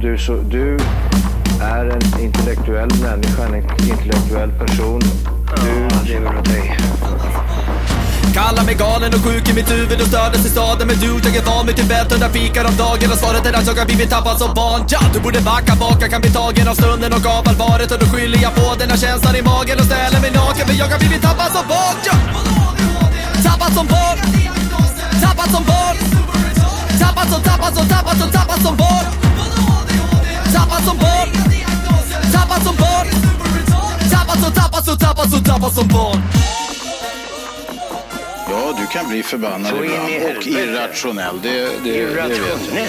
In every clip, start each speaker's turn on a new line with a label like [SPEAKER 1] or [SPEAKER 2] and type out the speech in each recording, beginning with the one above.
[SPEAKER 1] du, så, du är en intellektuell människa, en intellektuell person. Du lever av dig.
[SPEAKER 2] Kallar mig galen och sjuk i mitt huvud och stördes i staden Men du, jag är van vid Tibet och där fikar om dagen Och svaret är att jag har blivit tappad som barn ja, Du borde backa bak, jag kan bli tagen av stunden och av allvaret Och då skyller jag på den här känslan i magen och ställer mig naken För jag har blivit tappad som barn ja. Tappad som barn Tappad som barn Tappad som, tappad som, tappad som, tappad som barn Tappad som barn Tappad som barn Tappad som, tappad som, tappad som, tappad som barn
[SPEAKER 3] Ja, du kan bli förbannad
[SPEAKER 1] Så in i
[SPEAKER 3] ibland och
[SPEAKER 1] helvete.
[SPEAKER 3] irrationell. Det, det, det vet jag.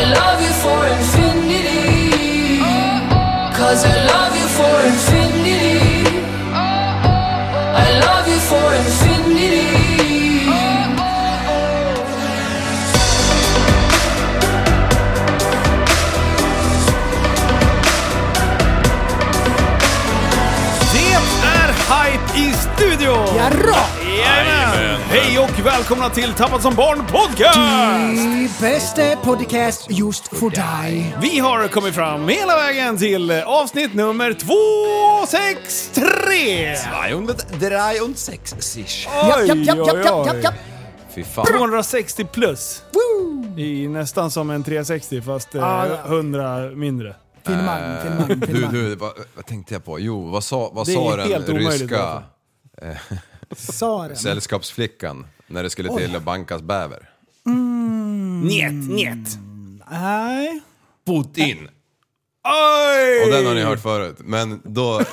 [SPEAKER 4] I love you for infinity. Cause I love you for infinity. I love you for infinity.
[SPEAKER 5] Det är Hype i studion!
[SPEAKER 6] Jarra!
[SPEAKER 5] Jajamän! Hej och välkomna till Tappad som barn podcast!
[SPEAKER 6] Die bästa Mm, podcast just för dig.
[SPEAKER 5] Vi har kommit fram hela vägen till eh, avsnitt nummer 263!
[SPEAKER 7] 263.
[SPEAKER 6] Japp, japp, japp, japp, japp, japp, japp.
[SPEAKER 7] Fy fan.
[SPEAKER 5] 260 plus. Det är nästan som en 360 fast eh,
[SPEAKER 6] Ah, ja.
[SPEAKER 5] 100 mindre.
[SPEAKER 6] Finemang, finemang,
[SPEAKER 7] Du,
[SPEAKER 6] finemang.
[SPEAKER 7] du, vad, vad tänkte jag på? Jo, vad sa, vad
[SPEAKER 5] Det är
[SPEAKER 7] sa
[SPEAKER 5] helt
[SPEAKER 7] den
[SPEAKER 5] omöjligt,
[SPEAKER 7] ryska
[SPEAKER 5] alltså.
[SPEAKER 6] Sa den.
[SPEAKER 7] sällskapsflickan när det skulle till bankas bäver?
[SPEAKER 5] Njet, njet.
[SPEAKER 6] Nej.
[SPEAKER 7] Putin!
[SPEAKER 5] Oj!
[SPEAKER 7] Och den har ni hört förut, men då eh, eh,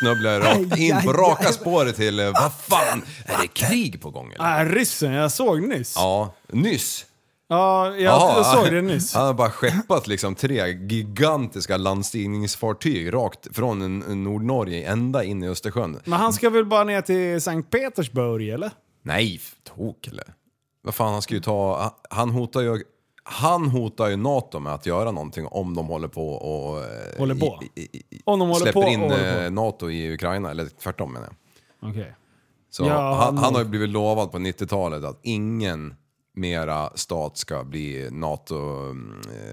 [SPEAKER 7] snubblade jag rakt in på raka spåret till eh, vad fan, är det krig på gång eller?
[SPEAKER 5] Ah, ryssen, jag såg nyss. Ja,
[SPEAKER 7] Ja, nyss.
[SPEAKER 5] jag
[SPEAKER 7] Jaha,
[SPEAKER 5] såg det nyss.
[SPEAKER 7] Han har bara skeppat liksom tre gigantiska landstigningsfartyg rakt från en- en Nordnorge ända in i Östersjön.
[SPEAKER 5] Men han ska väl bara ner till Sankt Petersburg eller?
[SPEAKER 7] Nej, f- tok eller? Vad fan, han ska ju ta... han- Han hotar ju... Han hotar ju NATO med att göra någonting om de håller på och... eh,
[SPEAKER 5] Håller på.
[SPEAKER 7] i- i- i-
[SPEAKER 5] Om de håller
[SPEAKER 7] släpper
[SPEAKER 5] på
[SPEAKER 7] in
[SPEAKER 5] och håller på.
[SPEAKER 7] eh, NATO i Ukraina, eller tvärtom menar jag.
[SPEAKER 5] Okej.
[SPEAKER 7] Så
[SPEAKER 5] Ja,
[SPEAKER 7] han,
[SPEAKER 5] men-
[SPEAKER 7] han har ju blivit lovad på 90-talet att ingen mera stat ska bli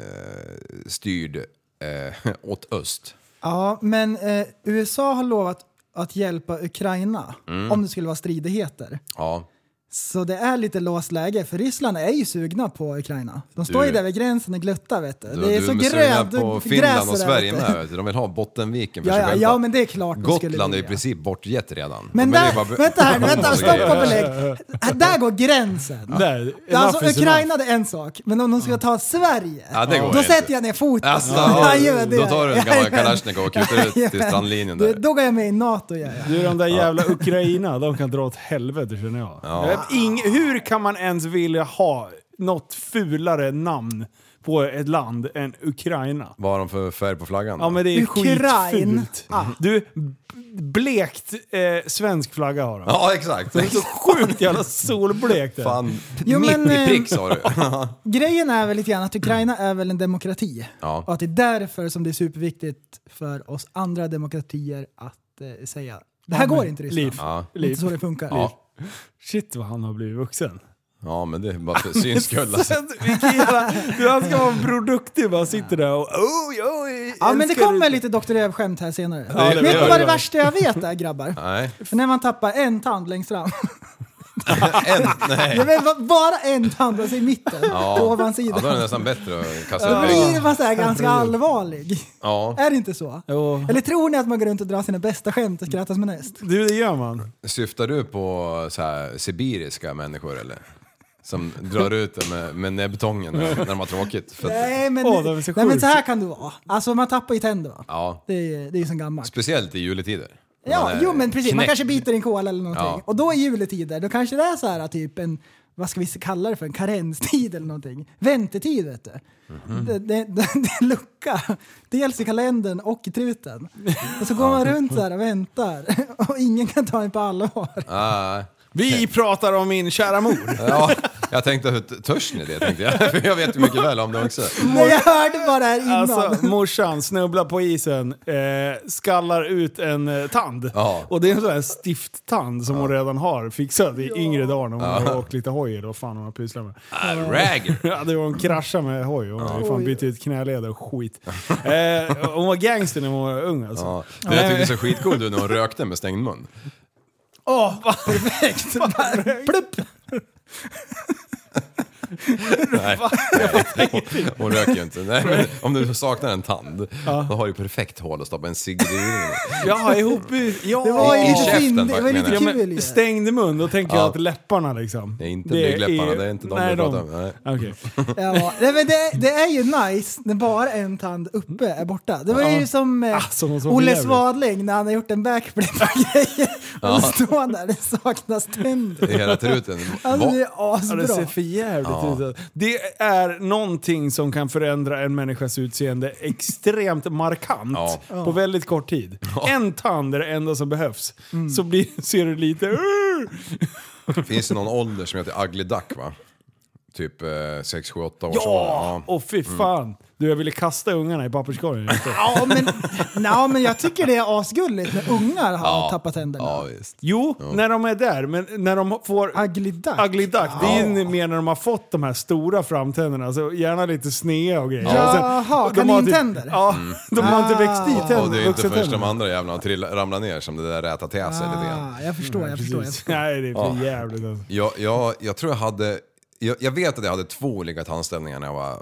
[SPEAKER 7] NATO-styrd eh, åt öst.
[SPEAKER 6] Ja, men eh, USA har lovat att hjälpa Ukraina
[SPEAKER 5] Mm.
[SPEAKER 7] Mm.
[SPEAKER 6] om det skulle vara stridigheter.
[SPEAKER 7] Ja.
[SPEAKER 6] Så det är lite låst läge, för Ryssland är ju sugna på Ukraina. De står ju
[SPEAKER 7] Du-
[SPEAKER 6] där vid gränsen och gluttar vet du.
[SPEAKER 7] Du,
[SPEAKER 6] det är
[SPEAKER 7] du
[SPEAKER 6] så
[SPEAKER 7] sugna
[SPEAKER 6] grönt
[SPEAKER 7] på
[SPEAKER 6] gräs
[SPEAKER 7] Finland och
[SPEAKER 6] där,
[SPEAKER 7] Sverige
[SPEAKER 6] vet du.
[SPEAKER 7] med. vet du. De vill ha Bottenviken för
[SPEAKER 6] Ja,
[SPEAKER 7] sig
[SPEAKER 6] ja,
[SPEAKER 7] själva.
[SPEAKER 6] ja, men det är klart de skulle
[SPEAKER 7] Gotland är i
[SPEAKER 6] vilja.
[SPEAKER 7] princip bortgett redan.
[SPEAKER 6] Men
[SPEAKER 7] De vill
[SPEAKER 6] där,
[SPEAKER 7] ju bara-
[SPEAKER 6] vänta här nu, vänta, stoppa och belägg. Där går gränsen.
[SPEAKER 5] Där,
[SPEAKER 6] Alltså
[SPEAKER 5] enough is
[SPEAKER 6] Ukraina det är en sak, men om de ska ta Sverige,
[SPEAKER 7] Ja, det går
[SPEAKER 6] då
[SPEAKER 7] inte.
[SPEAKER 6] sätter jag ner foten.
[SPEAKER 7] Alltså,
[SPEAKER 6] Ja, gör det.
[SPEAKER 7] då tar du en gammal
[SPEAKER 6] Jajamän.
[SPEAKER 7] Kalashnikov och kutar ut till
[SPEAKER 6] Jajamän.
[SPEAKER 7] strandlinjen
[SPEAKER 6] Du,
[SPEAKER 7] där.
[SPEAKER 6] Då går jag med i NATO gör jag.
[SPEAKER 5] Du, de där jävla Ukraina, de kan dra åt helvete känner jag. jag vet ing, hur kan man ens vilja ha något fulare namn på ett land än Ukraina?
[SPEAKER 7] Vad har de för färg på flaggan?
[SPEAKER 5] Ja men det är
[SPEAKER 6] Ukraina. Ah.
[SPEAKER 5] skitfult. Du, b- blekt eh, svensk flagga har de.
[SPEAKER 7] Ja, exakt.
[SPEAKER 5] Så sjukt jävla solblekt. det.
[SPEAKER 7] Fan,
[SPEAKER 6] Jo,
[SPEAKER 7] mitt
[SPEAKER 6] men,
[SPEAKER 7] i
[SPEAKER 6] eh,
[SPEAKER 7] prick sa du.
[SPEAKER 6] Grejen är väl lite grann att Ukraina är väl en demokrati.
[SPEAKER 7] Mm. Ja.
[SPEAKER 6] Och att det är därför som det är superviktigt för oss andra demokratier att eh, säga det här går inte i Ryssland.
[SPEAKER 5] Liv.
[SPEAKER 7] Ja.
[SPEAKER 6] Det är
[SPEAKER 5] Liv.
[SPEAKER 6] inte så det funkar.
[SPEAKER 7] Ja.
[SPEAKER 5] Shit vad han har blivit vuxen.
[SPEAKER 7] ja, men det är bara för syns skull alltså.
[SPEAKER 5] Sen, vilken jävla, du, han ska vara produktiv bara sitter där och oh, jag
[SPEAKER 6] Ja, men det
[SPEAKER 5] älskar
[SPEAKER 6] kommer
[SPEAKER 5] Ryssland."
[SPEAKER 6] lite Dr. Rövskämt här senare.
[SPEAKER 7] det gör
[SPEAKER 6] vet
[SPEAKER 7] det.
[SPEAKER 6] ni vad det värsta jag vet är grabbar?
[SPEAKER 7] Nej,
[SPEAKER 6] När man tappar en tand längst fram.
[SPEAKER 7] en, nej.
[SPEAKER 6] Ja, men va- bara en tand, alltså i mitten, på
[SPEAKER 7] Ja. ja,
[SPEAKER 6] ovansidan.
[SPEAKER 7] då är det nästan bättre att
[SPEAKER 6] Då
[SPEAKER 7] kasta ut
[SPEAKER 6] blir man så här ganska allvarlig.
[SPEAKER 7] Ja,
[SPEAKER 6] Är det inte så?
[SPEAKER 5] Jo.
[SPEAKER 6] Eller tror ni att man går runt och drar sina bästa skämt och skrattar som en häst?
[SPEAKER 5] Du, det gör man.
[SPEAKER 7] syftar du på så här, sibiriska människor eller? Som drar ut det med, med näbbtången när när de har tråkigt. För att,
[SPEAKER 6] Nej men,
[SPEAKER 5] Åh, det är så
[SPEAKER 6] nej, men
[SPEAKER 5] sjukt.
[SPEAKER 6] så här kan det vara. Alltså man tappar ju tänder va?
[SPEAKER 7] ja,
[SPEAKER 6] Det är det är ju som gammalt.
[SPEAKER 7] speciellt i juletider.
[SPEAKER 6] Ja,
[SPEAKER 7] Man är
[SPEAKER 6] jo men precis. Man
[SPEAKER 7] knäckt.
[SPEAKER 6] kanske biter en kola eller någonting.
[SPEAKER 7] Ja.
[SPEAKER 6] Och då i juletider, då kanske det är så här typ en, vad ska vi kalla det för, en karenstid eller någonting. Väntetid vet du.
[SPEAKER 7] Mhm.
[SPEAKER 6] det, det, det är en lucka. Dels i kalendern och i truten. Och så går man runt så här och väntar. Och ingen kan ta en på allvar.
[SPEAKER 7] Ah,
[SPEAKER 5] Vi pratar om min kära mor.
[SPEAKER 7] Ja, jag tänkte, hur törs ni det? Tänkte jag. För jag vet ju mycket väl om det också.
[SPEAKER 6] Nej, jag hörde bara här innan.
[SPEAKER 5] Alltså morsan snubblar på isen, eh, skallar ut en eh, tand.
[SPEAKER 7] Ja.
[SPEAKER 5] Och det är en sån här stifttand som hon redan har fixat i yngre dagar när hon har åkt lite hoj eller vad fan hon har pysslat med.
[SPEAKER 7] Ah, ragger.
[SPEAKER 5] Ja, det var hon kraschade med hoj. Hon har ju fan bytt ut knäleder och skit. Eh, hon var gangster när hon var ung alltså.
[SPEAKER 7] Ja. Det jag tyckte så skitcool ut när hon rökte med stängd mun.
[SPEAKER 5] Åh, vad perfekt! Plupp!
[SPEAKER 7] Nej, nej. Hon, hon röker ju inte. Nej, men om du saknar en tand, då har du perfekt hål att stoppa en cigg i.
[SPEAKER 5] Jag har ihop... Ja.
[SPEAKER 6] det var ju
[SPEAKER 7] i
[SPEAKER 6] lite
[SPEAKER 7] käften,
[SPEAKER 6] fin, det var
[SPEAKER 7] menar
[SPEAKER 6] lite
[SPEAKER 7] jag.
[SPEAKER 5] Ja,
[SPEAKER 6] kul ju.
[SPEAKER 5] men stängd mun, då tänker jag att läpparna liksom.
[SPEAKER 7] Det är inte blygdläpparna, det är inte de vi pratar om, nej.
[SPEAKER 5] Okej.
[SPEAKER 6] Ja, nej, men det, det är ju nice när bara en tand uppe är borta. Det var ju som eh,
[SPEAKER 5] Ah, som de såg
[SPEAKER 6] Olle
[SPEAKER 5] jävligt.
[SPEAKER 6] Svadling när han har gjort en backflip på grejer och står där, det saknas tänder.
[SPEAKER 7] I hela truten.
[SPEAKER 6] Alltså det
[SPEAKER 7] Va?
[SPEAKER 6] är
[SPEAKER 5] Ja, det ser
[SPEAKER 6] asbra.
[SPEAKER 5] för jävligt ut. Det är någonting som kan förändra en människas utseende extremt markant
[SPEAKER 7] Ja.
[SPEAKER 5] på väldigt kort tid. En tand är det enda som behövs. Så blir, ser du lite...
[SPEAKER 7] Finns det någon ålder som heter ugly duck va? Typ eh, 6, 7, 8 års
[SPEAKER 5] Ja!
[SPEAKER 7] ålder.
[SPEAKER 5] Åh fy fan. Du, jag ville kasta ungarna i papperskorgen.
[SPEAKER 6] Ja men, no, men jag tycker det är asgulligt när ungar har
[SPEAKER 7] Ja.
[SPEAKER 6] tappat tänderna.
[SPEAKER 7] Ja, visst.
[SPEAKER 5] Jo, när de är där, men när de får...
[SPEAKER 6] Ugly duck.
[SPEAKER 5] Ugly duck, det är ju mer när de har fått de här stora framtänderna, så gärna lite snea och grejer.
[SPEAKER 6] Ja.
[SPEAKER 5] Och
[SPEAKER 6] Jaha,
[SPEAKER 5] de har typ-
[SPEAKER 6] kanintänder?
[SPEAKER 5] Ja, de har inte
[SPEAKER 6] Ah.
[SPEAKER 5] växt i
[SPEAKER 7] Och det
[SPEAKER 5] tänder,
[SPEAKER 7] är inte
[SPEAKER 5] vuxit
[SPEAKER 7] först de
[SPEAKER 5] tänderna.
[SPEAKER 7] andra jävlarna trill- ramlar ner som det där rätar till sig lite grann.
[SPEAKER 6] Ah, jag förstår, jag förstår. Jag
[SPEAKER 5] Precis.
[SPEAKER 6] förstår.
[SPEAKER 5] Nej, det är för jävligt alltså.
[SPEAKER 7] Jag, jag, jag tror jag hade... Jag, jag vet att jag hade två olika tandställningar när jag var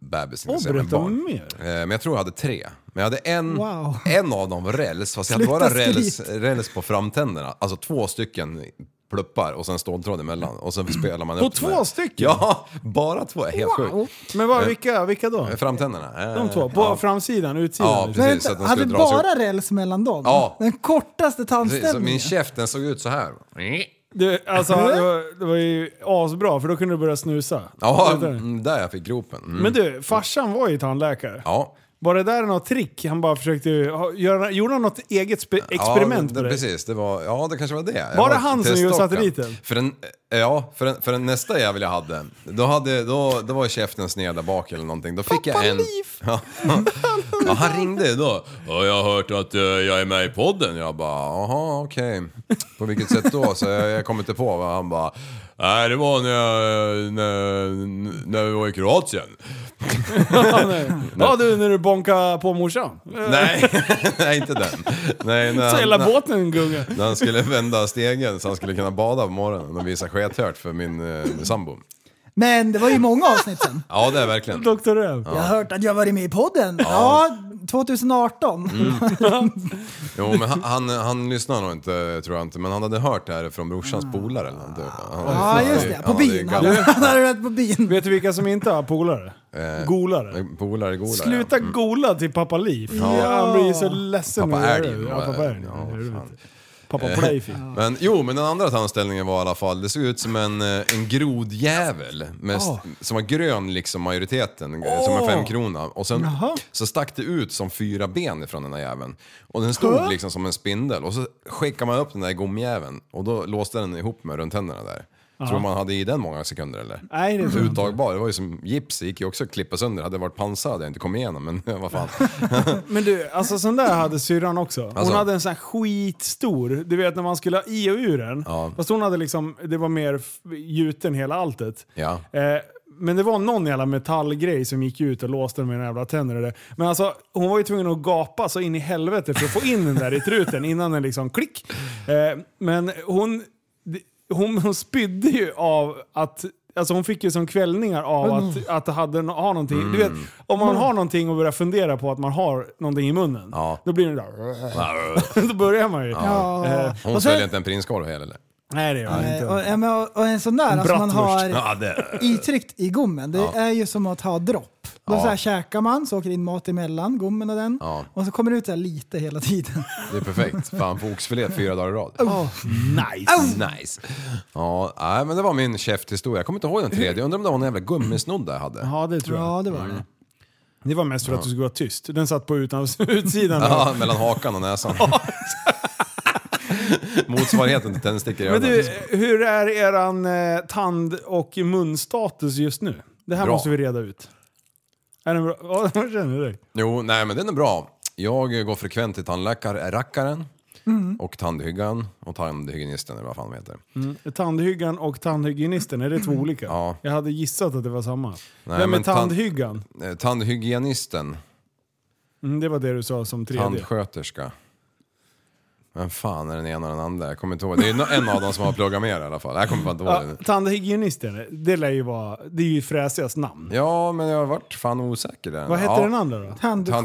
[SPEAKER 7] bebis.
[SPEAKER 5] Åh,
[SPEAKER 7] Oh,
[SPEAKER 5] berätta mer.
[SPEAKER 7] Eh, Men jag tror jag hade tre. Men jag hade en,
[SPEAKER 6] Wow.
[SPEAKER 7] en av dem var räls, fast jag hade
[SPEAKER 6] Sluta
[SPEAKER 7] bara räls,
[SPEAKER 6] skryt.
[SPEAKER 7] räls på framtänderna. Alltså två stycken pluppar och sen ståltråd emellan. Och sen spelar man
[SPEAKER 5] På
[SPEAKER 7] upp
[SPEAKER 5] två
[SPEAKER 7] med-
[SPEAKER 5] stycken?
[SPEAKER 7] Ja, bara två. Helt
[SPEAKER 6] Wow.
[SPEAKER 7] sjukt.
[SPEAKER 5] Men vad, vilka, vilka då?
[SPEAKER 7] Framtänderna. eh,
[SPEAKER 5] De två? På framsidan, utsidan?
[SPEAKER 7] Ja,
[SPEAKER 5] liksom.
[SPEAKER 6] Men
[SPEAKER 7] precis.
[SPEAKER 6] vänta,
[SPEAKER 7] Att de
[SPEAKER 6] hade
[SPEAKER 7] skulle dra sig upp.
[SPEAKER 6] bara räls mellan dem?
[SPEAKER 7] Ja.
[SPEAKER 6] Den kortaste
[SPEAKER 7] Precis, så
[SPEAKER 6] tandställningen?
[SPEAKER 7] min käft den såg ut så här.
[SPEAKER 5] Du, alltså,
[SPEAKER 6] Mm.
[SPEAKER 5] det, var, det var ju asbra, för då kunde du börja snusa.
[SPEAKER 7] Ja,
[SPEAKER 5] Vet du?
[SPEAKER 7] mm, där jag fick gropen. Mm.
[SPEAKER 5] Men du, farsan var ju tandläkare.
[SPEAKER 7] Ja.
[SPEAKER 5] Var det där något trick? Han bara försökte ju... ha- göra- Gjorde han något eget spe,
[SPEAKER 7] ja,
[SPEAKER 5] experiment
[SPEAKER 7] det-
[SPEAKER 5] med det?
[SPEAKER 7] Precis, det var, ja det kanske var det. Jag
[SPEAKER 5] Var det han som gjorde
[SPEAKER 7] testdockan.
[SPEAKER 5] satelliten?
[SPEAKER 7] För den, ja, för den, för den nästa jävel jag hade, då, hade, då, då var käften sned där bak eller någonting. Då fick jag en... Ja, ja, han ringde då. Ja, jag har hört att eh, jag är med i podden. Jag bara, jaha okej. På vilket sätt då? Så jag, jag kommer inte på. vad Han bara, nej det var när, jag, när, när vi var i Kroatien.
[SPEAKER 5] Ja du, när du bonkade på morsan.
[SPEAKER 7] Nej, nej inte den. Nej, när
[SPEAKER 5] Så
[SPEAKER 7] han-
[SPEAKER 5] hela
[SPEAKER 7] när-
[SPEAKER 5] båten gungade.
[SPEAKER 7] När han skulle vända stegen så han skulle kunna bada på morgonen och visa skethört för min eh, sambo.
[SPEAKER 6] Men det var ju många avsnitt sen.
[SPEAKER 7] Ja, det är verkligen.
[SPEAKER 5] Dr. Röv.
[SPEAKER 6] Jag har hört att jag varit med i podden. Ja, 2018.
[SPEAKER 7] Mm. Jo, men han, han, han lyssnar nog inte, tror jag inte, men han hade hört det här från brorsans polare eller någonting. Han,
[SPEAKER 6] Ja,
[SPEAKER 7] han-
[SPEAKER 6] Ah, just det. På
[SPEAKER 7] han hade ju
[SPEAKER 6] bin. Han
[SPEAKER 7] gammalt-
[SPEAKER 6] hade varit på bin.
[SPEAKER 5] Vet du vilka som inte har polare? Golare.
[SPEAKER 7] Polare, Eh, golare. Mm.
[SPEAKER 5] Sluta gola till pappa Liv. Han blir ju så ledsen.
[SPEAKER 7] Pappa
[SPEAKER 5] när jag gör
[SPEAKER 7] Älg.
[SPEAKER 5] det. Ja, pappa älg.
[SPEAKER 7] Ja, fan. Eh.
[SPEAKER 5] Pappa Playfield.
[SPEAKER 7] Men jo, men den andra tandställningen var i alla fall, det såg ut som en, eh, en grodjävel med, s- som var grön liksom majoriteten, eh, som en femkrona. Och sen så stack det ut som fyra ben ifrån den där jäveln. Och den stod liksom som en spindel och så skickade man upp den där gomjäveln och då låste den ihop med runt tänderna där. Tror man hade i den många sekunder eller?
[SPEAKER 5] Nej, det tror jag inte.
[SPEAKER 7] Uttagbar, det var ju som gips, det gick ju också att klippa sönder. Hade det varit pansar hade jag inte kommit igenom men vad fan.
[SPEAKER 5] Men du, alltså sån där hade syrran också. Hon
[SPEAKER 7] Alltså.
[SPEAKER 5] hade en sån här skitstor, du vet när man skulle ha i och ur den.
[SPEAKER 7] Ja.
[SPEAKER 5] Fast hon hade liksom, det var mer f- gjuten hela alltet.
[SPEAKER 7] Ja.
[SPEAKER 5] Eh, men det var någon jävla metallgrej som gick ut och låste med den jävla tänderna. där. Men alltså, hon var ju tvungen att gapa så in i helvete för att få in den där i truten innan den liksom klick. Eh, men hon, hon, hon spydde ju av att Alltså hon fick ju som kvällningar av att, att det hade, ha någonting. Du vet,
[SPEAKER 6] Mm.
[SPEAKER 5] om man har någonting och börjar fundera på att man har någonting i munnen.
[SPEAKER 7] Ja.
[SPEAKER 5] Då blir det där. då börjar man ju.
[SPEAKER 6] Ja.
[SPEAKER 7] Hon
[SPEAKER 6] Och sen-
[SPEAKER 7] sväljer inte en prinskorv hel eller?
[SPEAKER 5] Nej det gör man
[SPEAKER 6] Nej,
[SPEAKER 5] inte.
[SPEAKER 6] Och, ja, men, och, och en sån där alltså, man
[SPEAKER 5] Eh, bratwurst.
[SPEAKER 6] har
[SPEAKER 7] det...
[SPEAKER 6] itryckt i gommen, det är ju som att ha dropp. Då
[SPEAKER 7] Ja.
[SPEAKER 6] så här käkar man, så åker det in mat emellan gommen och den.
[SPEAKER 7] Ja.
[SPEAKER 6] Och så kommer det ut så här lite hela tiden.
[SPEAKER 7] Det är perfekt. Fan, på oxfilé fyra dagar i rad.
[SPEAKER 5] Oh,
[SPEAKER 7] Oh,
[SPEAKER 5] Nice.
[SPEAKER 7] Nice. Ja, nej, men det var min käfthistoria. Jag kommer inte ihåg den tredje. Jag undrar om det var en jävla gummisnodd jag hade.
[SPEAKER 5] Ja det tror jag.
[SPEAKER 6] Ja, det var det.
[SPEAKER 5] Det var mest för att du skulle vara tyst. Den satt på utan, utsidan.
[SPEAKER 7] Ja, mellan hakan och näsan. Motsvarigheten till tändstickor i
[SPEAKER 5] Men
[SPEAKER 7] ögonen.
[SPEAKER 5] du, hur är eran eh, tand och munstatus just nu? Det här
[SPEAKER 7] Bra.
[SPEAKER 5] måste vi reda ut. Är den bra? Ja, vad känner du dig?
[SPEAKER 7] Jo, nej men den är bra. Jag går frekvent till tandläkaren
[SPEAKER 5] Mm.
[SPEAKER 7] och tandhyggaren och tandhygienisten eller vad fan de heter.
[SPEAKER 5] Tandhyggan och tandhygienisten, är det två olika?
[SPEAKER 7] Ja.
[SPEAKER 5] Jag hade gissat att det var samma. Vem är
[SPEAKER 7] men tan-
[SPEAKER 5] tandhyggan?
[SPEAKER 7] Eh, Tandhygienisten,
[SPEAKER 5] Mm, det var det du sa som tredje.
[SPEAKER 7] tandsköterska. Vem fan är den ena och den andra? Jag kommer inte ihåg. Det är no- en av dem som har pluggat mer i alla fall. Jag kommer fan inte ihåg.
[SPEAKER 5] Ja,
[SPEAKER 7] det.
[SPEAKER 5] tandhygienisten, det lär ju vara... Det är ju fräsigast namn.
[SPEAKER 7] Ja, men jag vart fan osäker där.
[SPEAKER 5] Vad hette
[SPEAKER 7] ja. Mm.
[SPEAKER 5] den andra då?
[SPEAKER 6] Tandsköterska.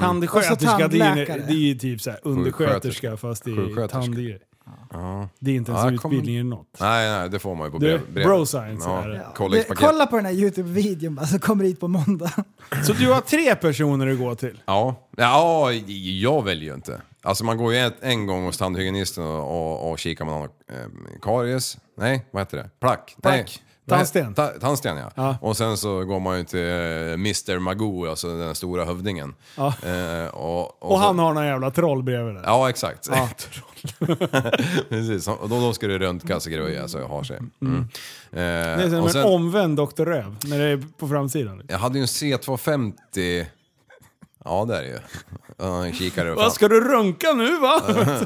[SPEAKER 7] Tandsköterska.
[SPEAKER 5] Tandsköterska, det är, ju,
[SPEAKER 6] tandläkare.
[SPEAKER 5] det är ju typ så här undersköterska fast det är
[SPEAKER 7] Sjuksköterska.
[SPEAKER 5] tandgrej. Det är inte ens
[SPEAKER 7] Ja, jag kommer-
[SPEAKER 5] utbildning i något.
[SPEAKER 7] Nej, nej, det får man ju på
[SPEAKER 5] Det är
[SPEAKER 7] brev. brev.
[SPEAKER 5] bro science är det.
[SPEAKER 7] Ja,
[SPEAKER 6] Det,
[SPEAKER 7] Kollegspaket.
[SPEAKER 6] kolla på den här Youtube-videon bara, så kommer du hit på måndag.
[SPEAKER 5] Så du har tre personer du går till?
[SPEAKER 7] Ja. ja, jag väljer ju inte. Alltså man går ju ett, en gång hos tandhygienisten och, och, och kikar om man har eh, karies. Nej, vad heter det? Plack.
[SPEAKER 5] Plack.
[SPEAKER 7] Nej. Nej,
[SPEAKER 5] Tandsten.
[SPEAKER 7] Ta, tandsten ja.
[SPEAKER 5] Ja.
[SPEAKER 7] Och sen så går man ju till eh, Mr Magoo, alltså den stora hövdingen.
[SPEAKER 5] Ja.
[SPEAKER 7] Eh, och,
[SPEAKER 5] Och
[SPEAKER 7] så-
[SPEAKER 5] han har någon jävla troll bredvid där.
[SPEAKER 7] Ja, exakt. Precis, och då, då ska det röntgas och grejas och ha sig. Mm. Eh,
[SPEAKER 5] Det är som
[SPEAKER 7] och
[SPEAKER 5] en
[SPEAKER 7] sen-
[SPEAKER 5] omvänd Dr. Röv när det är på framsidan.
[SPEAKER 7] Jag hade ju en C250. Ja, det är det ju. Uh, kikare och fram-
[SPEAKER 5] Vad ska du runka nu va?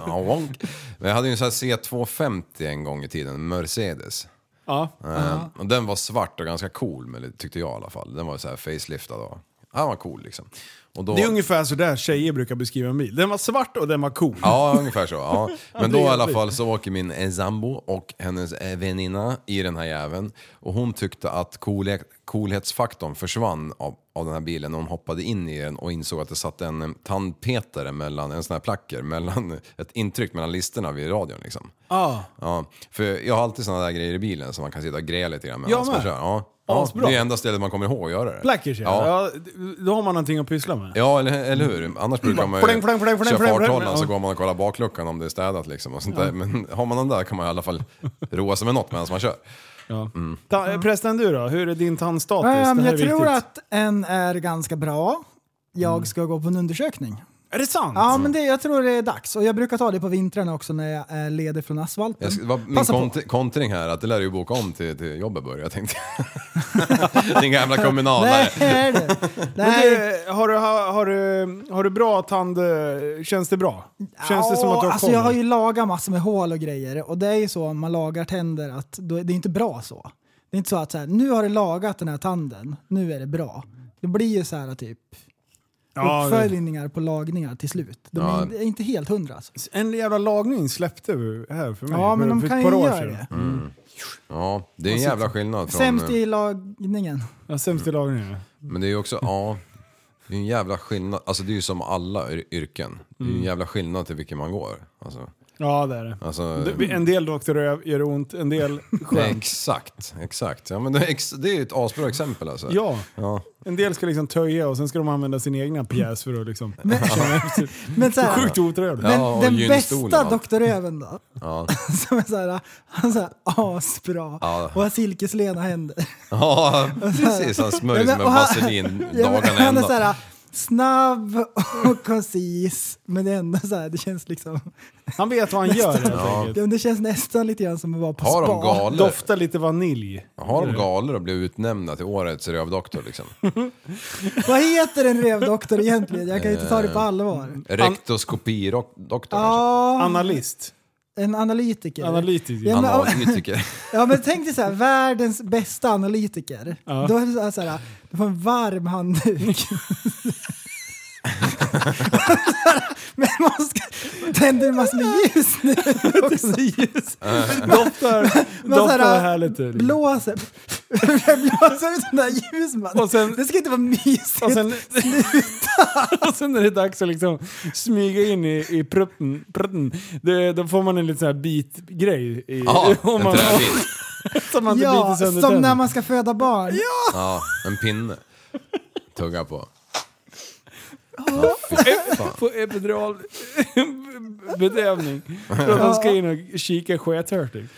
[SPEAKER 7] Ja, wonk. Men jag hade ju en sån här C250 en gång i tiden, en Mercedes.
[SPEAKER 5] Ja.
[SPEAKER 7] Eh, och den var svart och ganska cool, men det tyckte jag i alla fall. Den var så här faceliftad och... Ja, den var cool liksom. Och då,
[SPEAKER 5] Det är ungefär så där tjejer brukar beskriva en bil. Den var svart och den var cool.
[SPEAKER 7] Ja, ungefär så. Ja. Men
[SPEAKER 5] det
[SPEAKER 7] då
[SPEAKER 5] är
[SPEAKER 7] i alla
[SPEAKER 5] jävligt.
[SPEAKER 7] fall så åker min eh, sambo och hennes eh, väninna i den här jäveln. Och hon tyckte att coolhe- coolhetsfaktorn försvann av, av den här bilen när hon hoppade in i den och insåg att det satt en eh, tandpetare mellan, en sån här placker, mellan ett intryck mellan listerna vid radion liksom.
[SPEAKER 5] Ah.
[SPEAKER 7] Ja, för jag har alltid såna där grejer i bilen som man kan sitta och greja lite grann
[SPEAKER 5] Jag
[SPEAKER 7] medan man
[SPEAKER 5] med.
[SPEAKER 7] kör. Ja. Ja,
[SPEAKER 5] Asbra.
[SPEAKER 7] det är enda stället man kommer ihåg att göra det.
[SPEAKER 5] Plackers ja. ja. Då har man någonting att pyssla med.
[SPEAKER 7] Ja, eller, eller hur? Annars brukar man ju
[SPEAKER 5] Mm. fläng, fläng, fläng, fläng,
[SPEAKER 7] köra
[SPEAKER 5] fläng, fläng.
[SPEAKER 7] farthållaren så
[SPEAKER 5] Ja.
[SPEAKER 7] går man och kollar bakluckan om det är städat liksom och sånt där. Men har man den där kan man i alla fall roa sig med något medan man kör.
[SPEAKER 5] Ja.
[SPEAKER 7] Mm.
[SPEAKER 5] Ta, eh, Prästen du då? Hur är din tandstatus? Det
[SPEAKER 6] Ehm,
[SPEAKER 5] här är
[SPEAKER 6] jag tror
[SPEAKER 5] viktigt.
[SPEAKER 6] att en är ganska bra. Jag ska gå på en undersökning.
[SPEAKER 5] Är det sant?
[SPEAKER 6] Ja, men det, jag tror det är dags. Och jag brukar ta det på vintrarna också när jag är ledig från asfalten.
[SPEAKER 7] Jag ska, vad, min
[SPEAKER 6] Passa på.
[SPEAKER 7] kont- kontring här, att det lär du ju boka om till, till jobbet börjar jag tänkte jag. Din gamla kommunalare.
[SPEAKER 6] Nej, det är det.
[SPEAKER 5] Men
[SPEAKER 6] Nej.
[SPEAKER 5] du, har, du, har, har, du, har du bra tand... eh, Känns det bra? Känns det som att
[SPEAKER 6] Ja,
[SPEAKER 5] du har
[SPEAKER 6] alltså
[SPEAKER 5] koll?
[SPEAKER 6] Jag har ju lagat massor med hål och grejer och det är ju så om man lagar tänder att då, det är inte bra så. Det är inte så att så här, nu har du lagat den här tanden, nu är det bra. Det blir ju så här typ
[SPEAKER 5] Ja, det-
[SPEAKER 6] uppföljningar på lagningar till slut. De
[SPEAKER 7] Ja.
[SPEAKER 6] är inte- är inte helt hundra alltså.
[SPEAKER 5] En jävla lagning släppte vi här för mig.
[SPEAKER 6] Ja, men
[SPEAKER 5] för,
[SPEAKER 6] de
[SPEAKER 5] för
[SPEAKER 6] kan
[SPEAKER 5] ett
[SPEAKER 6] ju
[SPEAKER 5] par år
[SPEAKER 6] göra
[SPEAKER 5] sedan.
[SPEAKER 6] det.
[SPEAKER 7] Ja, det är en jävla skillnad från...
[SPEAKER 6] Sämst i lagningen.
[SPEAKER 5] Ja, sämst i lagningen. ja.
[SPEAKER 7] Men det är ju också, ja. Det är en jävla skillnad. Alltså det är ju som alla yr- yrken. Det är ju en
[SPEAKER 6] Mm.
[SPEAKER 7] jävla skillnad till vilken man går. Alltså,
[SPEAKER 5] Ja, det är det.
[SPEAKER 7] alltså,
[SPEAKER 5] Du, En del Dr. Röv gör ont, en del skönt.
[SPEAKER 7] Exakt, exakt. Ja, men det, är ex, det är ju ett asbra exempel alltså.
[SPEAKER 5] Ja,
[SPEAKER 7] Ja.
[SPEAKER 5] en del ska liksom töja och sen ska de använda sin egna pjäs för att liksom... känna efter.
[SPEAKER 6] Men så här,
[SPEAKER 5] Sjukt otrevligt.
[SPEAKER 7] Ja.
[SPEAKER 6] men
[SPEAKER 7] och
[SPEAKER 6] den
[SPEAKER 7] gynstolen,
[SPEAKER 6] bästa
[SPEAKER 7] va?
[SPEAKER 6] Dr. Röven då? Som är såhär, han är såhär asbra och har silkeslena händer.
[SPEAKER 7] Ja, precis. Han smörjer sig
[SPEAKER 6] Ja,
[SPEAKER 7] med
[SPEAKER 6] men- och han-
[SPEAKER 7] vaselin
[SPEAKER 6] Ja, men
[SPEAKER 7] dagarna
[SPEAKER 6] Han är
[SPEAKER 7] ända.
[SPEAKER 6] såhär snabb och koncis, men det är ändå såhär, det känns liksom...
[SPEAKER 5] Han vet vad han gör helt enkelt.
[SPEAKER 6] Det känns nästan lite grann som att vara på
[SPEAKER 7] Har de
[SPEAKER 6] spa. Mm.
[SPEAKER 7] galor?
[SPEAKER 5] Doftar lite vanilj.
[SPEAKER 7] Har de galor och blir utnämnda till årets rövdoktor liksom?
[SPEAKER 6] Vad heter en rövdoktor egentligen? Jag kan ju inte ta det
[SPEAKER 7] Eh.
[SPEAKER 6] på allvar.
[SPEAKER 7] Rektoskopidoktor
[SPEAKER 6] Ja,
[SPEAKER 5] Analyst.
[SPEAKER 6] en analytiker.
[SPEAKER 5] Analytiker.
[SPEAKER 6] Ja,
[SPEAKER 7] kanske?
[SPEAKER 6] men-
[SPEAKER 7] Analytiker.
[SPEAKER 6] Ja men tänk dig såhär, världens bästa analytiker. Då är det såhär, såhär, du får en varm handduk. men man ska, tänder massor med ljus nu också.
[SPEAKER 5] Doftar,
[SPEAKER 6] Man så
[SPEAKER 5] doftar härligt. liksom. Blå.
[SPEAKER 6] Blåser, jag blåser ut sådana där ljus man.
[SPEAKER 5] Och sen-
[SPEAKER 6] det ska inte vara mysigt.
[SPEAKER 5] Och sen, och sen är det dags att liksom smyga in i, i prutten. prutten. Det, då får man en liten sån här bitgrej. i-
[SPEAKER 7] Ja,
[SPEAKER 5] om
[SPEAKER 7] en
[SPEAKER 5] man-
[SPEAKER 7] träbit.
[SPEAKER 5] Så man inte
[SPEAKER 6] ja,
[SPEAKER 5] biter sönder
[SPEAKER 6] som
[SPEAKER 5] tänderna.
[SPEAKER 6] när man ska föda barn.
[SPEAKER 7] Ja, en pinne. Tugga på.
[SPEAKER 5] På epidural bedövning. För att de ska in och kika skethörtig.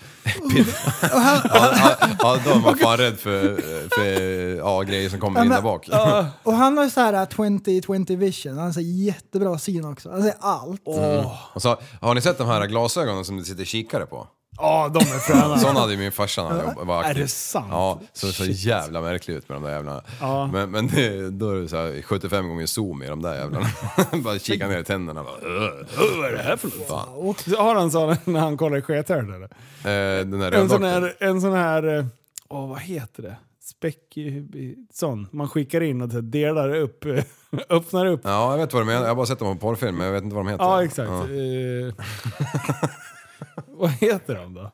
[SPEAKER 7] Ja, ja, ja, då är man fan rädd för, för ja, grejer som kommer in där bak.
[SPEAKER 6] Och han har ju så här 20-20 vision, han ser jättebra syn också. Han ser allt.
[SPEAKER 7] Och så, har ni sett de här glasögonen som det sitter kikare på?
[SPEAKER 5] Ja, de är fräna.
[SPEAKER 7] Sådana hade ju min farsa när han jobb- var aktiv.
[SPEAKER 5] Är det sant?
[SPEAKER 7] Ja, så så jävla märklig ut med de där jävlarna.
[SPEAKER 5] Ja.
[SPEAKER 7] Men, men det, då är det så här 75 gånger zoom i de där jävlarna. bara kika ner i tänderna bara, "Ugh."
[SPEAKER 5] Vad är det här för något? Så Har han sådana när han kollar i skethörd eller?
[SPEAKER 7] Eh, Den där
[SPEAKER 5] En sån
[SPEAKER 7] röddoktern.
[SPEAKER 5] här, en sån här eh, åh, vad heter det? Späck... Sån. Man skickar in och så delar upp, eh, öppnar upp. Ja,
[SPEAKER 7] Ja, jag vet vad de menar. Jag har bara sett dem på porrfilm, men jag vet inte vad de heter.
[SPEAKER 5] exakt.
[SPEAKER 7] Ja.
[SPEAKER 5] Eh, vad heter de då?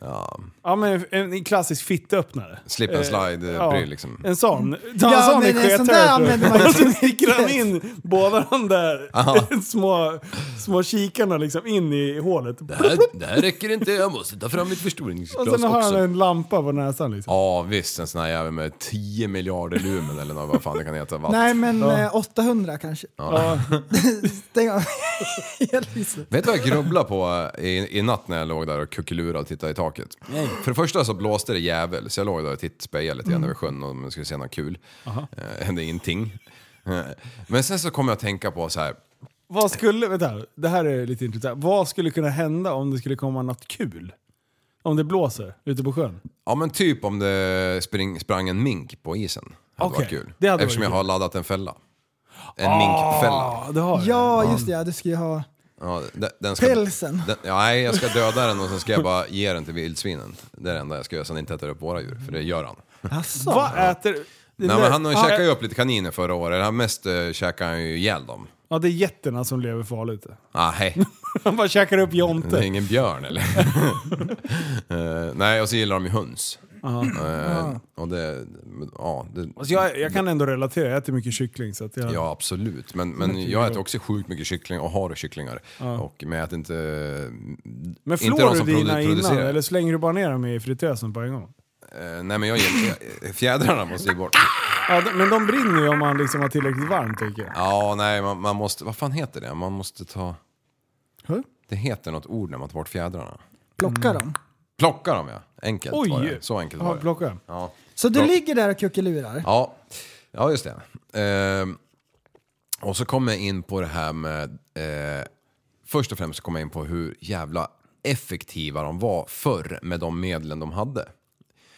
[SPEAKER 7] Ja.
[SPEAKER 5] Ja, men en, en klassisk fittöppnare.
[SPEAKER 7] Slip and slide, eh,
[SPEAKER 5] Ja,
[SPEAKER 7] bryr liksom.
[SPEAKER 5] En sån. Ta
[SPEAKER 6] Mm.
[SPEAKER 5] en
[SPEAKER 6] Ja,
[SPEAKER 5] sån i
[SPEAKER 6] men en sån där använder man
[SPEAKER 5] skethörd.
[SPEAKER 6] ju
[SPEAKER 5] Och så
[SPEAKER 6] så
[SPEAKER 5] sticker han
[SPEAKER 6] mycket.
[SPEAKER 5] in båda de där
[SPEAKER 7] Ja.
[SPEAKER 5] små, små kikarna liksom in i hålet.
[SPEAKER 7] Det här, det här räcker inte, jag måste ta fram mitt
[SPEAKER 5] Och
[SPEAKER 7] förstoringsglas
[SPEAKER 5] sen har han
[SPEAKER 7] också.
[SPEAKER 5] en lampa på näsan liksom.
[SPEAKER 7] Ja visst, en sån här jävel med 10 miljarder lumen eller vad fan det kan heta. Watt.
[SPEAKER 6] Nej men eh, 800 kanske.
[SPEAKER 5] Ja.
[SPEAKER 6] Stäng av ellyset.
[SPEAKER 7] Vet du vad jag grubblade på eh, i, i natt när jag låg där och kuckelurade och tittade i taket? För det första så blåste det jävel, så jag låg där och tittade spejade lite
[SPEAKER 5] Mm.
[SPEAKER 7] grann över sjön om jag skulle se något kul. Eh, hände ingenting. Eh, Men sen så kom jag att tänka på så här.
[SPEAKER 5] Vad skulle, vänta, det här är lite intressant. Vad skulle kunna hända om det skulle komma något kul? Om det blåser ute på sjön?
[SPEAKER 7] Ja men typ om det spring, sprang en mink på isen. Hade
[SPEAKER 5] Okej,
[SPEAKER 7] varit kul.
[SPEAKER 5] det hade
[SPEAKER 7] Eftersom
[SPEAKER 5] varit
[SPEAKER 7] jag
[SPEAKER 5] kul. Ah.
[SPEAKER 7] har laddat en fälla. En minkfälla.
[SPEAKER 5] Ja, det har jag.
[SPEAKER 6] Ja just det, ja, du ska ju ha...
[SPEAKER 7] Ja, de- den ska,
[SPEAKER 6] Pälsen.
[SPEAKER 7] Den, ja, nej, jag ska döda den och sen ska jag bara ge den till vildsvinen. Det är det enda jag ska göra så den inte äter upp våra djur, för det gör han.
[SPEAKER 6] Asså.
[SPEAKER 5] Vad äter... Det
[SPEAKER 7] Nej, men han
[SPEAKER 5] där-
[SPEAKER 7] käkade ju upp lite kaniner förra året, han mest uh, käkade han ju ihjäl dem.
[SPEAKER 5] Ja, det är getterna som lever farligt.
[SPEAKER 7] Ah, hej.
[SPEAKER 5] Han bara käkar upp
[SPEAKER 7] Det är
[SPEAKER 5] Jonte.
[SPEAKER 7] ingen björn eller? Eh, nej, och så gillar de ju höns. Eh, och det, ja, det,
[SPEAKER 5] Alltså jag, jag kan ändå relatera, jag äter mycket kyckling. Så att jag,
[SPEAKER 7] Ja, absolut. Men, men jag äter också sjukt mycket kyckling och har kycklingar. Och, men jag äter inte...
[SPEAKER 5] men
[SPEAKER 7] inte
[SPEAKER 5] flår
[SPEAKER 7] de
[SPEAKER 5] du
[SPEAKER 7] som
[SPEAKER 5] dina
[SPEAKER 7] produ-
[SPEAKER 5] innan
[SPEAKER 7] producerar.
[SPEAKER 5] eller slänger du bara ner dem i fritösen på en gång?
[SPEAKER 7] Eh, nej, men jag gillar... jag- eh, Fjädrarna måste ju bort.
[SPEAKER 5] Ja, de- men de brinner ju om man liksom har tillräckligt varmt tycker jag.
[SPEAKER 7] Ja, nej, man, man måste... Vad fan heter det? Man måste ta... Det heter något ord när man tar bort fjädrarna.
[SPEAKER 6] Plocka
[SPEAKER 7] Mm.
[SPEAKER 6] dem.
[SPEAKER 7] Plocka dem, ja. Enkelt var
[SPEAKER 5] Oj!
[SPEAKER 7] det. Så enkelt
[SPEAKER 5] ja,
[SPEAKER 7] var det.
[SPEAKER 5] plocka.
[SPEAKER 7] Ja.
[SPEAKER 6] Så du
[SPEAKER 7] Bra.
[SPEAKER 6] ligger där och kuckelurar.
[SPEAKER 7] Ja, ja just det. Ehm, och så kommer jag in på det här med... Eh, först och främst så kom jag in på hur jävla effektiva de var förr med de medlen de hade.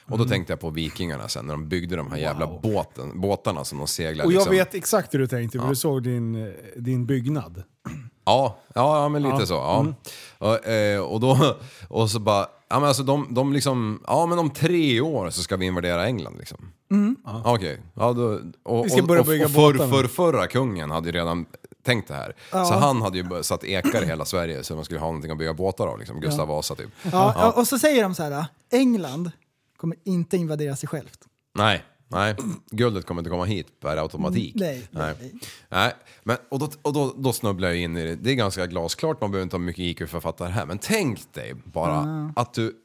[SPEAKER 7] Och
[SPEAKER 5] Mm.
[SPEAKER 7] då tänkte jag på vikingarna sen när de byggde de här jävla båten, båtarna som de seglade.
[SPEAKER 5] Och jag
[SPEAKER 7] liksom.
[SPEAKER 5] vet exakt hur du tänkte, för du såg din, eh, din byggnad.
[SPEAKER 7] Ja, ja, ja men lite så. Ja.
[SPEAKER 5] Mm.
[SPEAKER 7] Och, eh, och då, och så bara, ja men alltså de, de liksom, ja men om tre år så ska vi invadera England liksom. Okej, ja då, och,
[SPEAKER 5] Mm. Vi ska börja
[SPEAKER 7] och, och,
[SPEAKER 5] bygga
[SPEAKER 7] och för,
[SPEAKER 5] båtarna.
[SPEAKER 7] för förra kungen hade ju redan tänkt det här. Så han hade ju börjat- satt ekar i hela Sverige så de skulle ha någonting att bygga båtar av liksom, Gustav Vasa typ.
[SPEAKER 6] Ja, och- Och så säger de så här, England kommer inte invadera sig självt.
[SPEAKER 7] Nej, nej. Guldet kommer inte komma hit per automatik.
[SPEAKER 6] Nej,
[SPEAKER 7] nej.
[SPEAKER 6] nej.
[SPEAKER 7] Nej, Men, och då, och då, då snubblar jag in i det. Det är ganska glasklart, man behöver inte ha mycket IQ för att fatta det här. Men tänk dig bara
[SPEAKER 6] Ah.
[SPEAKER 7] att du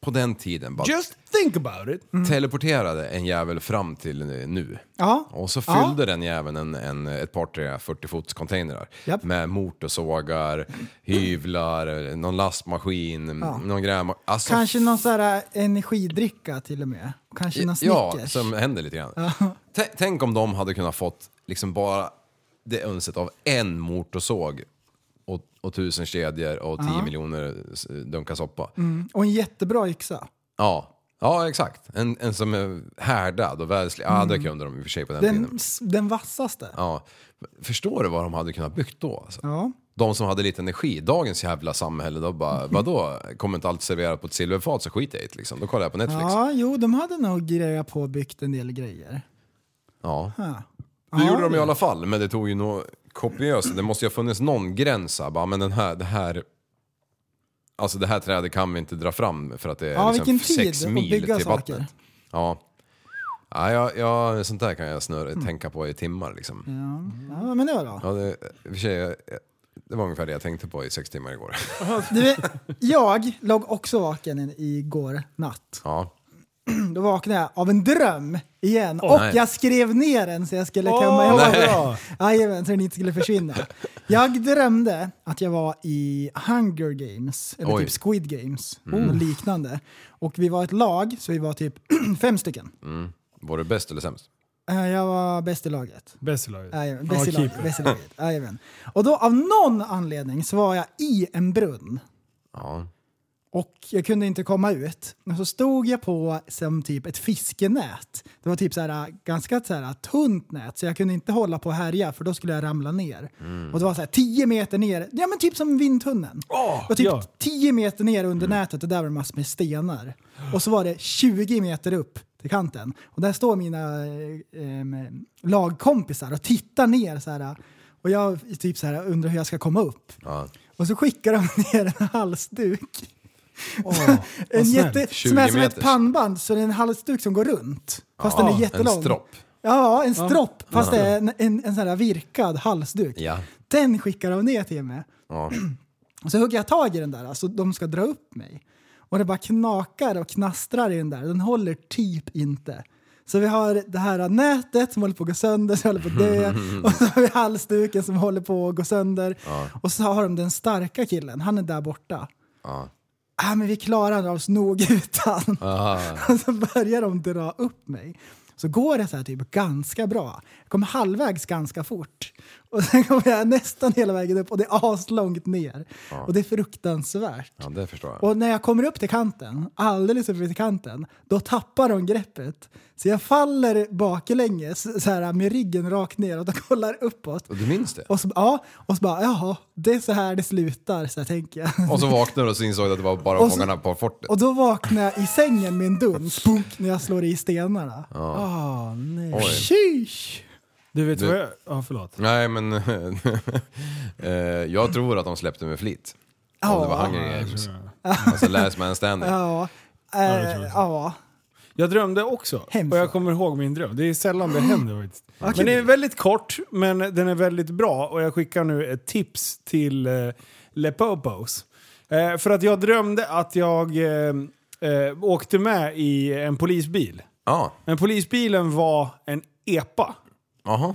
[SPEAKER 7] på den tiden bara Mm.
[SPEAKER 5] Just think about it!
[SPEAKER 6] Mm.
[SPEAKER 7] teleporterade en jävel fram till nu.
[SPEAKER 6] Ja.
[SPEAKER 7] Och så fyllde den jäveln en, en, ett par tre 40 fots containrar
[SPEAKER 6] Japp.
[SPEAKER 7] med motorsågar, hyvlar, någon lastmaskin, någon grävma... Alltså,
[SPEAKER 6] Kanske någon så här eh, energidricka till och med. Kanske någon
[SPEAKER 7] Ja,
[SPEAKER 6] Snickers.
[SPEAKER 7] som händer lite grann. Tä- Tänk om de hade kunnat fått liksom bara det önset av en motorsåg och, och tusen kedjor och tio miljoner s- dunkar soppa.
[SPEAKER 6] Och en jättebra yxa.
[SPEAKER 7] Ja. ja, exakt. En, en som är härdad och världslig. Ja, det kunde de i och för sig på den,
[SPEAKER 6] Mm. Den,
[SPEAKER 7] tiden.
[SPEAKER 6] s- den vassaste.
[SPEAKER 7] Ja. Förstår du vad de hade kunnat byggt då? Alltså?
[SPEAKER 6] Ja.
[SPEAKER 7] De som hade lite energi. Dagens jävla samhälle, då bara, vadå? Kommer inte allt serverat på ett silverfat så skit jag i det, liksom. Då kollar jag på Netflix.
[SPEAKER 6] Ja, jo, de hade nog grejat på och byggt en del grejer.
[SPEAKER 7] Ja.
[SPEAKER 6] Ja.
[SPEAKER 7] Det
[SPEAKER 6] Ja,
[SPEAKER 7] gjorde de i alla fall, men det tog ju nog kopiöst. Det måste ju ha funnits någon gräns här, bara, men den här, det här... Alltså det här trädet kan vi inte dra fram för att det är
[SPEAKER 6] Ja,
[SPEAKER 7] liksom
[SPEAKER 6] vilken tid
[SPEAKER 7] sex
[SPEAKER 6] att
[SPEAKER 7] mil
[SPEAKER 6] bygga
[SPEAKER 7] till
[SPEAKER 6] saker.
[SPEAKER 7] vattnet. Ja. Ja, jag, jag, sånt där kan jag snurra, tänka på i timmar liksom.
[SPEAKER 6] Mm. Ja, men det var bra.
[SPEAKER 7] Ja, det, i och för sig, jag, det var ungefär det jag tänkte på i sex timmar igår.
[SPEAKER 6] Du, vet, jag låg också vaken en- igår natt.
[SPEAKER 7] Ja.
[SPEAKER 6] Då vaknade jag av en dröm igen. och
[SPEAKER 7] nej.
[SPEAKER 6] jag skrev ner den så jag skulle
[SPEAKER 5] Åh,
[SPEAKER 6] komma ihåg
[SPEAKER 5] vad
[SPEAKER 6] den.
[SPEAKER 5] bra.
[SPEAKER 6] Jajamän, så den inte skulle försvinna. Jag drömde att jag var i Hunger Games, eller
[SPEAKER 7] Oj.
[SPEAKER 6] typ Squid Games,
[SPEAKER 5] Mm.
[SPEAKER 6] och liknande. Och vi var ett lag, så vi var typ fem stycken.
[SPEAKER 5] Mm.
[SPEAKER 7] Var du bäst eller sämst?
[SPEAKER 6] Eh, Jag var bäst i laget.
[SPEAKER 5] Bäst i laget.
[SPEAKER 6] Jajamän,
[SPEAKER 5] Ja,
[SPEAKER 6] Bäst i laget,
[SPEAKER 5] keeper.
[SPEAKER 6] bäst i laget. Jajamän. Och då av någon anledning så var jag i en brunn.
[SPEAKER 7] Ja.
[SPEAKER 6] Och jag kunde inte komma ut. Och så stod jag på som typ ett fiskenät. Det var typ så här ganska så här tunt nät så jag kunde inte hålla på och härja för då skulle jag ramla ner. Och det var så här 10 meter ner, ja men typ som vindtunneln. det var typ
[SPEAKER 5] ja.
[SPEAKER 6] 10 meter ner under nätet och där var det massor med stenar. Och så var det 20 meter upp till kanten. Och där står mina eh, em, lagkompisar och tittar ner så här. Och jag typ så här undrar hur jag ska komma upp.
[SPEAKER 7] Ja.
[SPEAKER 6] Och så skickar de ner en halsduk. en
[SPEAKER 5] snällt.
[SPEAKER 6] jätte, som
[SPEAKER 7] 20
[SPEAKER 6] är som ett
[SPEAKER 7] meters.
[SPEAKER 6] pannband, så det är en halsduk som går runt. Fast den är jättelång.
[SPEAKER 7] En stropp.
[SPEAKER 6] Ja, en stropp. Fast det är en, en, en sån här virkad halsduk.
[SPEAKER 7] Ja.
[SPEAKER 6] Den skickar de ner till mig.
[SPEAKER 7] Ja.
[SPEAKER 6] Och så hugger jag tag i den där, alltså de ska dra upp mig. Och det bara knakar och knastrar i den där. Den håller typ inte. Så vi har det här nätet som håller på att gå sönder, som håller på att dö. Och så har vi halsduken som håller på att gå sönder. Och så har de den starka killen, han är där borta.
[SPEAKER 7] Ja.
[SPEAKER 6] Ah, men vi klarar oss nog utan. Och så börjar de dra upp mig. Så går det så här typ ganska bra. Jag kom halvvägs ganska fort. Och sen kommer jag nästan hela vägen upp och det är aslångt ner. Och det är fruktansvärt.
[SPEAKER 7] ja, det förstår jag.
[SPEAKER 6] Och när jag kommer upp till kanten, alldeles uppe till kanten, då tappar de greppet. Så jag faller baklänges så här, med ryggen rakt ner och de kollar uppåt.
[SPEAKER 7] Och du minns det?
[SPEAKER 6] Och så, ja, och så bara, jaha, det är så här det slutar, så här tänker jag.
[SPEAKER 7] Och så vaknade du och så insåg du att det var bara
[SPEAKER 6] Och så-
[SPEAKER 7] fångarna på fortet.
[SPEAKER 6] Och då vaknar jag i sängen med en duns Spunk, när jag slår i stenarna. Ah, nej.
[SPEAKER 7] Oj.
[SPEAKER 6] Sheesh.
[SPEAKER 5] Du vet
[SPEAKER 7] Du-
[SPEAKER 5] vad jag... Ja, förlåt.
[SPEAKER 7] Nej men... eh, jag tror att de släppte med flit. Om det var Hunger Games. Alltså last man standing.
[SPEAKER 6] Ja. Eh, ja.
[SPEAKER 5] Jag drömde också.
[SPEAKER 6] Hemskt.
[SPEAKER 5] Och jag kommer ihåg min dröm. Det är sällan det händer faktiskt. Men den är väldigt kort, men den är väldigt bra. Och jag skickar nu ett tips till eh, Lepopos. Eh, för att jag drömde att jag eh, eh, åkte med i en polisbil.
[SPEAKER 7] Ja,
[SPEAKER 5] Men polisbilen var en EPA.
[SPEAKER 7] jaha.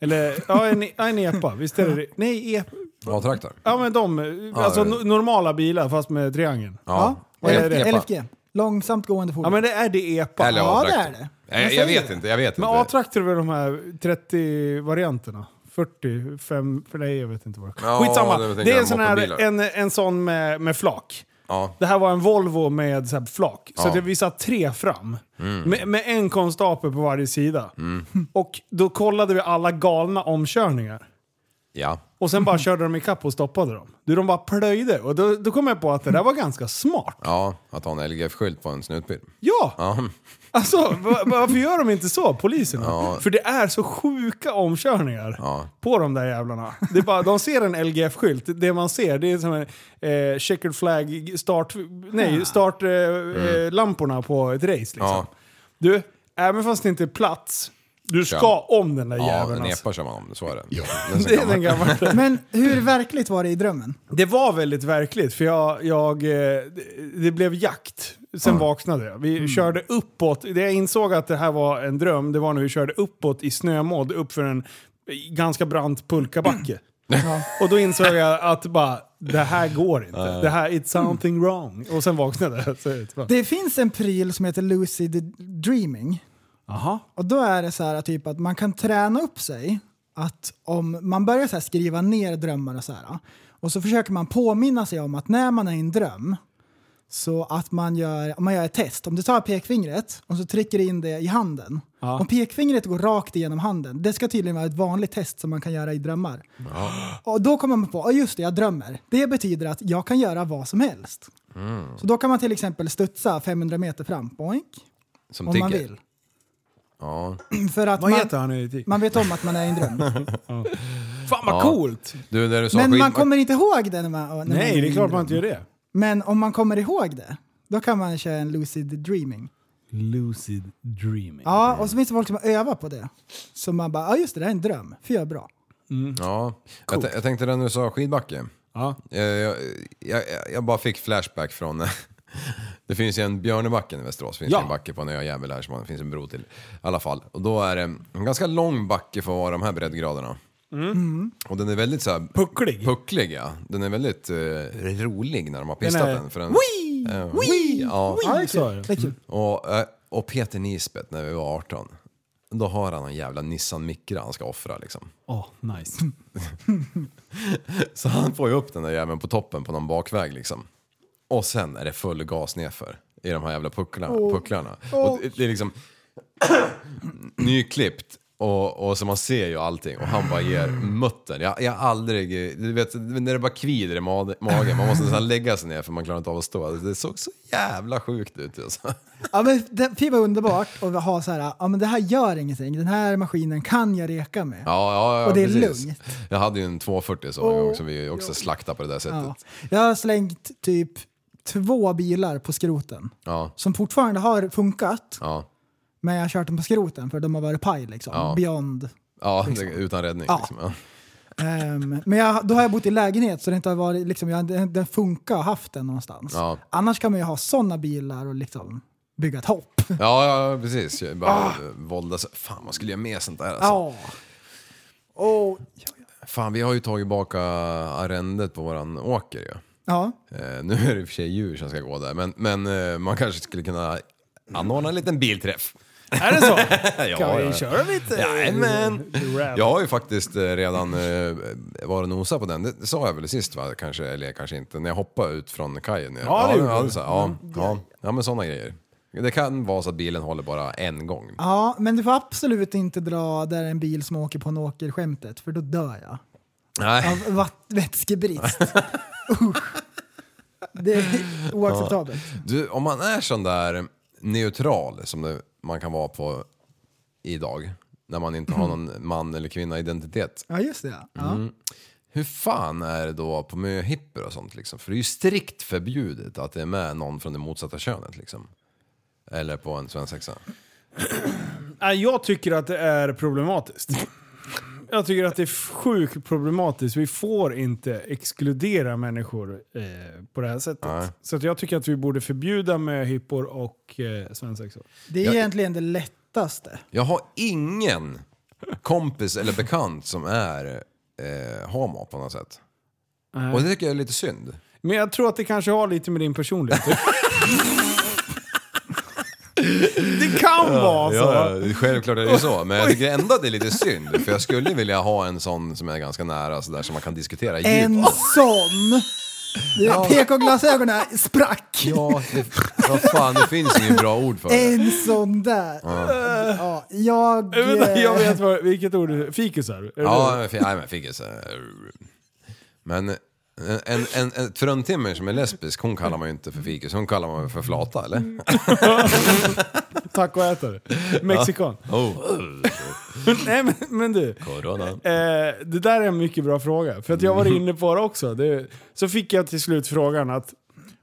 [SPEAKER 5] Eller, ja en, ja, en EPA. Visst är det det Nej, EPA.
[SPEAKER 7] A-traktor.
[SPEAKER 5] Ja men de, alltså
[SPEAKER 7] det-
[SPEAKER 5] no- normala bilar fast med triangeln.
[SPEAKER 7] Ja.
[SPEAKER 5] Vad är
[SPEAKER 6] LFG,
[SPEAKER 5] det?
[SPEAKER 6] LFG. Långsamt gående
[SPEAKER 5] Ja
[SPEAKER 6] fordon.
[SPEAKER 5] men det är det EPA.
[SPEAKER 7] Eller
[SPEAKER 6] Ja,
[SPEAKER 7] A-traktor.
[SPEAKER 6] det är det.
[SPEAKER 7] Nej,
[SPEAKER 6] Jag
[SPEAKER 7] Jag,
[SPEAKER 6] säger
[SPEAKER 7] vet
[SPEAKER 6] det.
[SPEAKER 7] inte, jag vet
[SPEAKER 5] Men
[SPEAKER 7] inte.
[SPEAKER 5] A-traktor är väl de här 30-varianterna? 40, 5, för nej jag vet inte vad det
[SPEAKER 7] Ja,
[SPEAKER 5] Skitsamma.
[SPEAKER 7] det tänker
[SPEAKER 5] Det är en
[SPEAKER 7] jag,
[SPEAKER 5] sån, här,
[SPEAKER 7] mopedbilar.
[SPEAKER 5] en, en sån med, med flak.
[SPEAKER 7] Ja.
[SPEAKER 5] Det här var en Volvo med så här flak. Så
[SPEAKER 7] Ja. Mm.
[SPEAKER 5] det vi satt tre fram. Med, med en konstapel på varje sida. Och då kollade vi alla galna omkörningar.
[SPEAKER 7] Ja.
[SPEAKER 5] Och sen bara körde de ikapp och stoppade dem. Du, de bara plöjde. Och då, då kom jag på att det där var ganska smart.
[SPEAKER 7] ja, att ha en LGF-skylt på en snutbil.
[SPEAKER 5] Ja!
[SPEAKER 7] Ja.
[SPEAKER 5] Alltså, va- varför gör de inte så, poliserna? För det är så sjuka omkörningar
[SPEAKER 7] Ja.
[SPEAKER 5] på de där jävlarna. Det är bara, de ser en LGF-skylt, det man ser det är som en eh, checkered flag start... Nej, startlamporna eh, lamporna på ett race liksom.
[SPEAKER 7] Mm. Ja.
[SPEAKER 5] Du, även fast det inte är plats, du ska
[SPEAKER 7] Kör.
[SPEAKER 5] om den där
[SPEAKER 7] Ja,
[SPEAKER 5] jäveln
[SPEAKER 7] en
[SPEAKER 5] alltså.
[SPEAKER 7] epa kör man om, så är det. Ja.
[SPEAKER 5] Det är den gamla.
[SPEAKER 6] Men hur verkligt var det i drömmen?
[SPEAKER 5] Det var väldigt verkligt, för jag, jag, eh, det- det blev jakt. Sen vaknade jag. Vi körde uppåt. Det jag insåg att det här var en dröm, det var när vi körde uppåt i snömodd uppför en eh, ganska brant pulkabacke. Och då insåg jag att bara, det här går inte. Det här, it's something wrong. Och sen vaknade jag. Så det var-
[SPEAKER 6] Det finns en pryl som heter Lucid Dreaming.
[SPEAKER 5] Jaha.
[SPEAKER 6] Och då är det så här typ att man kan träna upp sig att om man börjar så här skriva ner drömmar och så här och så försöker man påminna sig om att när man är i en dröm så att man gör, om man gör ett test, om du tar pekfingret och så trycker du in det i handen. Om pekfingret går rakt igenom handen, det ska tydligen vara ett vanligt test som man kan göra i drömmar. Och då kommer man på, "Ja, just det, jag drömmer. Det betyder att jag kan göra vad som helst. Så då kan man till exempel studsa 500 meter fram, boink,
[SPEAKER 7] Som
[SPEAKER 6] om
[SPEAKER 7] tigger.
[SPEAKER 6] man vill.
[SPEAKER 7] Ja.
[SPEAKER 6] För att
[SPEAKER 5] Vad
[SPEAKER 6] man,
[SPEAKER 5] heter han i etik?
[SPEAKER 6] man vet om att man är i en dröm.
[SPEAKER 5] Fan vad
[SPEAKER 7] Ja.
[SPEAKER 5] coolt!
[SPEAKER 7] Du, när du sa
[SPEAKER 6] Men
[SPEAKER 7] skid-
[SPEAKER 6] man kommer inte ihåg det när man, när man
[SPEAKER 5] Nej,
[SPEAKER 6] i
[SPEAKER 5] det är
[SPEAKER 6] en
[SPEAKER 5] klart
[SPEAKER 6] dröm.
[SPEAKER 5] man inte gör det.
[SPEAKER 6] Men om man kommer ihåg det, då kan man köra en lucid dreaming.
[SPEAKER 5] Lucid dreaming.
[SPEAKER 6] Ja, och så finns det folk som har övat på det. Så man bara, ja just det, det här är en dröm. För jag är bra.
[SPEAKER 7] Ja. Jag, t- jag tänkte när du sa skidbacke.
[SPEAKER 5] Ja.
[SPEAKER 7] Eh, Jag, jag, jag bara fick flashback från... när- Det finns ju en Björnebacken i Västerås, finns
[SPEAKER 5] Ja.
[SPEAKER 7] det en backe på en öjävel här som det finns en bro till. I alla fall. Och då är det en ganska lång backe för att vara de här breddgraderna.
[SPEAKER 5] Mm.
[SPEAKER 7] Och den är väldigt så här
[SPEAKER 5] Pucklig.
[SPEAKER 7] Pucklig ja. Den är väldigt eh, rolig när de har pistat
[SPEAKER 5] Den
[SPEAKER 7] den.
[SPEAKER 5] är-
[SPEAKER 7] för den
[SPEAKER 5] Wii!
[SPEAKER 7] Eh,
[SPEAKER 5] Wii!
[SPEAKER 7] Ja.
[SPEAKER 5] Ja, det är så är det.
[SPEAKER 6] Det är kul.
[SPEAKER 7] Och, eh, och Peter Nisbet när vi var 18. Då har han en jävla Nissan Micra han ska offra liksom.
[SPEAKER 5] Åh, nice.
[SPEAKER 7] Så han får ju upp den där jäveln på toppen på någon bakväg liksom. Och sen är det full gas nerför i de här jävla pucklarna. pucklarna. Och det- det är liksom nyklippt. Och, och så man ser ju allting och han bara ger muttern. Jag, jag har aldrig, eh, du vet när det bara kvider i ma- magen, man måste nästan lägga sig ner för man klarar inte av att stå. Det såg så jävla sjukt ut alltså.
[SPEAKER 6] Ja, men det, fy vad underbart att ha så här, ja men det här gör ingenting. Den här maskinen kan jag reka med.
[SPEAKER 7] Ja, ja, ja
[SPEAKER 6] Och det är
[SPEAKER 7] precis.
[SPEAKER 6] lugnt.
[SPEAKER 7] Jag hade ju en 240 så oh, också, vi också slaktade på det där sättet.
[SPEAKER 6] Ja. Jag har slängt typ två bilar på skroten.
[SPEAKER 7] Ja.
[SPEAKER 6] Som fortfarande har funkat,
[SPEAKER 7] Ja,
[SPEAKER 6] men jag har kört dem på skroten för de har varit paj liksom.
[SPEAKER 7] Ja.
[SPEAKER 6] Beyond.
[SPEAKER 7] ja det- utan räddning
[SPEAKER 6] Ja.
[SPEAKER 7] liksom. Ja.
[SPEAKER 6] Ehm, men jag, då har jag bott i lägenhet så det inte har varit, liksom, jag, den den funkar och haft den någonstans.
[SPEAKER 7] Ja.
[SPEAKER 6] Annars kan man ju ha sådana bilar och liksom bygga ett hopp.
[SPEAKER 7] Ja, ja precis. Jag bara
[SPEAKER 5] Ah.
[SPEAKER 7] eh, våldas. Fan, vad skulle jag med sånt där alltså.
[SPEAKER 6] Ja. Och,
[SPEAKER 7] Fan, vi har ju tagit tillbaka arrendet på våran åker ju.
[SPEAKER 6] ja.
[SPEAKER 7] Eh, nu är det i och för sig djur som ska gå där, men, men eh, man kanske skulle kunna anordna en liten bilträff.
[SPEAKER 5] Är det så?
[SPEAKER 7] Ja,
[SPEAKER 5] Kan
[SPEAKER 7] ja.
[SPEAKER 5] vi köra lite?
[SPEAKER 7] Jajamän.
[SPEAKER 5] Rap.
[SPEAKER 7] Jag har ju faktiskt eh, redan eh, varit och nosat på den. Det sa jag väl sist va? Kanske, eller kanske inte. När jag hoppade ut från kajen. ner.
[SPEAKER 5] Ja, det gjorde
[SPEAKER 7] ja,
[SPEAKER 5] du. Mm.
[SPEAKER 7] så här, ja, ja, ja, men sådana grejer. Det kan vara så att bilen håller bara en gång.
[SPEAKER 6] ja, men du får absolut inte dra där en bil som åker på en åker skämtet för då dör jag.
[SPEAKER 7] Nej,
[SPEAKER 6] Av vatt- vätskebrist. Usch. Det är oacceptabelt.
[SPEAKER 7] du, om man är sån där neutral som det, man kan vara på idag. När man inte har någon man eller kvinna identitet.
[SPEAKER 6] Ja, just det. ja. Ja.
[SPEAKER 7] Mm. Hur fan är det då på möhippor och sånt liksom? För det är ju strikt förbjudet att det är med någon från det motsatta könet liksom. Eller på en svensexa.
[SPEAKER 5] Nej, Jag tycker att det är problematiskt. Jag tycker att det är sjukt problematiskt. Vi får inte exkludera människor eh, på det här sättet.
[SPEAKER 7] Nej.
[SPEAKER 5] Så att jag tycker att vi borde förbjuda möhippor och eh, svensexor.
[SPEAKER 6] Det är
[SPEAKER 7] Jag-
[SPEAKER 6] egentligen det lättaste.
[SPEAKER 7] Jag har ingen kompis eller bekant som är eh, homo på något sätt. Och det tycker jag är lite synd.
[SPEAKER 5] Men jag tror att det kanske har lite med din personlighet Det kan vara så.
[SPEAKER 7] ja, självklart är det ju så. Men jag tycker ändå att det är lite synd. För jag skulle vilja ha en sån som är ganska nära sådär som man kan diskutera djupt.
[SPEAKER 6] En sån! Ja. PK-glasögonen sprack!
[SPEAKER 7] Ja, det, vad fan, det finns inget bra ord för det.
[SPEAKER 6] En sån där. Ja, jag...
[SPEAKER 5] Jag vet, jag
[SPEAKER 6] eh,
[SPEAKER 5] vet vad, vilket ord det är. Fikus är det?
[SPEAKER 7] Ja, men fi- nej, men fick jag så här. Men en, en, en, ett fruntimmer som är lesbisk, hon kallar man ju inte för fikus, hon kallar man för flata eller?
[SPEAKER 5] Tacoätare. Mexikan.
[SPEAKER 7] Oh,
[SPEAKER 5] Nej men, men du.
[SPEAKER 7] corona.
[SPEAKER 5] Eh, det där är en mycket bra fråga. För att jag
[SPEAKER 7] Mm.
[SPEAKER 5] var inne på det också. Det, så fick jag till slut frågan att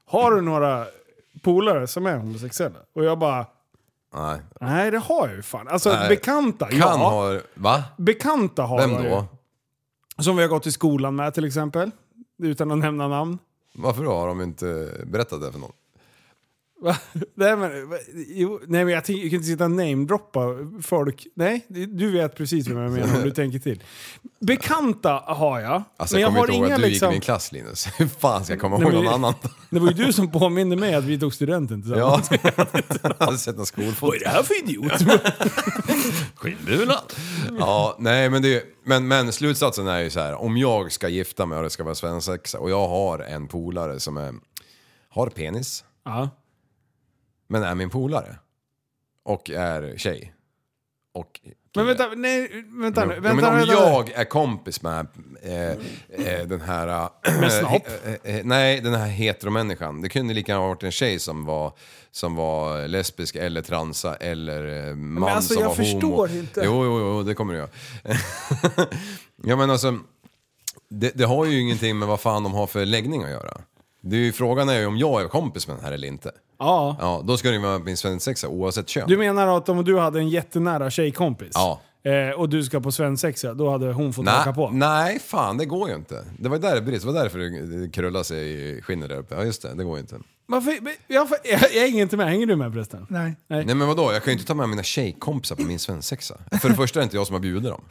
[SPEAKER 5] har du några polare som är homosexuella? Och jag bara,
[SPEAKER 7] Nej.
[SPEAKER 5] nej det har jag ju fan. Alltså
[SPEAKER 7] Nej.
[SPEAKER 5] bekanta,
[SPEAKER 7] Kan
[SPEAKER 5] ja.
[SPEAKER 7] ha... Va?
[SPEAKER 5] Bekanta har
[SPEAKER 7] Vem
[SPEAKER 5] jag
[SPEAKER 7] då?
[SPEAKER 5] ju. Som vi har gått i skolan med till exempel. Utan att nämna namn.
[SPEAKER 7] Varför då? Har de inte berättat det för någon?
[SPEAKER 5] Va? Nej men, va? jo, nej, men jag, tänk- jag kan inte sitta och namedroppa folk. Nej, du vet precis vad jag menar om du tänker till. Bekanta har jag.
[SPEAKER 7] Alltså
[SPEAKER 5] men
[SPEAKER 7] jag,
[SPEAKER 5] jag
[SPEAKER 7] kommer
[SPEAKER 5] har
[SPEAKER 7] inte ihåg
[SPEAKER 5] inga
[SPEAKER 7] att du
[SPEAKER 5] liksom...
[SPEAKER 7] gick i min klass Linus. Hur fan ska jag komma
[SPEAKER 5] Nej,
[SPEAKER 7] ihåg
[SPEAKER 5] men-
[SPEAKER 7] någon annan?
[SPEAKER 5] Det var ju du som påminde mig att vi tog studenten tillsammans.
[SPEAKER 7] Ja. jag hade sett en skolfoto.
[SPEAKER 5] det här för idiot?
[SPEAKER 7] Skinnbula. Ja, nej men det... Men, men slutsatsen är ju så här. om jag ska gifta mig och det ska vara svensexa och jag har en polare som är, har penis,
[SPEAKER 5] ja.
[SPEAKER 7] men är min polare. Och är tjej. Och
[SPEAKER 5] Men vänta, nej, vänta nu. Vänta,
[SPEAKER 7] Jo, men om
[SPEAKER 5] vänta,
[SPEAKER 7] jag är kompis med eh, eh, den här... eh,
[SPEAKER 5] Med snopp?
[SPEAKER 7] eh, eh, nej, den här heteromänniskan. Det kunde lika gärna ha varit en tjej som var, som var lesbisk eller transa eller eh, man
[SPEAKER 5] alltså,
[SPEAKER 7] som
[SPEAKER 5] jag
[SPEAKER 7] var homo.
[SPEAKER 5] förstår inte.
[SPEAKER 7] Jo, jo, jo, det kommer jag. ja, men alltså, det, det har ju ingenting med vad fan de har för läggning att göra. Det är ju, frågan är ju om jag är kompis med den här eller inte.
[SPEAKER 5] Ja.
[SPEAKER 7] Ja, då ska det ju vara min svensexa oavsett kön.
[SPEAKER 5] Du menar att om du hade en jättenära tjejkompis
[SPEAKER 7] Ja.
[SPEAKER 5] eh, och du ska på svensexa, då hade hon fått haka på?
[SPEAKER 7] nej, fan det går ju inte. Det var, där, det brist. det var därför det det krullade sig i skinnet där uppe. Ja just det, det går ju inte.
[SPEAKER 5] Varför, men jag, får- jag, jag hänger inte med. Hänger du med förresten?
[SPEAKER 6] Nej.
[SPEAKER 7] Nej men vadå, jag kan ju inte ta med mina tjejkompisar på min svensexa. För det första är det inte jag som har bjudit dem.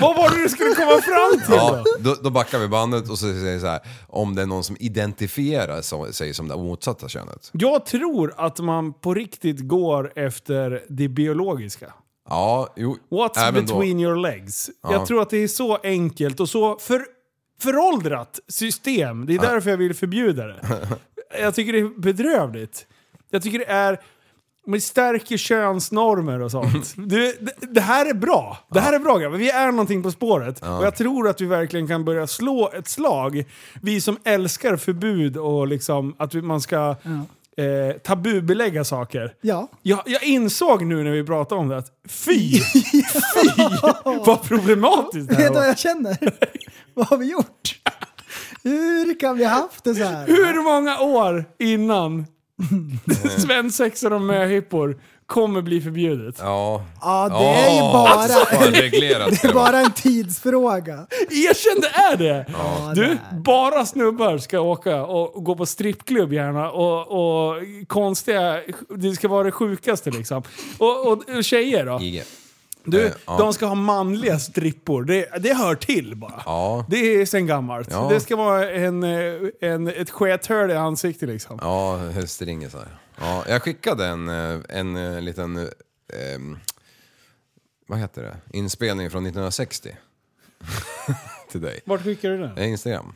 [SPEAKER 5] Vad var det du skulle komma fram till
[SPEAKER 7] Ja,
[SPEAKER 5] då?
[SPEAKER 7] då, då backar vi bandet och så säger vi så här, om det är någon som identifierar som- sig som det motsatta könet.
[SPEAKER 5] Jag tror att man på riktigt går efter det biologiska.
[SPEAKER 7] Ja, jo.
[SPEAKER 5] What's
[SPEAKER 7] även då.
[SPEAKER 5] between your legs?
[SPEAKER 7] Ja.
[SPEAKER 5] Jag tror att det är så enkelt och så för, föråldrat system. Det är därför jag vill förbjuda det. Jag tycker det är bedrövligt. Jag tycker det är... Man stärker könsnormer och sånt. Du, det, det här är bra. Det här är bra grabbar. Vi är någonting på spåret. Och jag tror att vi verkligen kan börja slå ett slag. Vi som älskar förbud och liksom att vi- man ska eh, tabubelägga saker.
[SPEAKER 6] Ja.
[SPEAKER 5] Jag, jag insåg nu när vi pratade om det att fy, fy, vad problematiskt det här
[SPEAKER 6] Vet du vad
[SPEAKER 5] var.
[SPEAKER 6] jag känner? vad har vi gjort? Hur kan vi haft det så här?
[SPEAKER 5] Hur många år innan svensexor och möhippor kommer bli förbjudet?
[SPEAKER 7] Ja.
[SPEAKER 6] Ja, det är ju
[SPEAKER 7] Åh,
[SPEAKER 6] bara,
[SPEAKER 7] Fan, reglerat
[SPEAKER 6] det
[SPEAKER 7] ska
[SPEAKER 6] är
[SPEAKER 7] det vara.
[SPEAKER 6] bara en tidsfråga.
[SPEAKER 5] Erkänn det är det!
[SPEAKER 6] Ja, det
[SPEAKER 5] Du,
[SPEAKER 6] är-
[SPEAKER 5] bara snubbar ska åka och gå på strippklubb gärna och, och konstiga, det ska vara det sjukaste liksom. Och, och, och tjejer då?
[SPEAKER 7] IG.
[SPEAKER 5] Du,
[SPEAKER 7] Eh, ja.
[SPEAKER 5] de ska ha manliga strippor. Det, det hör till bara.
[SPEAKER 7] Ja.
[SPEAKER 5] Det är sen gammalt.
[SPEAKER 7] Ja.
[SPEAKER 5] Det ska vara en, eh, en, ett skethörd i ansiktet liksom.
[SPEAKER 7] Ja, hästringisar. Ja, jag skickade en, eh, en eh, liten, eh, em, vad heter det, inspelning från 1960. Till dig.
[SPEAKER 5] Vart skickar du den?
[SPEAKER 7] Eh, Instagram.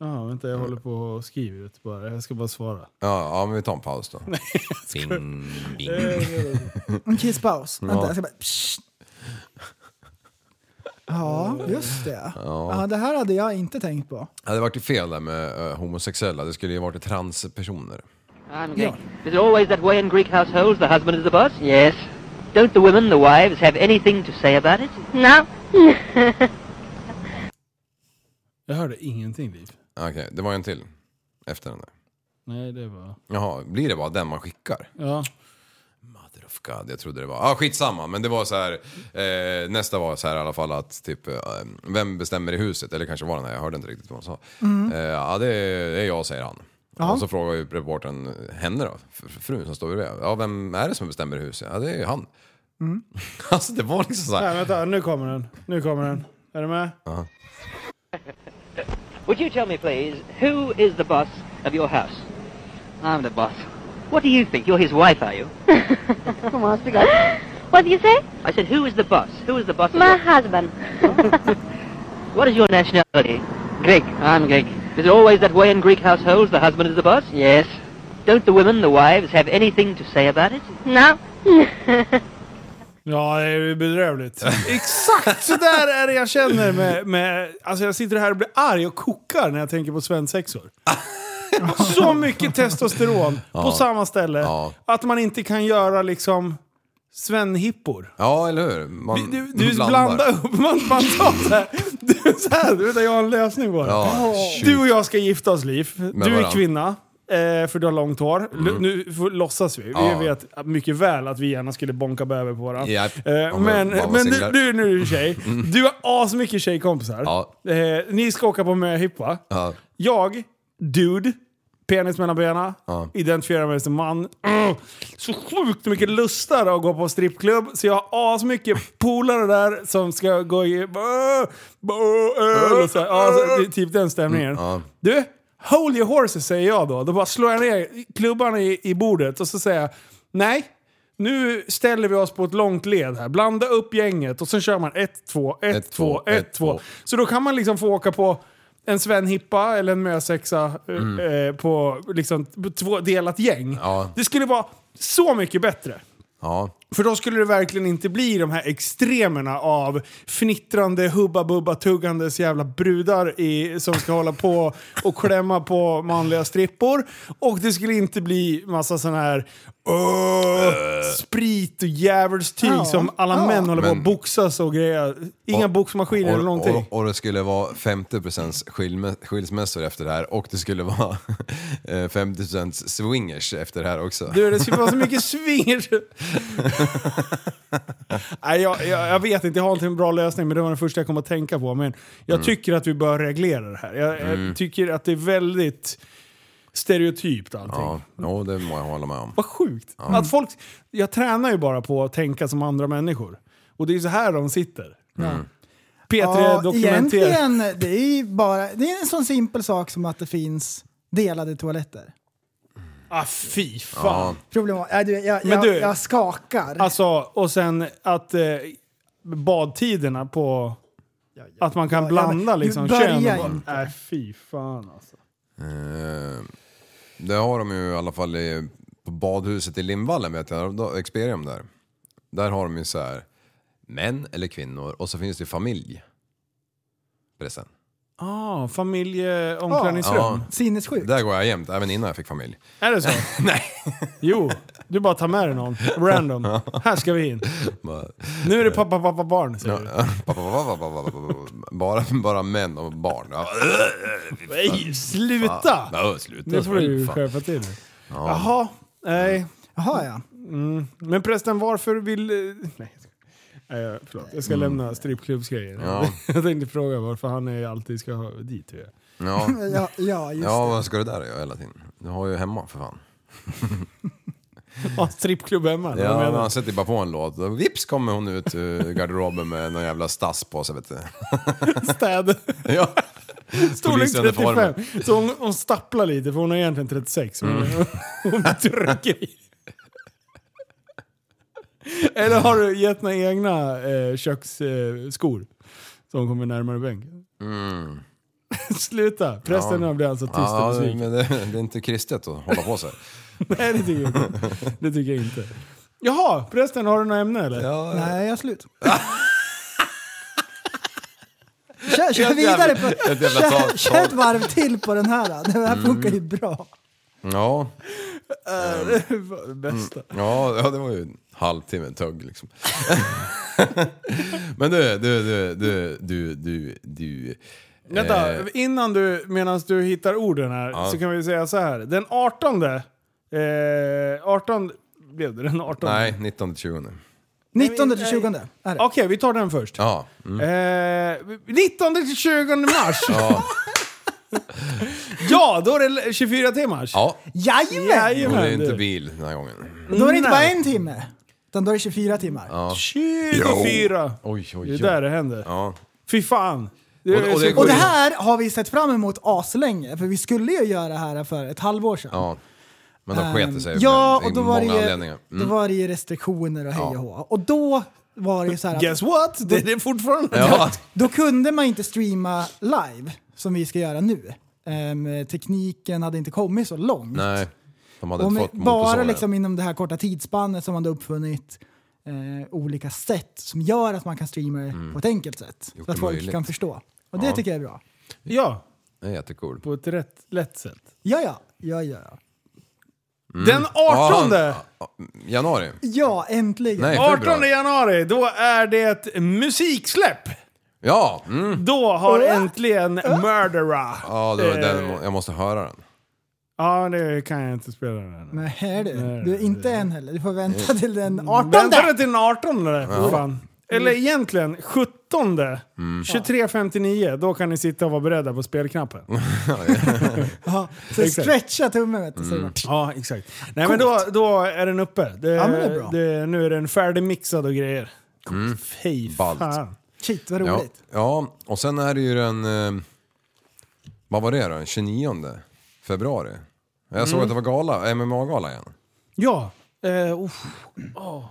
[SPEAKER 5] Ja, vänta jag håller på och skriver ut bara. Jag ska bara svara.
[SPEAKER 7] Ja, ja, men vi tar en paus då. Bing, bing.
[SPEAKER 6] En kisspaus. Vänta, jag ska bara... Psst. Ja, just det. Ja. det här hade jag inte tänkt på.
[SPEAKER 7] Ja, det vart ju fel där med eh, homosexuella, det skulle ju varit transpersoner.
[SPEAKER 8] I'm Greek. Is it always that way in Greek households? The husband is the boss? Yes. Don't the women, the wives, have anything to say about it? No.
[SPEAKER 5] Jag hörde ingenting Liv.
[SPEAKER 7] Okej, det var en till. Efter den där.
[SPEAKER 5] Nej, det var...
[SPEAKER 7] Jaha, blir det bara den man skickar?
[SPEAKER 5] Ja.
[SPEAKER 7] Mother of God, jag trodde det var... Ja, ah, skitsamma. Men det var så här... Eh, nästa var så här i alla fall att typ... Eh, vem bestämmer i huset? Eller kanske var den här, jag hörde inte riktigt vad han sa.
[SPEAKER 5] Mm.
[SPEAKER 7] Eh, ja, det är, det är jag, säger han. Och så frågar ju reportern henne då, fr- frun som står bredvid. Ja, vem är det som bestämmer i huset? Ja, det är ju han.
[SPEAKER 5] Mm.
[SPEAKER 7] alltså det var liksom så
[SPEAKER 5] Nej,
[SPEAKER 7] här...
[SPEAKER 5] vänta. Nu kommer den. Nu kommer den. Är du med?
[SPEAKER 8] Would you tell me, please, who is the boss of your house? I'm the boss. What do you think? You're his wife, are you?
[SPEAKER 9] Come on, speak up. What do you say?
[SPEAKER 8] I said, who is the boss? Who is the boss
[SPEAKER 9] My
[SPEAKER 8] of
[SPEAKER 9] husband.
[SPEAKER 8] your... What is your nationality? Greek. I'm Greek. Is it always that way in Greek households? The husband is the boss? Yes. Don't the women, the wives, have anything to say about it?
[SPEAKER 9] No.
[SPEAKER 5] Ja, det är ju bedrövligt. Exakt så där är det jag känner med, med... Alltså jag sitter här och blir arg och kokar när jag tänker på svensexor. så mycket testosteron på samma ställe
[SPEAKER 7] Ja.
[SPEAKER 5] att man inte kan göra liksom svenhippor.
[SPEAKER 7] Ja, eller hur? Man
[SPEAKER 5] Du, du blandar upp, man, man tar så här. Du, så här, du vet, jag har en lösning på det.
[SPEAKER 7] Ja,
[SPEAKER 5] Du
[SPEAKER 7] shoot.
[SPEAKER 5] och jag ska gifta oss Liv. Du är
[SPEAKER 7] varandra.
[SPEAKER 5] kvinna. eh, För du har långt hår. L- Nu får- låtsas vi. Vi
[SPEAKER 7] Mm. Ja.
[SPEAKER 5] vet mycket väl att vi gärna skulle bonka böver på varandra.
[SPEAKER 7] Japp.
[SPEAKER 5] Eh,
[SPEAKER 7] Om vi
[SPEAKER 5] Men,
[SPEAKER 7] bara var
[SPEAKER 5] men du,
[SPEAKER 7] singlar. Mm.
[SPEAKER 5] du, nu är du tjej. Du har asmycket tjejkompisar.
[SPEAKER 7] Ja.
[SPEAKER 5] Eh, Ni ska åka på möhippa.
[SPEAKER 7] Ja.
[SPEAKER 5] Jag, dude, penis mellan benen, identifierar mig som man. Mm. Så sjukt mycket lustar att gå på strippklubb, så jag har asmycket polare där som ska gå i... Bå, bå, öl och så här. Ja, så, det är typ den stämningen. Du, hold your horses säger jag då. Då bara slår jag ner klubban i, i bordet och så säger jag nej. Nu ställer vi oss på ett långt led här. Blanda upp gänget och sen kör man 1-2,
[SPEAKER 7] Ett, två,
[SPEAKER 5] 1-2,
[SPEAKER 7] ett,
[SPEAKER 5] 1-2.
[SPEAKER 7] två.
[SPEAKER 5] Så då kan man liksom få åka på en Svenhippa eller en Mösexa eh, eh, på liksom på två delat gäng.
[SPEAKER 7] Mm. Ja.
[SPEAKER 5] Det skulle vara så mycket bättre.
[SPEAKER 7] Ja.
[SPEAKER 5] För då skulle det verkligen inte bli de här extremerna av fnittrande, hubba-bubba-tuggandes jävla brudar i, som ska hålla på och klämma på manliga strippor. Och det skulle inte bli massa sån här
[SPEAKER 7] Äh."
[SPEAKER 5] "Åh, sprit och djävulstyg
[SPEAKER 6] Ja,
[SPEAKER 5] som alla
[SPEAKER 6] ja.
[SPEAKER 5] män håller på
[SPEAKER 7] Men-
[SPEAKER 5] och boxas och grejer. Inga
[SPEAKER 7] Och-
[SPEAKER 5] boxmaskiner eller någonting.
[SPEAKER 7] Och, och det skulle vara 50% skilme- skilsmässor efter det här och det skulle vara eh, 50% swingers efter det här också.
[SPEAKER 5] Du, det skulle vara så mycket sving. Nej, jag, jag, jag vet inte, jag har inte en bra lösning, men det var den första jag kom att tänka på. Men jag tycker att vi bör reglera det här. Jag, jag tycker att det är väldigt... stereotypt allting.
[SPEAKER 7] Ja, jo, det må jag hålla med om.
[SPEAKER 5] Vad sjukt! Att folk, jag tränar ju bara på att tänka som andra människor. Och det är ju så här de sitter. P3
[SPEAKER 6] Ja,
[SPEAKER 5] dokumenterar.
[SPEAKER 6] egentligen, det är ju bara, det är en sån simpel sak som att det finns delade toaletter.
[SPEAKER 5] Ah, fy fan!
[SPEAKER 7] Ja.
[SPEAKER 6] Problem var, äh, du, jag,
[SPEAKER 5] Men
[SPEAKER 6] jag,
[SPEAKER 5] du-
[SPEAKER 6] jag skakar.
[SPEAKER 5] Alltså, och sen att eh, badtiderna på... Att man kan
[SPEAKER 6] ja,
[SPEAKER 5] blanda
[SPEAKER 6] men-
[SPEAKER 5] liksom
[SPEAKER 6] du börjar
[SPEAKER 5] kön. och-
[SPEAKER 6] inte.
[SPEAKER 5] Nej, fy fan alltså.
[SPEAKER 7] Eh, Det har de ju i alla fall i, på badhuset i Lindvallen vet jag, då, Experium där. Där har de ju så här män eller kvinnor och så finns det ju familj. Pressen.
[SPEAKER 5] Ah, familjeomklädningsrum.
[SPEAKER 7] Ja.
[SPEAKER 6] Sinnessjukt.
[SPEAKER 7] Där går jag jämt, även innan jag fick familj.
[SPEAKER 5] Är det så?
[SPEAKER 7] Nej.
[SPEAKER 5] Jo, du bara tar med dig någon. Random. Här ska vi in.
[SPEAKER 7] Bara,
[SPEAKER 5] Nu är det pappa, pappa, barn säger du.
[SPEAKER 7] bara, bara män och barn. Ja.
[SPEAKER 5] Nej, sluta!
[SPEAKER 7] Ja, sluta.
[SPEAKER 5] Det får du ju
[SPEAKER 7] Fan.
[SPEAKER 5] skärpa till dig. Jaha, nej.
[SPEAKER 6] Jaha ja.
[SPEAKER 5] Mm. Men prästen, varför vill... eh, Nej, jag skojar. nej jag- förlåt. Jag ska lämna strippklubbsgrejen.
[SPEAKER 7] Mm. Ja.
[SPEAKER 5] Jag tänkte fråga varför han är alltid ska ha dit. tror jag.
[SPEAKER 7] Ja.
[SPEAKER 6] Ja, ja just
[SPEAKER 7] ja, vad ska du där göra hela tiden? Du har ju hemma för fan.
[SPEAKER 5] Ja, strippklubb hemma. vad
[SPEAKER 7] Ja, men
[SPEAKER 5] menar
[SPEAKER 7] han
[SPEAKER 5] du?
[SPEAKER 7] sätter bara på en låt och vips kommer hon ut ur garderoben med någon jävla stass på sig vet du.
[SPEAKER 5] Städ.
[SPEAKER 7] Ja.
[SPEAKER 5] Storlek
[SPEAKER 7] Polisuniformen.
[SPEAKER 5] 35. Så hon, hon stapplar lite för hon är egentligen 36.
[SPEAKER 7] Mm.
[SPEAKER 5] Men hon trycker i. Eller har du gett några egna eh, köksskor? Eh, skor som kommer närmare bänken?
[SPEAKER 7] Mm.
[SPEAKER 5] Sluta! Prästen
[SPEAKER 7] Ja.
[SPEAKER 5] blir alltså tyst och
[SPEAKER 7] Ja,
[SPEAKER 5] besviken.
[SPEAKER 7] men det, det är inte kristet att hålla på så. här.
[SPEAKER 5] Nej, det tycker jag inte. Det tycker jag inte. Jaha, prästen, har du något ämne eller?
[SPEAKER 7] Ja,
[SPEAKER 6] Nej, jag är slut. Kör, kör vidare på...
[SPEAKER 7] Ett jävla
[SPEAKER 6] Kör,
[SPEAKER 7] tal.
[SPEAKER 6] kör ett
[SPEAKER 7] tal.
[SPEAKER 6] varv till på den här. Den
[SPEAKER 7] Mm.
[SPEAKER 6] här funkar ju bra.
[SPEAKER 7] Ja,
[SPEAKER 5] Det
[SPEAKER 7] Mm.
[SPEAKER 5] bästa.
[SPEAKER 7] ja, ja, det var ju en halvtimme tugg liksom. men du, du, du, du, du, du, du.
[SPEAKER 5] Vänta,
[SPEAKER 7] Eh,
[SPEAKER 5] innan du, medan du hittar orden här, så kan vi säga så här. Den 18... Eh, 18... Blev det den 18?
[SPEAKER 7] nej, 19 till 20 nu.
[SPEAKER 6] 19 till 20 är det.
[SPEAKER 5] Okej, vi tar den först.
[SPEAKER 7] Ja, mm.
[SPEAKER 5] Eh, 19 till 20 mars!
[SPEAKER 7] ja,
[SPEAKER 5] ja, då är det 24 timmars.
[SPEAKER 7] ja.
[SPEAKER 6] Jajamän!
[SPEAKER 7] Och det är inte
[SPEAKER 5] du.
[SPEAKER 7] bil den här gången.
[SPEAKER 6] Då är det inte bara
[SPEAKER 5] Nej.
[SPEAKER 6] en timme, utan då är det 24 timmar.
[SPEAKER 5] 24!
[SPEAKER 7] Oj, oj,
[SPEAKER 5] Det är
[SPEAKER 7] oj.
[SPEAKER 5] där det händer.
[SPEAKER 7] Ja.
[SPEAKER 5] Fy fan! Det
[SPEAKER 7] Och- och det
[SPEAKER 5] är så-
[SPEAKER 6] Och det här har vi sett fram emot aslänge, för vi skulle ju göra det här för ett halvår sedan.
[SPEAKER 7] Ja. Men de sket det sig.
[SPEAKER 6] Ehm, Ja,
[SPEAKER 7] med-
[SPEAKER 6] och då
[SPEAKER 7] i
[SPEAKER 6] var, det
[SPEAKER 7] många
[SPEAKER 6] ju,
[SPEAKER 7] anledningar. Mm.
[SPEAKER 6] då var det ju restriktioner och hej och hå. Och då var det ju så här att
[SPEAKER 5] Guess what? Det är det fortfarande.
[SPEAKER 7] Ja.
[SPEAKER 6] då kunde man inte streama live, som vi ska göra nu. Ehm, tekniken hade inte kommit så långt.
[SPEAKER 7] Nej, de hade
[SPEAKER 6] Och
[SPEAKER 7] inte
[SPEAKER 6] med,
[SPEAKER 7] fått
[SPEAKER 6] bara
[SPEAKER 7] motorsågen.
[SPEAKER 6] liksom inom det här korta tidsspannet som man då uppfunnit eh, olika sätt som gör att man kan streama det på ett enkelt sätt.
[SPEAKER 7] Mm. Gjort
[SPEAKER 6] Så att
[SPEAKER 7] det
[SPEAKER 6] folk
[SPEAKER 7] möjligt.
[SPEAKER 6] kan förstå. Och det
[SPEAKER 7] Ja.
[SPEAKER 6] tycker jag är bra.
[SPEAKER 5] ja,
[SPEAKER 7] Det är jättekul.
[SPEAKER 5] på ett rätt lätt sätt.
[SPEAKER 6] Ja, ja, ja, ja. ja.
[SPEAKER 5] Den 18!
[SPEAKER 7] Mm. Ja, Januari?
[SPEAKER 6] Ja, äntligen.
[SPEAKER 7] Nej, februari.
[SPEAKER 5] 18 januari, då är det musiksläpp!
[SPEAKER 7] Ja! Mm.
[SPEAKER 5] Då har äntligen Murdera...
[SPEAKER 7] Ja, det var
[SPEAKER 5] Eh.
[SPEAKER 7] den, jag måste höra den.
[SPEAKER 5] Ja, det kan jag inte spela den.
[SPEAKER 6] Nej,
[SPEAKER 5] Nej,
[SPEAKER 6] du. Du är inte än heller. Du får vänta till den 18.
[SPEAKER 5] Vänta det till den 18 för fan. Eller egentligen 17
[SPEAKER 7] Mm.
[SPEAKER 5] 23.59, då kan ni sitta och vara beredda på spelknappen.
[SPEAKER 6] Ja, så stretcha tummen vet du.
[SPEAKER 7] Mm.
[SPEAKER 6] så är det bara-
[SPEAKER 5] ja, exakt. Nej men då, då är den uppe. Det,
[SPEAKER 6] Ja, men det är bra.
[SPEAKER 5] det- nu är den färdigmixad och grejer. Fy
[SPEAKER 7] Mm. Ballt.
[SPEAKER 5] fan.
[SPEAKER 6] Shit, vad
[SPEAKER 7] Ja.
[SPEAKER 6] roligt.
[SPEAKER 7] ja, och sen är det ju den... eh, Vad var det då? Den 29 februari? Jag
[SPEAKER 5] Mm.
[SPEAKER 7] såg att det var gala, MMA-gala igen.
[SPEAKER 5] Ja. Eh, uff.
[SPEAKER 7] Ja.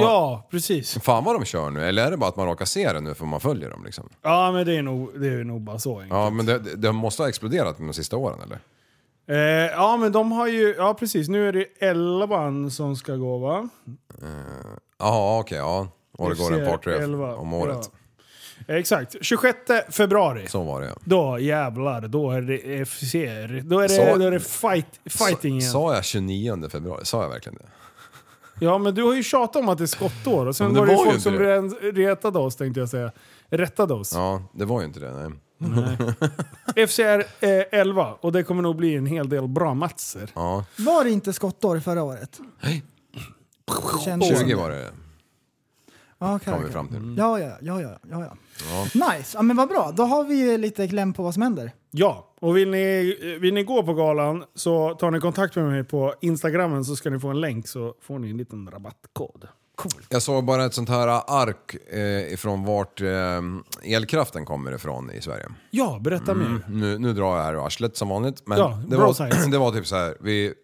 [SPEAKER 5] ja, precis.
[SPEAKER 7] Fan vad de kör nu, eller är det bara att man råkar se det nu för man följer dem liksom?
[SPEAKER 5] Ja, men det är nog, det är nog bara så. enkelt.
[SPEAKER 7] Ja, men det, det det måste ha exploderat de sista åren eller?
[SPEAKER 5] Eh, ja, men de har ju... Ja, precis. Nu är det 11 som ska gå, va?
[SPEAKER 7] Ja, okej, ja. Och det går en
[SPEAKER 5] FC
[SPEAKER 7] par tre
[SPEAKER 5] 11,
[SPEAKER 7] om året.
[SPEAKER 5] Ja. Exakt. 26 februari.
[SPEAKER 7] Så var det ja.
[SPEAKER 5] Då jävlar, då är det FC. Då är det,
[SPEAKER 7] Så-
[SPEAKER 5] då är det fight, fighting
[SPEAKER 7] Sa-
[SPEAKER 5] igen.
[SPEAKER 7] Sa jag 29 februari? Sa jag verkligen det?
[SPEAKER 5] Ja, men du har ju tjatat om att det är skottår. Och sen
[SPEAKER 7] Men det
[SPEAKER 5] var det ju
[SPEAKER 7] var ju
[SPEAKER 5] folk
[SPEAKER 7] inte
[SPEAKER 5] som
[SPEAKER 7] det.
[SPEAKER 5] re- retade oss, tänkte jag säga. Rättade oss.
[SPEAKER 7] Ja, det var ju inte det. Nej.
[SPEAKER 5] FCR eh, 11, och det kommer nog bli en hel del bra matcher.
[SPEAKER 7] Ja,
[SPEAKER 6] Var det inte skottår förra året? Det kändes som
[SPEAKER 7] 20
[SPEAKER 6] det.
[SPEAKER 7] var det.
[SPEAKER 6] Ja, okej,
[SPEAKER 7] Kommer vi
[SPEAKER 6] okej. Mm.
[SPEAKER 7] fram till.
[SPEAKER 6] Ja, ja, ja, ja, ja, ja. Nice, ja, men vad bra. Då har vi ju lite kläm på vad som händer.
[SPEAKER 5] Ja, och vill ni, eh, vill ni gå på galan så tar ni kontakt med mig på Instagrammen så ska ni få en länk så får ni en liten rabattkod.
[SPEAKER 7] Jag såg bara ett sånt här ark eh, ifrån vart eh, elkraften kommer ifrån i Sverige.
[SPEAKER 5] Ja, berätta mer.
[SPEAKER 7] Nu, nu drar jag här ur arslet som vanligt. Men
[SPEAKER 5] Ja,
[SPEAKER 7] det,
[SPEAKER 5] bra
[SPEAKER 7] var,
[SPEAKER 5] science.
[SPEAKER 7] det var typ så här. Vi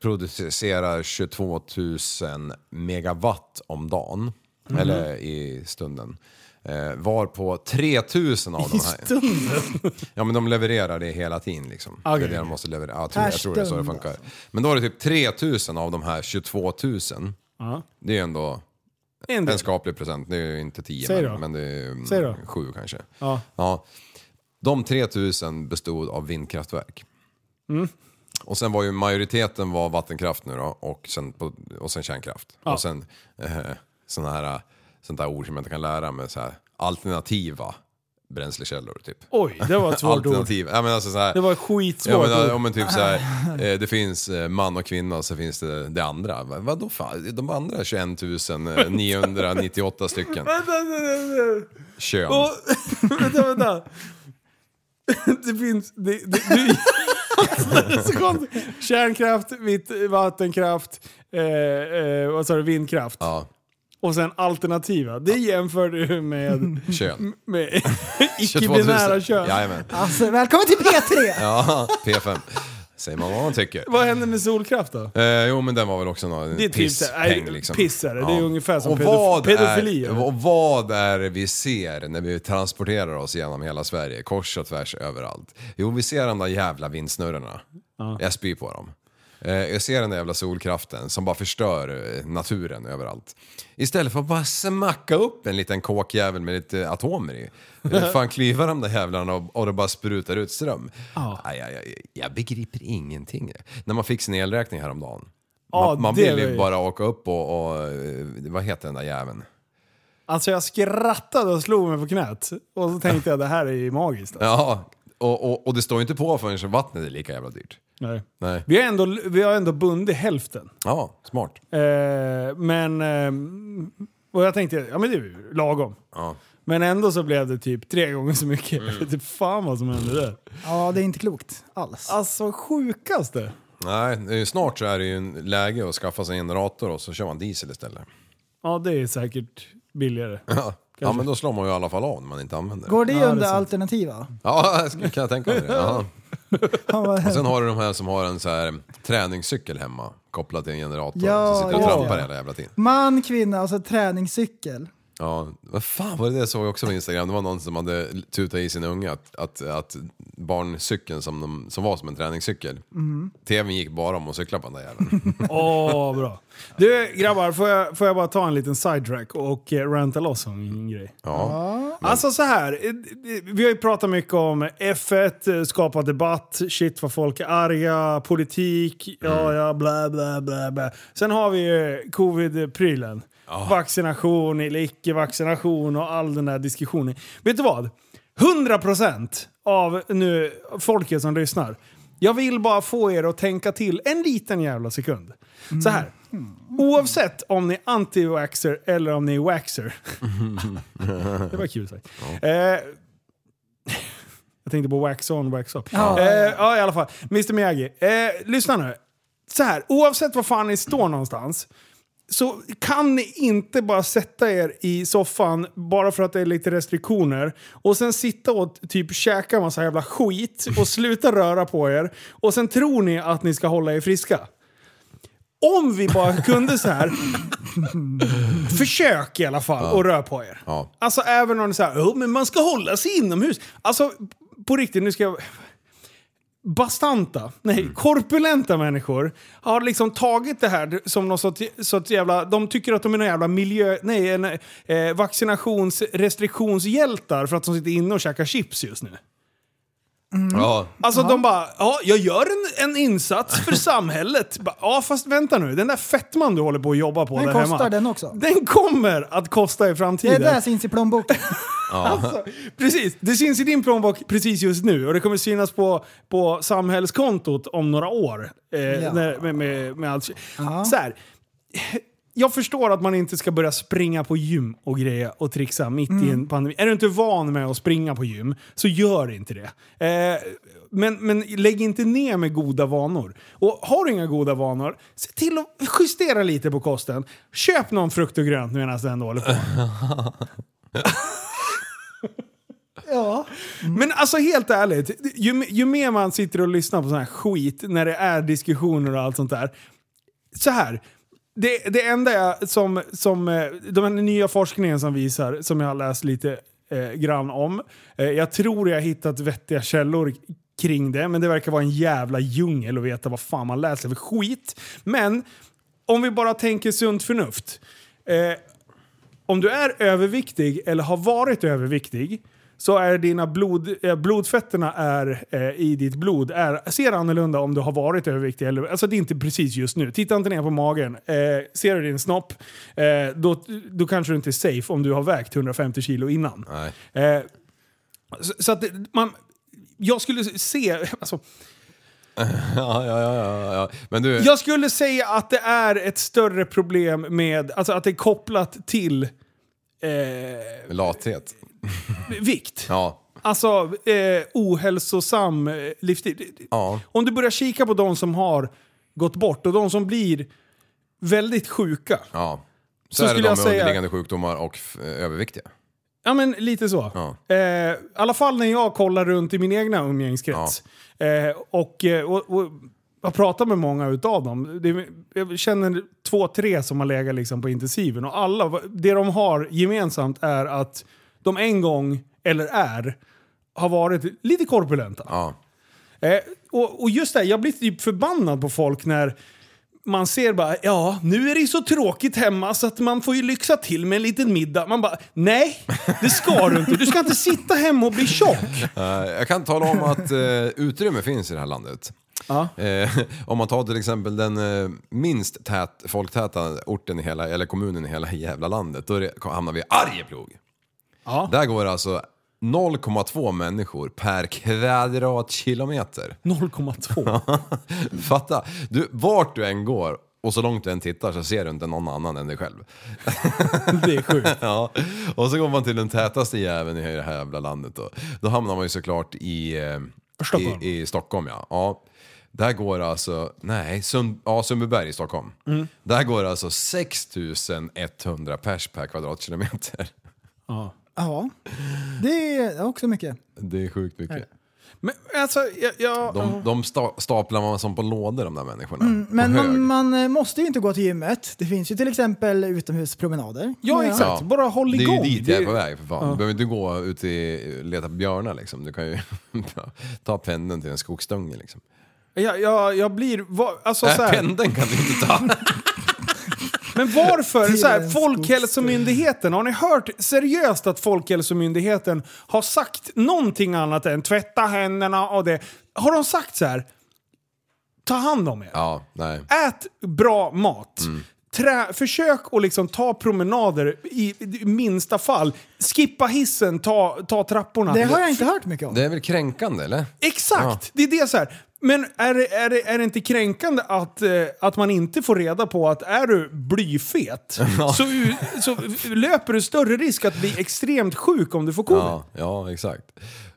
[SPEAKER 7] producerar 22 000 megawatt om dagen.
[SPEAKER 5] Mhm.
[SPEAKER 7] Eller i stunden. Eh, var på 3 000 av de här. Ja men de levererar det hela tiden liksom. Det är det de måste leverera. Ja, jag, tror, jag tror det är så det
[SPEAKER 6] stund,
[SPEAKER 7] funkar.
[SPEAKER 5] alltså.
[SPEAKER 7] Men då är det typ 3 000 av de här 22 000.
[SPEAKER 5] Ja.
[SPEAKER 7] Det är ju ändå
[SPEAKER 5] En del.
[SPEAKER 7] en skaplig present. Det är ju inte 10
[SPEAKER 5] Säg
[SPEAKER 7] men,
[SPEAKER 5] då.
[SPEAKER 7] men det är mm,
[SPEAKER 5] Säg då.
[SPEAKER 7] sju kanske.
[SPEAKER 5] Ja.
[SPEAKER 7] Ja. De 3000 bestod av vindkraftverk.
[SPEAKER 5] Mm.
[SPEAKER 7] Och sen var ju majoriteten var vattenkraft nu då och sen, på, och sen kärnkraft. Och sen eh, såna här, sånt där ord som jag inte kan lära mig. Så här, alternativa bränslekällor typ.
[SPEAKER 5] Oj, det var ett svårt ord.
[SPEAKER 7] Alternativ. Ja, men alltså så här,
[SPEAKER 5] Det var ett skitsvårt
[SPEAKER 7] Ja, men,
[SPEAKER 5] ord.
[SPEAKER 7] ja, men typ så här, eh, det finns eh, man och kvinna och så finns det det andra. Va- Vadå fan? De andra 21 998 stycken. Kön.
[SPEAKER 5] Och, vänta, vänta. Det finns... Det, det, det, det är så konstigt. Kärnkraft, vitt, vattenkraft, eh, eh, vad sa du, vindkraft.
[SPEAKER 7] Ja,
[SPEAKER 5] Och sen alternativa. Det jämför du med,
[SPEAKER 7] kön.
[SPEAKER 5] med
[SPEAKER 7] 22 000.
[SPEAKER 5] icke-binära kön.
[SPEAKER 7] Jajamän.
[SPEAKER 6] Alltså, välkommen till P3!
[SPEAKER 7] Ja, P5. Säger man vad man tycker.
[SPEAKER 5] Vad händer med solkraft då?
[SPEAKER 7] Eh, jo men den var väl också någon
[SPEAKER 5] Det är typ så här,
[SPEAKER 7] pisspeng
[SPEAKER 5] nej,
[SPEAKER 7] liksom.
[SPEAKER 5] piss är det. Det är ungefär som
[SPEAKER 7] Och
[SPEAKER 5] pedof-
[SPEAKER 7] vad
[SPEAKER 5] pedofili,
[SPEAKER 7] Är,
[SPEAKER 5] eller?
[SPEAKER 7] och vad är det vi ser när vi transporterar oss genom hela Sverige, kors och tvärs överallt? Jo vi ser de där jävla vindsnurrorna. Jag spyr på dem. Eh, jag ser den där jävla solkraften som bara förstör eh, naturen överallt. Istället för att bara smacka upp en liten kåkjävel med lite atomer i. Eh, Fan klyva de där jävlarna och, och det bara sprutar ut ström. Aj, aj, aj, jag begriper ingenting. När man fick sin elräkning häromdagen.
[SPEAKER 5] Ja,
[SPEAKER 7] man man
[SPEAKER 5] det
[SPEAKER 7] vill
[SPEAKER 5] var
[SPEAKER 7] ju
[SPEAKER 5] ju-
[SPEAKER 7] bara åka upp och, och eh, vad heter den där jäveln?
[SPEAKER 5] Alltså jag skrattade och slog mig på knät. Och så tänkte jag det här är ju magiskt. Alltså.
[SPEAKER 7] Ja, och, och, och det står ju inte på förrän vattnet är lika jävla dyrt.
[SPEAKER 5] Nej.
[SPEAKER 7] Nej.
[SPEAKER 5] Vi, har ändå, vi har ändå bundit hälften.
[SPEAKER 7] Ja, smart.
[SPEAKER 5] Eh, men... ehm, och jag tänkte, ja men det är ju lagom.
[SPEAKER 7] Ja. Mm.
[SPEAKER 5] Men ändå så blev det typ tre gånger så mycket. Jag vet inte fan vad som hände där.
[SPEAKER 6] Ja, det är inte klokt alls.
[SPEAKER 5] Alltså sjukaste.
[SPEAKER 7] Nej, det är ju- snart så är det ju en läge att skaffa sig en generator och så kör man diesel istället.
[SPEAKER 5] Ja det är säkert billigare.
[SPEAKER 7] Ja, ja men då slår man ju i alla fall av när man inte använder det.
[SPEAKER 6] Går det under alternativa?
[SPEAKER 7] Ja, jag ska- kan jag tänka mig det. Ja.
[SPEAKER 6] Ja, vad-
[SPEAKER 7] Och sen har du de här som har en så här träningscykel hemma kopplad till en generator.
[SPEAKER 6] Ja,
[SPEAKER 7] som sitter och
[SPEAKER 6] just
[SPEAKER 7] trampar
[SPEAKER 6] det.
[SPEAKER 7] hela jävla tiden.
[SPEAKER 6] Man, kvinna, alltså träningscykel.
[SPEAKER 7] Ja, vad fan var det det såg jag också på Instagram? Det var någon som hade tutat i sin unge att, att, att barncykeln som, de, som var som en träningscykel,
[SPEAKER 6] Mhm.
[SPEAKER 7] tvn gick bara om att cykla på den där jäveln.
[SPEAKER 5] Åh, bra. Du grabbar, får jag, får jag bara ta en liten sidetrack och eh, ranta loss om min grej?
[SPEAKER 7] Ja.
[SPEAKER 5] Alltså så här, eh, eh, vi har ju pratat mycket om F1, eh, skapa debatt, shit vad folk är arga, politik, ja ja bla bla bla. bla. Sen har vi ju covid-prylen. Vaccination eller icke-vaccination och all den där diskussionen. Vet du vad? 100% av nu folket som lyssnar. Jag vill bara få er att tänka till en liten jävla sekund. Så här. Oavsett om ni är anti-waxer eller om ni är waxer. Det var kul sagt. Eh, jag tänkte på wax on, wax off. Ja, eh, ja i alla fall. Mr Miyagi. Eh, lyssna nu. Så här, oavsett var fan ni står någonstans så kan ni inte bara sätta er i soffan bara för att det är lite restriktioner och sen sitta och typ käka massa jävla skit och sluta röra på er och sen tror ni att ni ska hålla er friska. Om vi bara kunde så här. försök i alla fall och rör på er.
[SPEAKER 7] Ja.
[SPEAKER 5] Alltså även om det är så här, "Jo, men man ska hålla sig inomhus. Alltså på riktigt, nu ska jag... Bastanta, nej,
[SPEAKER 7] Mm.
[SPEAKER 5] korpulenta människor har liksom tagit det här som något sorts, sorts jävla... De tycker att de är någon jävla miljö... Nej, en, eh, vaccinationsrestriktionshjältar för att de sitter inne och käkar chips just nu.
[SPEAKER 7] Ja.
[SPEAKER 5] Alltså de bara, ja, jag gör en, en insats för samhället. Bara, Ja, fast vänta nu. Den där fettman du håller på att jobba på
[SPEAKER 6] Den
[SPEAKER 5] där
[SPEAKER 6] kostar
[SPEAKER 5] hemma.
[SPEAKER 6] den också.
[SPEAKER 5] Den kommer att kosta i
[SPEAKER 6] Det är
[SPEAKER 5] framtiden.
[SPEAKER 6] där syns i plånboken.
[SPEAKER 5] Alltså, precis. Det syns i din plånbok precis just nu och det kommer synas på, på samhällskontot om några år. Eh,
[SPEAKER 6] Ja.
[SPEAKER 5] när, med, med, med allt. Så här. jag förstår att man inte ska börja springa på gym och greja och trixa mitt i en pandemi. Är du inte van med att springa på gym, så gör inte det. Eh, men, men lägg inte ner med goda vanor. Och har du inga goda vanor, se till att justera lite på kosten. Köp någon frukt och grönt medan du ändå håller på.
[SPEAKER 6] Ja.
[SPEAKER 5] Men alltså helt ärligt, ju, ju mer man sitter och lyssnar på sån här skit när det är diskussioner och allt sånt där. Så här. Det, det enda jag, som, som eh, de här nya forskningen som visar, som jag har läst lite eh, grann om. Eh, jag tror jag har hittat vettiga källor kring det, men det verkar vara en jävla djungel att veta vad fan man läser för skit. Men om vi bara tänker sunt förnuft. Eh, om du är överviktig eller har varit överviktig så är dina blod, eh, blodfetterna är, eh, i ditt blod är, ser annorlunda om du har varit överviktig. Eller, alltså det är inte precis just nu. Titta inte ner på magen. Eh, ser du din snopp, eh, då, då kanske du inte är safe om du har vägt 150 kilo innan.
[SPEAKER 7] Nej.
[SPEAKER 5] Eh, så, så att det- man... Jag skulle se... Alltså,
[SPEAKER 7] Ja, ja, ja, ja, ja. Men du,
[SPEAKER 5] jag skulle säga att det är ett större problem med... Alltså att det är kopplat till eh,
[SPEAKER 7] lathet.
[SPEAKER 5] vikt.
[SPEAKER 7] Ja.
[SPEAKER 5] Alltså eh, ohälsosam eh, livsstil.
[SPEAKER 7] Ja.
[SPEAKER 5] Om du börjar kika på de som har gått bort och de som blir väldigt sjuka.
[SPEAKER 7] ja. Så,
[SPEAKER 5] Så
[SPEAKER 7] är det
[SPEAKER 5] skulle
[SPEAKER 7] de med
[SPEAKER 5] jag säga-
[SPEAKER 7] underliggande sjukdomar och f- överviktiga.
[SPEAKER 5] Ja men lite så.
[SPEAKER 7] Ja.
[SPEAKER 5] Eh, I alla fall när jag kollar runt i min egna umgängeskrets. Eh, och, eh, och, och jag pratar med många utav dem. Det, jag känner två, tre som har legat liksom på intensiven. Och alla, det de har gemensamt är att de en gång, eller är, har varit lite korpulenta.
[SPEAKER 7] Ja.
[SPEAKER 5] Eh, och, och just det, här, jag blir typ förbannad på folk när man ser bara, ja, nu är det ju så tråkigt hemma så att man får ju lyxa till med en liten middag. Man bara, nej, det ska du inte. Du ska inte sitta hemma och bli tjock.
[SPEAKER 7] Eh, Jag kan tala om att eh, utrymme finns i det här landet.
[SPEAKER 5] Ja.
[SPEAKER 7] Eh, om man tar till exempel den eh, minst tät, folktäta orten i hela, eller kommunen i hela jävla landet, då är det, hamnar vi i Arjeplog.
[SPEAKER 5] Ja.
[SPEAKER 7] Där går det alltså 0,2 människor per kvadratkilometer.
[SPEAKER 5] 0,2.
[SPEAKER 7] Fatta! Du, vart du än går och så långt du än tittar så ser du inte någon annan än dig själv.
[SPEAKER 5] Det är sjukt.
[SPEAKER 7] Ja, och så går man till den tätaste jäveln i det här jävla landet då. Då hamnar man ju såklart i... eh,
[SPEAKER 5] Stockholm.
[SPEAKER 7] I, i Stockholm ja. ja. Där går det alltså, nej, Sund, ja, Sundbyberg i Stockholm. Där går det alltså 6100 pers per kvadratkilometer.
[SPEAKER 6] ja. Det är också mycket.
[SPEAKER 7] Det är sjukt mycket.
[SPEAKER 5] Men alltså, jag... jag
[SPEAKER 7] De, de sta, staplar man som på lådor de där människorna. På
[SPEAKER 6] Men
[SPEAKER 7] hög.
[SPEAKER 6] man, man eh, måste ju inte gå till gymmet. Det finns ju till exempel utomhuspromenader.
[SPEAKER 5] ja, exakt.
[SPEAKER 7] Ja.
[SPEAKER 5] Bara håll
[SPEAKER 7] det
[SPEAKER 5] igång.
[SPEAKER 7] är ju dit jag är
[SPEAKER 5] Det-
[SPEAKER 7] på väg för fan. Du behöver inte gå ut i leta björnar liksom. Du kan ju ta pendeln till en skogsdunge liksom.
[SPEAKER 5] Jag, jag, jag blir... va- Alltså, så
[SPEAKER 7] Nej,
[SPEAKER 5] här,
[SPEAKER 7] pendeln kan du inte ta.
[SPEAKER 5] Men varför?
[SPEAKER 6] Till
[SPEAKER 5] Så här,
[SPEAKER 6] en
[SPEAKER 5] Folkhälsomyndigheten, har ni hört seriöst att Folkhälsomyndigheten har sagt någonting annat än tvätta händerna och det? Har de sagt så här? Ta hand om er.
[SPEAKER 7] Ja, nej.
[SPEAKER 5] Ät bra mat. Trä, försök att liksom ta promenader i, i minsta fall. Skippa hissen, ta, ta trapporna.
[SPEAKER 6] Det har jag inte hört mycket om.
[SPEAKER 7] Det är väl kränkande eller?
[SPEAKER 5] Exakt! Det är det så här. Men är det, är det, är det inte kränkande att, eh, att man inte får reda på att är du blyfet så, u- så löper du större risk att bli extremt sjuk om du får covid?
[SPEAKER 7] Ja, ja, exakt.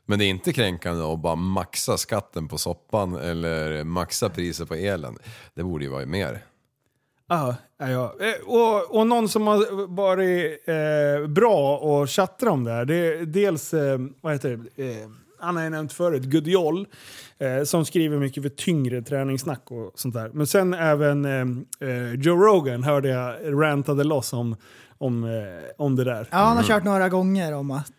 [SPEAKER 7] Men det är inte kränkande att bara maxa skatten på soppan eller maxa priset på elen. Det borde ju vara mer.
[SPEAKER 5] Ja, ja, ja. Eh, Och, och någon som har varit eh, bra och tjattra om det här, det är dels, eh, vad heter det, eh, han har jag nämnt förut, Gudiol, eh, som skriver mycket för tyngre träningssnack och sånt där. Men sen även eh, eh, Joe Rogan hörde jag rantade loss om, om, eh, om det där.
[SPEAKER 6] Ja, han
[SPEAKER 7] Mm.
[SPEAKER 6] har kört några gånger om att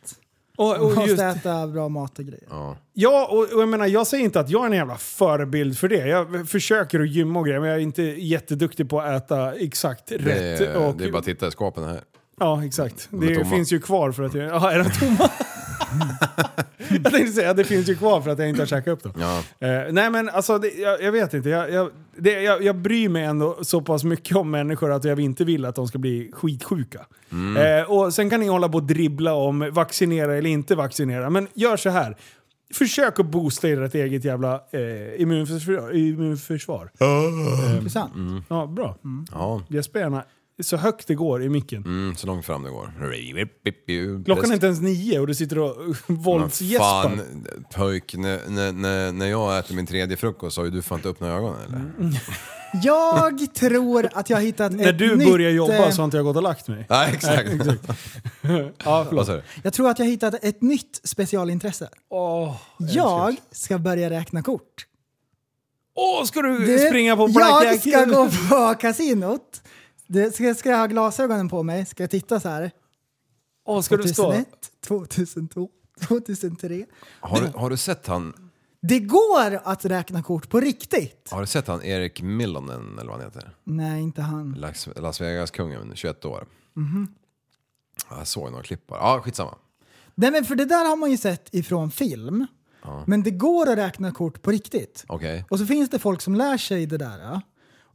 [SPEAKER 5] Och, och just,
[SPEAKER 6] måste äta bra mat och grejer.
[SPEAKER 5] ja, och, och jag menar, jag säger inte att jag är en jävla förebild för det. Jag försöker att gymma och grejer, men jag är inte jätteduktig på att äta exakt rätt.
[SPEAKER 7] Det är,
[SPEAKER 5] och,
[SPEAKER 7] det är bara att titta i skåpen här.
[SPEAKER 5] Ja, exakt.
[SPEAKER 7] De är
[SPEAKER 5] Det
[SPEAKER 7] tomma.
[SPEAKER 5] finns ju kvar för att jag... Ja, är de tomma? jag tänkte säga att det finns ju kvar för att jag inte har käkat upp dem.
[SPEAKER 7] Ja.
[SPEAKER 5] Eh, nej men alltså, det, jag, jag vet inte. Jag, jag, det, jag, jag bryr mig ändå så pass mycket om människor att jag inte vill att de ska bli skitsjuka.
[SPEAKER 7] Mm.
[SPEAKER 5] Eh, och sen kan ni hålla på och dribbla om vaccinera eller inte vaccinera. Men gör så här. Försök att boosta ert eget jävla eh, immunförsvar. immunförsvar.
[SPEAKER 6] Intressant.
[SPEAKER 5] Ja, bra.
[SPEAKER 7] Ja.
[SPEAKER 5] Jesper gärna så högt det går i micken.
[SPEAKER 7] Mm, så långt fram det går.
[SPEAKER 5] Klockan är inte ens nio och du sitter och våldsgäspar.
[SPEAKER 7] Fan pöjk, när, när- när, när jag äter min tredje frukost har ju du fan inte öppnat ögonen eller?
[SPEAKER 6] Jag tror att jag har hittat
[SPEAKER 5] När
[SPEAKER 6] ett
[SPEAKER 5] du
[SPEAKER 6] nytt,
[SPEAKER 5] börjar
[SPEAKER 6] eh,
[SPEAKER 5] jobba så har inte jag gått och lagt mig.
[SPEAKER 7] Nej exakt.
[SPEAKER 5] Ja,
[SPEAKER 7] Vad
[SPEAKER 5] förlåt.
[SPEAKER 7] sa du?
[SPEAKER 6] Jag tror att jag har hittat ett nytt specialintresse.
[SPEAKER 5] Åh,
[SPEAKER 6] Jag ska börja räkna kort.
[SPEAKER 5] Åh, ska du
[SPEAKER 6] Du,
[SPEAKER 5] springa på
[SPEAKER 6] Jag
[SPEAKER 5] blackjack?
[SPEAKER 6] ska gå på kasinot. Du, ska, ska jag ha glasögonen på mig? Ska jag titta så här?
[SPEAKER 5] Åh, ska du stå?
[SPEAKER 6] 2001, 2002, 2003.
[SPEAKER 7] Har, du- har du sett han,
[SPEAKER 6] Det går att räkna kort på riktigt.
[SPEAKER 7] har du sett han Erik Millonen eller vad han heter?
[SPEAKER 6] Nej, inte han.
[SPEAKER 7] Las, Las Vegas-kungen, 21 år. Jag såg några klipp bara. Ja, skitsamma.
[SPEAKER 6] Nej, men för det där har man ju sett ifrån film. Men det går att räkna kort på riktigt.
[SPEAKER 7] Okej.
[SPEAKER 6] Och så finns det folk som lär sig det där. ja.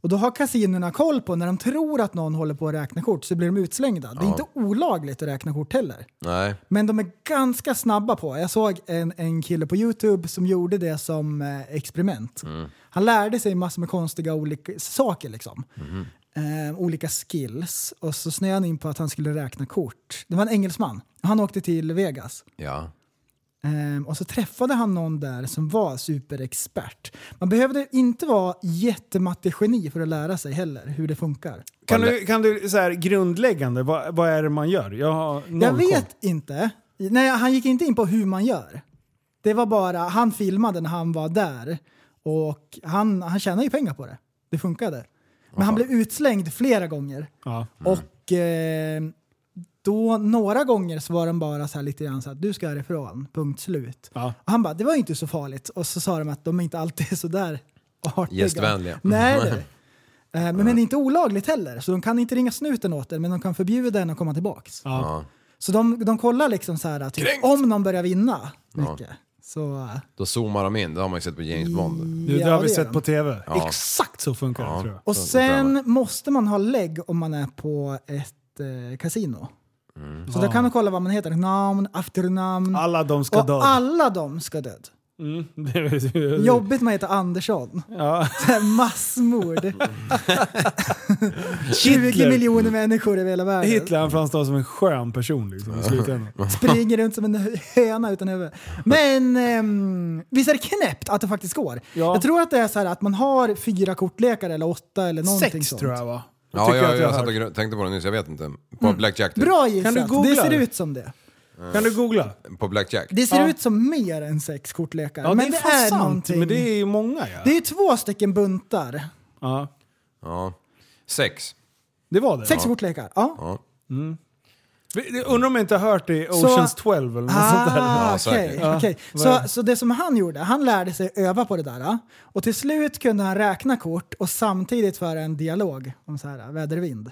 [SPEAKER 6] Och då har kasinorna koll på när de tror att någon håller på att räkna kort så blir de utslängda. Det är inte olagligt att räkna kort heller.
[SPEAKER 7] Nej.
[SPEAKER 6] Men de är ganska snabba på. Jag såg en, en kille på Youtube som gjorde det som eh, experiment. Han lärde sig massor med konstiga olika saker liksom. Eh, olika skills. Och så snöade han in på att han skulle räkna kort. Det var en engelsman. Han åkte till Vegas.
[SPEAKER 7] Ja.
[SPEAKER 6] Ehm, och så träffade han någon där som var superexpert. Man behövde inte vara jättemattegeni för att lära sig heller hur det funkar.
[SPEAKER 5] Kan du, kan du så här, grundläggande, vad, vad är det man gör? Jag, har noll
[SPEAKER 6] Jag
[SPEAKER 5] koll.
[SPEAKER 6] vet inte. Nej, han gick inte in på hur man gör. Det var bara, han filmade när han var där och han, han tjänade ju pengar på det. Det funkade. Men han blev utslängd flera gånger.
[SPEAKER 5] Ja.
[SPEAKER 6] Och eh, då några gånger så var de bara så här lite grann så att du ska härifrån, punkt slut.
[SPEAKER 5] Ja.
[SPEAKER 6] Och han bara, det var ju inte så farligt. Och så sa de att de inte alltid är så där artiga.
[SPEAKER 7] Gästvänliga.
[SPEAKER 6] Nej, det. är det. Eh, Men, men det är inte olagligt heller, så de kan inte ringa snuten åt den men de kan förbjuda den att komma tillbaks.
[SPEAKER 5] Ja.
[SPEAKER 6] Så de, de kollar liksom så här, typ, om någon börjar vinna mycket. Så, eh,
[SPEAKER 7] Då zoomar de in, det har man ju sett på James Bond.
[SPEAKER 5] Du, det har vi
[SPEAKER 6] gör
[SPEAKER 5] sett
[SPEAKER 6] de.
[SPEAKER 5] på tv.
[SPEAKER 7] Ja.
[SPEAKER 5] Exakt så funkar det tror jag.
[SPEAKER 6] Och
[SPEAKER 7] Så- så
[SPEAKER 6] sen
[SPEAKER 7] tränar.
[SPEAKER 6] måste man ha lägg om man är på ett eh, kasino. Så då kan man kolla vad man heter, namn, efternamn.
[SPEAKER 5] Alla de ska
[SPEAKER 6] och
[SPEAKER 5] dö.
[SPEAKER 6] alla de ska död. Jobbigt man heter Andersson.
[SPEAKER 5] ja.
[SPEAKER 6] Massmord. 20 miljoner människor över hela världen.
[SPEAKER 5] Hitler han framstår som en skön person liksom, i slutändan.
[SPEAKER 6] Springer runt som en höna utan huvud. Men ehm, visst är det knäppt att det faktiskt går?
[SPEAKER 5] Ja.
[SPEAKER 6] Jag tror att det är så här att man har fyra kortlekar eller åtta eller någonting
[SPEAKER 5] Sex
[SPEAKER 6] sånt.
[SPEAKER 5] tror jag va?
[SPEAKER 7] Ja,
[SPEAKER 5] tycker
[SPEAKER 7] jag,
[SPEAKER 5] jag
[SPEAKER 7] jag,
[SPEAKER 5] att jag har
[SPEAKER 7] satt och
[SPEAKER 5] hört.
[SPEAKER 7] gr- tänkte på det nyss, jag vet inte. På Blackjack typ.
[SPEAKER 6] Bra gissat.
[SPEAKER 5] du googla
[SPEAKER 6] det ser
[SPEAKER 5] det?
[SPEAKER 6] ut som det.
[SPEAKER 5] Kan du googla?
[SPEAKER 7] På Blackjack.
[SPEAKER 6] Det ser
[SPEAKER 5] Ja.
[SPEAKER 6] ut som mer än sex kortlekar.
[SPEAKER 5] Ja,
[SPEAKER 6] men
[SPEAKER 5] det
[SPEAKER 6] det
[SPEAKER 5] är fan
[SPEAKER 6] är
[SPEAKER 5] sant,
[SPEAKER 6] någonting.
[SPEAKER 5] men det är ju många ja.
[SPEAKER 6] Det är två stycken buntar.
[SPEAKER 5] ja.
[SPEAKER 7] Ja. Sex.
[SPEAKER 5] Det var det.
[SPEAKER 6] Sex kortlekar. Ja.
[SPEAKER 5] Vi- Undrar om jag inte har hört det i Oceans
[SPEAKER 6] Så-
[SPEAKER 5] 12 eller något sånt där.
[SPEAKER 6] Ah,
[SPEAKER 7] Ja,
[SPEAKER 6] okej.
[SPEAKER 7] säkert.
[SPEAKER 5] Ja,
[SPEAKER 6] okej.
[SPEAKER 5] vad är
[SPEAKER 6] Så,
[SPEAKER 5] det?
[SPEAKER 6] så det som han gjorde, han lärde sig öva på det där. ah. Och till slut kunde han räkna kort och samtidigt föra en dialog om så här, väder och vind.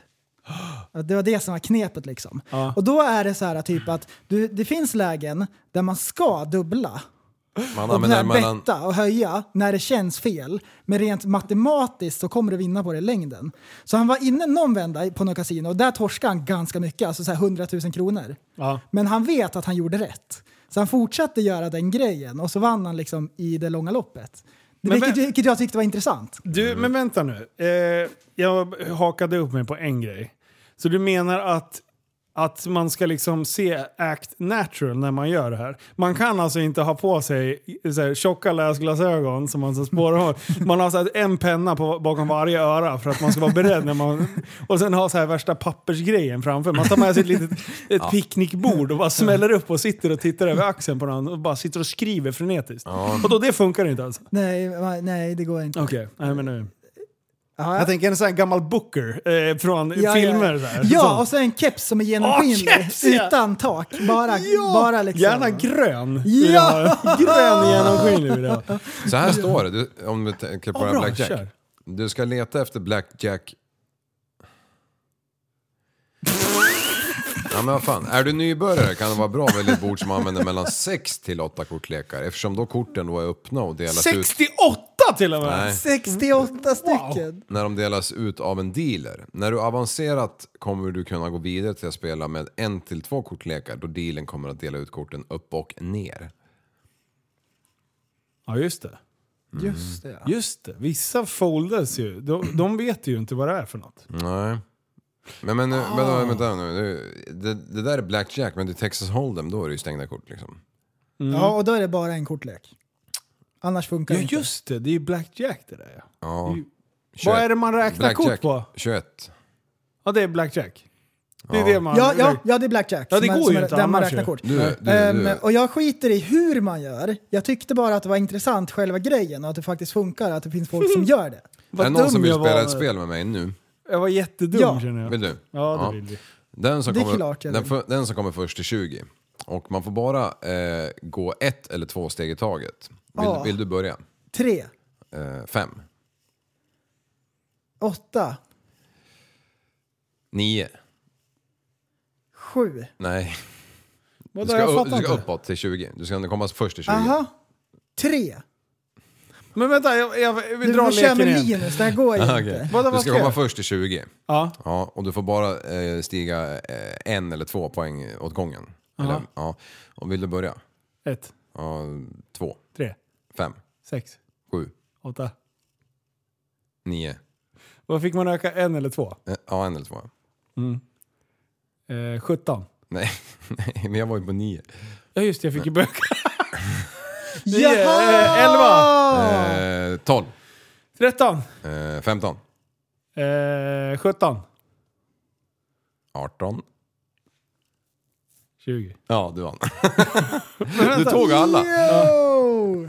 [SPEAKER 6] Att Det var det som var knepet liksom. Och då är det så här typ att du, det finns lägen där man ska dubbla.
[SPEAKER 7] Man
[SPEAKER 6] Och
[SPEAKER 7] använder
[SPEAKER 6] ja,
[SPEAKER 7] mellan...
[SPEAKER 6] betta och höja när det känns fel. Men rent matematiskt så kommer du vinna på det i längden. Så han var inne någon vända på något kasino och där torskade han ganska mycket, alltså så här 100 000 kronor.
[SPEAKER 5] Ja.
[SPEAKER 6] Men han vet att han gjorde rätt. Så han fortsatte göra den grejen och så vann han liksom i det långa loppet.
[SPEAKER 5] Men
[SPEAKER 6] vilket,
[SPEAKER 5] vem-
[SPEAKER 6] vilket jag tyckte var intressant.
[SPEAKER 5] Du, men vänta nu. Eh, jag hakade upp mig på en grej. Så du menar att, att man ska liksom se act natural när man gör det här? Man kan alltså inte ha på sig så här, tjocka läsglasögon som man så spårar Man har så här, en penna på, bakom varje öra för att man ska vara beredd när man... Och sen ha så här värsta pappersgrejen framför. Man tar med sig ett litet ett picknickbord och bara smäller upp och sitter och tittar över axeln på någon och bara sitter och skriver frenetiskt. Och då det funkar inte alltså?
[SPEAKER 6] Nej, va- nej det går inte.
[SPEAKER 5] Okej, nej men nu.
[SPEAKER 6] Ja.
[SPEAKER 5] Jag tänker en sån här gammal booker eh, från
[SPEAKER 6] Ja,
[SPEAKER 5] filmer.
[SPEAKER 6] ja.
[SPEAKER 5] Så här.
[SPEAKER 6] Ja, alltså,
[SPEAKER 5] Sån.
[SPEAKER 6] och så en keps som är genomskinlig.
[SPEAKER 5] Åh, keps, ja!
[SPEAKER 6] utan tak. Bara, bara liksom.
[SPEAKER 5] Gärna grön. vill jag
[SPEAKER 6] Ja!
[SPEAKER 5] ha. Grön genomskinlig vill jag ha.
[SPEAKER 7] Så här står det, du, om du tänker på
[SPEAKER 5] Ja,
[SPEAKER 7] den här
[SPEAKER 5] bra,
[SPEAKER 7] Blackjack.
[SPEAKER 5] kör.
[SPEAKER 7] Du ska leta efter Blackjack... Ja men vad fan, är du nybörjare kan det vara bra att välja ett bord som använder mellan 6 till 8 kortlekar eftersom då korten då är öppna och delas ut
[SPEAKER 5] 68 till och med!
[SPEAKER 7] Nej.
[SPEAKER 6] 68 stycken.
[SPEAKER 7] när de delas ut av en dealer. När du avancerat kommer du kunna gå vidare till att spela med en till två kortlekar då dealen kommer att dela ut korten upp och ner.
[SPEAKER 5] Ja, just det. Mm.
[SPEAKER 6] Just det.
[SPEAKER 5] Just det. Vissa folders ju. De, de vet ju inte vad det är för något.
[SPEAKER 7] Nej. Men, men nu,
[SPEAKER 5] Ah.
[SPEAKER 7] vänta, vänta nu. nu. Det, det där är blackjack, men det är Texas Hold'em, då är det ju stängda kort liksom.
[SPEAKER 6] Ja, och då är det bara en kortlek. Annars funkar
[SPEAKER 5] Mm. Ja
[SPEAKER 6] det inte.
[SPEAKER 5] just det, det är ju blackjack det där ja.
[SPEAKER 7] Ja.
[SPEAKER 5] Vad är det man räknar kort
[SPEAKER 7] blackjack,
[SPEAKER 5] på?
[SPEAKER 7] 21.
[SPEAKER 5] Ja det är blackjack. Det är
[SPEAKER 7] Ja.
[SPEAKER 5] det man...
[SPEAKER 6] Ja, ja, ja, det är blackjack.
[SPEAKER 5] Ja, det
[SPEAKER 6] som är-
[SPEAKER 5] går ju
[SPEAKER 6] som är-
[SPEAKER 5] inte
[SPEAKER 6] där man
[SPEAKER 5] annars
[SPEAKER 6] räknar
[SPEAKER 5] ju.
[SPEAKER 6] kort.
[SPEAKER 7] Du, du,
[SPEAKER 5] eh,
[SPEAKER 6] Ehm,
[SPEAKER 7] du.
[SPEAKER 6] och jag skiter i hur man gör. Jag tyckte bara att det var intressant, själva grejen, och att det faktiskt funkar, att det finns folk som gör det.
[SPEAKER 7] Är det någon som vill
[SPEAKER 5] jag var
[SPEAKER 7] spela
[SPEAKER 5] med-
[SPEAKER 7] ett spel med mig nu?
[SPEAKER 5] Jag var jättedum
[SPEAKER 6] Ja.
[SPEAKER 5] känner jag.
[SPEAKER 7] Vill du?
[SPEAKER 5] Ja, det vill vi.
[SPEAKER 7] Den som,
[SPEAKER 6] Det är
[SPEAKER 7] kommer,
[SPEAKER 6] klart jag
[SPEAKER 7] den,
[SPEAKER 6] vill.
[SPEAKER 7] för, den som kommer först till 20. Och man får bara eh, gå ett eller två steg i taget. Vill,
[SPEAKER 5] Ah.
[SPEAKER 6] Ja.
[SPEAKER 7] vill du börja?
[SPEAKER 6] Tre,
[SPEAKER 7] Eh, fem?
[SPEAKER 6] åtta,
[SPEAKER 7] Nio?
[SPEAKER 6] sju.
[SPEAKER 7] Nej. Du
[SPEAKER 5] Vadå,
[SPEAKER 7] ska,
[SPEAKER 5] jag
[SPEAKER 7] upp-
[SPEAKER 5] fattar
[SPEAKER 7] du ska
[SPEAKER 5] inte.
[SPEAKER 7] uppåt till 20. Du ska komma först till 20.
[SPEAKER 6] Aha. Tre.
[SPEAKER 5] Men vänta, jag, jag, vi
[SPEAKER 6] Du
[SPEAKER 5] drar
[SPEAKER 6] får köra med
[SPEAKER 5] leken igen.
[SPEAKER 6] Linus, det här går ju
[SPEAKER 7] Aha,
[SPEAKER 6] inte.
[SPEAKER 7] Ah, okej.
[SPEAKER 5] Vadå,
[SPEAKER 7] Du
[SPEAKER 5] vad
[SPEAKER 7] ska
[SPEAKER 5] ska
[SPEAKER 7] komma
[SPEAKER 5] jag?
[SPEAKER 7] först till 20.
[SPEAKER 5] Ja.
[SPEAKER 7] Ja, och du får bara eh, stiga eh, en eller två poäng åt gången. Eller, ja. Och vill du börja?
[SPEAKER 5] Ett,
[SPEAKER 7] Ja, två,
[SPEAKER 5] tre,
[SPEAKER 7] fem,
[SPEAKER 5] sex,
[SPEAKER 7] sju,
[SPEAKER 5] åtta.
[SPEAKER 7] nio.
[SPEAKER 5] Vad fick man öka? En eller två?
[SPEAKER 7] Eh, Ja, en eller två.
[SPEAKER 5] Eh, 17.
[SPEAKER 7] Nej, nej, men jag var ju på nio.
[SPEAKER 5] Ja just det, jag fick ju böka.
[SPEAKER 6] Jaha!
[SPEAKER 5] Eh, 11,
[SPEAKER 7] Eh, 12,
[SPEAKER 5] 13,
[SPEAKER 7] eh, 15,
[SPEAKER 5] eh, 17,
[SPEAKER 7] 18.
[SPEAKER 5] 20.
[SPEAKER 7] Ja, du vann. du tog alla.
[SPEAKER 6] Yo!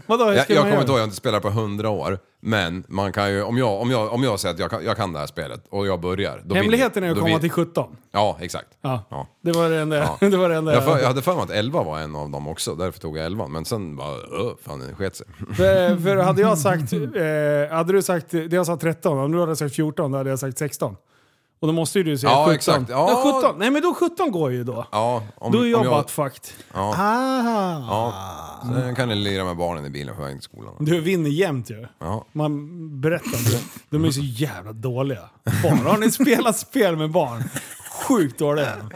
[SPEAKER 5] Vadå, hur
[SPEAKER 7] Jag,
[SPEAKER 5] ska
[SPEAKER 7] jag
[SPEAKER 5] man
[SPEAKER 7] kommer inte
[SPEAKER 5] göra?
[SPEAKER 7] ihåg, jag har inte spelat på hundra år. Men man kan ju, om, jag, om, jag, om jag säger att jag kan, jag kan det här spelet och jag börjar. Då
[SPEAKER 5] Hemligheten är
[SPEAKER 7] vinner-
[SPEAKER 5] att
[SPEAKER 7] då
[SPEAKER 5] komma
[SPEAKER 7] vin-
[SPEAKER 5] till 17.
[SPEAKER 7] Ja, exakt.
[SPEAKER 5] Ja.
[SPEAKER 7] Ja.
[SPEAKER 5] Det var det enda,
[SPEAKER 7] Ja.
[SPEAKER 5] det var det enda
[SPEAKER 7] Jag, för, jag hade för mig att 11 var en av dem också, därför tog jag 11. Men sen bara, öh, fan det sket sig.
[SPEAKER 5] För, för hade jag sagt, eh, hade du sagt, det jag sa 13, om du hade sagt 14 då hade jag sagt 16. Och då måste ju du säga
[SPEAKER 7] Ja,
[SPEAKER 5] 17.
[SPEAKER 7] exakt. Ja.
[SPEAKER 5] Nej, 17. Nej men då 17 går ju då.
[SPEAKER 7] Ja, om,
[SPEAKER 5] Då är jag
[SPEAKER 7] om
[SPEAKER 5] butt fucked. Ah.
[SPEAKER 6] Aha.
[SPEAKER 7] Ja, sen kan jag lira med barnen i bilen på väg till skolan.
[SPEAKER 5] Du vinner jämt ju.
[SPEAKER 7] Ja.
[SPEAKER 5] Man berättar inte. De är så jävla dåliga. Barn, har ni spelat spel med barn? Sjukt dåliga.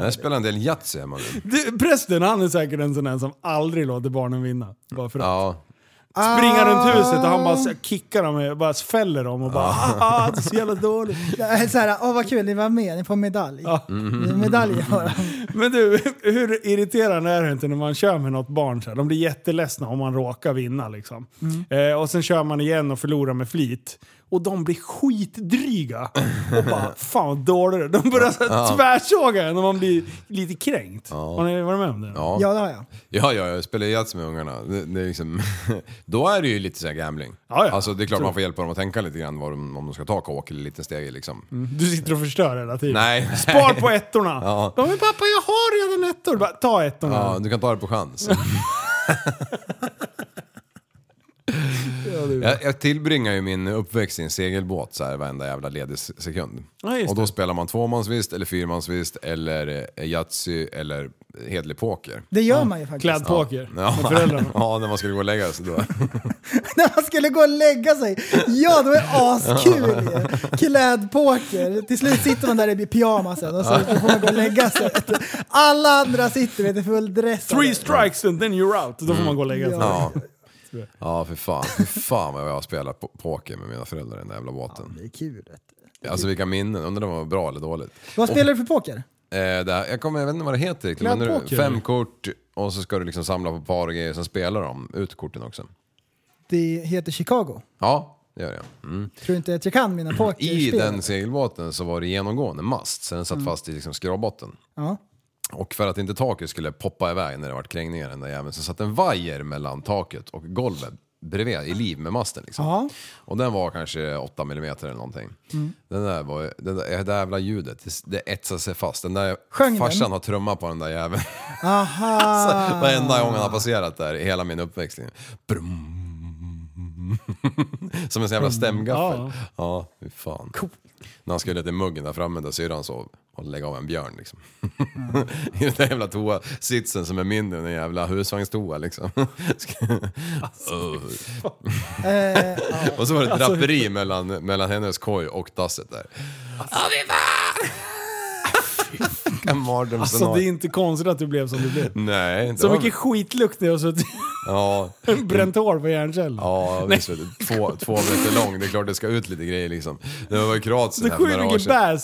[SPEAKER 7] Jag spelar en del Yatzy hemma nu.
[SPEAKER 5] Du, prästen han är säkert en sån där som aldrig låter barnen vinna. Bara för att
[SPEAKER 7] Ja,
[SPEAKER 5] springa
[SPEAKER 6] Ah.
[SPEAKER 5] runt huset och han bara så här kickar dem, bara fäller dem och bara ah, ah, det är så jävla dåligt.
[SPEAKER 6] Ah, Det är Så här, åh vad kul, ni var med, ni får medalj.
[SPEAKER 5] Ja.
[SPEAKER 6] Det är Medalj bara.
[SPEAKER 5] Men du, hur irriterande är det inte när man kör med något barn så här? De blir jätteledsna om man råkar vinna liksom.
[SPEAKER 6] Mm.
[SPEAKER 5] Eh, och sen kör man igen och förlorar med flit. Och de blir skitdryga. Och bara, fan vad dålig du är." De börjar så här tvärsåga en och man blir lite kränkt. Har ni varit med om det?
[SPEAKER 7] ja.
[SPEAKER 6] Ja, det har jag.
[SPEAKER 7] Ja, ja, jag spelar Yatzy med ungarna. Det, det är liksom, då är det ju lite så här gambling.
[SPEAKER 5] Ja, ja.
[SPEAKER 7] Alltså det är klart man får hjälpa dem att tänka lite grann vad de, om de ska ta kåk eller liten steg liksom.
[SPEAKER 5] Du sitter och förstör hela tiden.
[SPEAKER 7] Nej.
[SPEAKER 5] Spar på ettorna!
[SPEAKER 7] Ja.
[SPEAKER 5] Bara, men pappa jag har redan ettor! Bara, ta ettorna.
[SPEAKER 7] Ja, du kan ta det på chans. jag, jag tillbringar ju min uppväxt i en segelbåt så här varenda jävla ledig se- sekund.
[SPEAKER 5] Ja, just
[SPEAKER 7] och då
[SPEAKER 5] det.
[SPEAKER 7] spelar man tvåmansvist eller fyrmansvist eller eh, Yatzy eller eh, hedlig poker.
[SPEAKER 6] Det gör man ju faktiskt.
[SPEAKER 5] Klädpoker med föräldrarna.
[SPEAKER 7] ja, när man skulle gå och lägga sig då.
[SPEAKER 6] När man skulle gå och lägga sig. Ja, det var ju askul ju. Klädpoker. Till slut sitter man där i pyjamasen och så får man gå och lägga sig. Alla andra sitter vet du, fulldressade.
[SPEAKER 5] Three strikes and then you're out. Då får man gå och lägga sig.
[SPEAKER 7] Ja. Ja, för fan. För fan vad jag har spelat po- poker med mina föräldrar i den där jävla båten.
[SPEAKER 6] Det är kul. vet du.
[SPEAKER 7] Alltså vilka minnen. Undrar om det var bra eller dåligt.
[SPEAKER 6] Vad spelar du för poker?
[SPEAKER 7] Eh, det här, jag, kommer, jag vet inte vad det heter riktigt. Men nu,
[SPEAKER 5] Klädpoker.
[SPEAKER 7] fem kort och så ska du liksom samla på par grejer, sen spelar de ut korten också.
[SPEAKER 6] Det heter Chicago.
[SPEAKER 7] Ja, det gör jag. Mm.
[SPEAKER 6] Tror inte att jag kan mina pokerspel?
[SPEAKER 7] I den segelbåten så var det genomgående mast, så den satt fast i liksom skrovbotten.
[SPEAKER 6] Mm. Ja.
[SPEAKER 7] Och för att inte taket skulle poppa iväg när det var krängningar den där jäveln så satt en vajer mellan taket och golvet bredvid, i liv med masten liksom.
[SPEAKER 6] Ja.
[SPEAKER 7] Och den var kanske 8 mm eller någonting. Den där var, ju- den där, det där jävla ljudet, det, det etsade sig fast. Den där
[SPEAKER 6] Sjöng den?
[SPEAKER 7] farsan har trummat på den där jäveln.
[SPEAKER 6] Aha!
[SPEAKER 5] Ah.
[SPEAKER 7] Alltså, varenda gång han har passerat där i hela min uppväxt. Brum. Som en sån jävla stämgaffel. Ja, fy fan. När han skulle till muggen där framme där syrran sov och lägga av en björn liksom.
[SPEAKER 5] Mm.
[SPEAKER 7] I den där jävla toa, sitsen som är mindre än en jävla husvagnstoa liksom.
[SPEAKER 5] Alltså,
[SPEAKER 6] Eh,
[SPEAKER 7] och så var det
[SPEAKER 5] Alltså,
[SPEAKER 7] draperi mellan, mellan hennes koj och dasset där. Åh fy fan! Vilka mardrömsscenarier.
[SPEAKER 5] Alltså det är inte konstigt att det blev som det blev.
[SPEAKER 7] Nej, det
[SPEAKER 5] Så
[SPEAKER 7] var-
[SPEAKER 5] mycket skitlukt det och så
[SPEAKER 7] Ja,
[SPEAKER 5] bränt hår på hjärncellan.
[SPEAKER 7] ja visst. vet du. Två, två meter lång, det är klart det ska ut lite grejer liksom. När vi var i Kroatien
[SPEAKER 5] Det
[SPEAKER 7] här för några år
[SPEAKER 5] sjunger
[SPEAKER 7] sedan.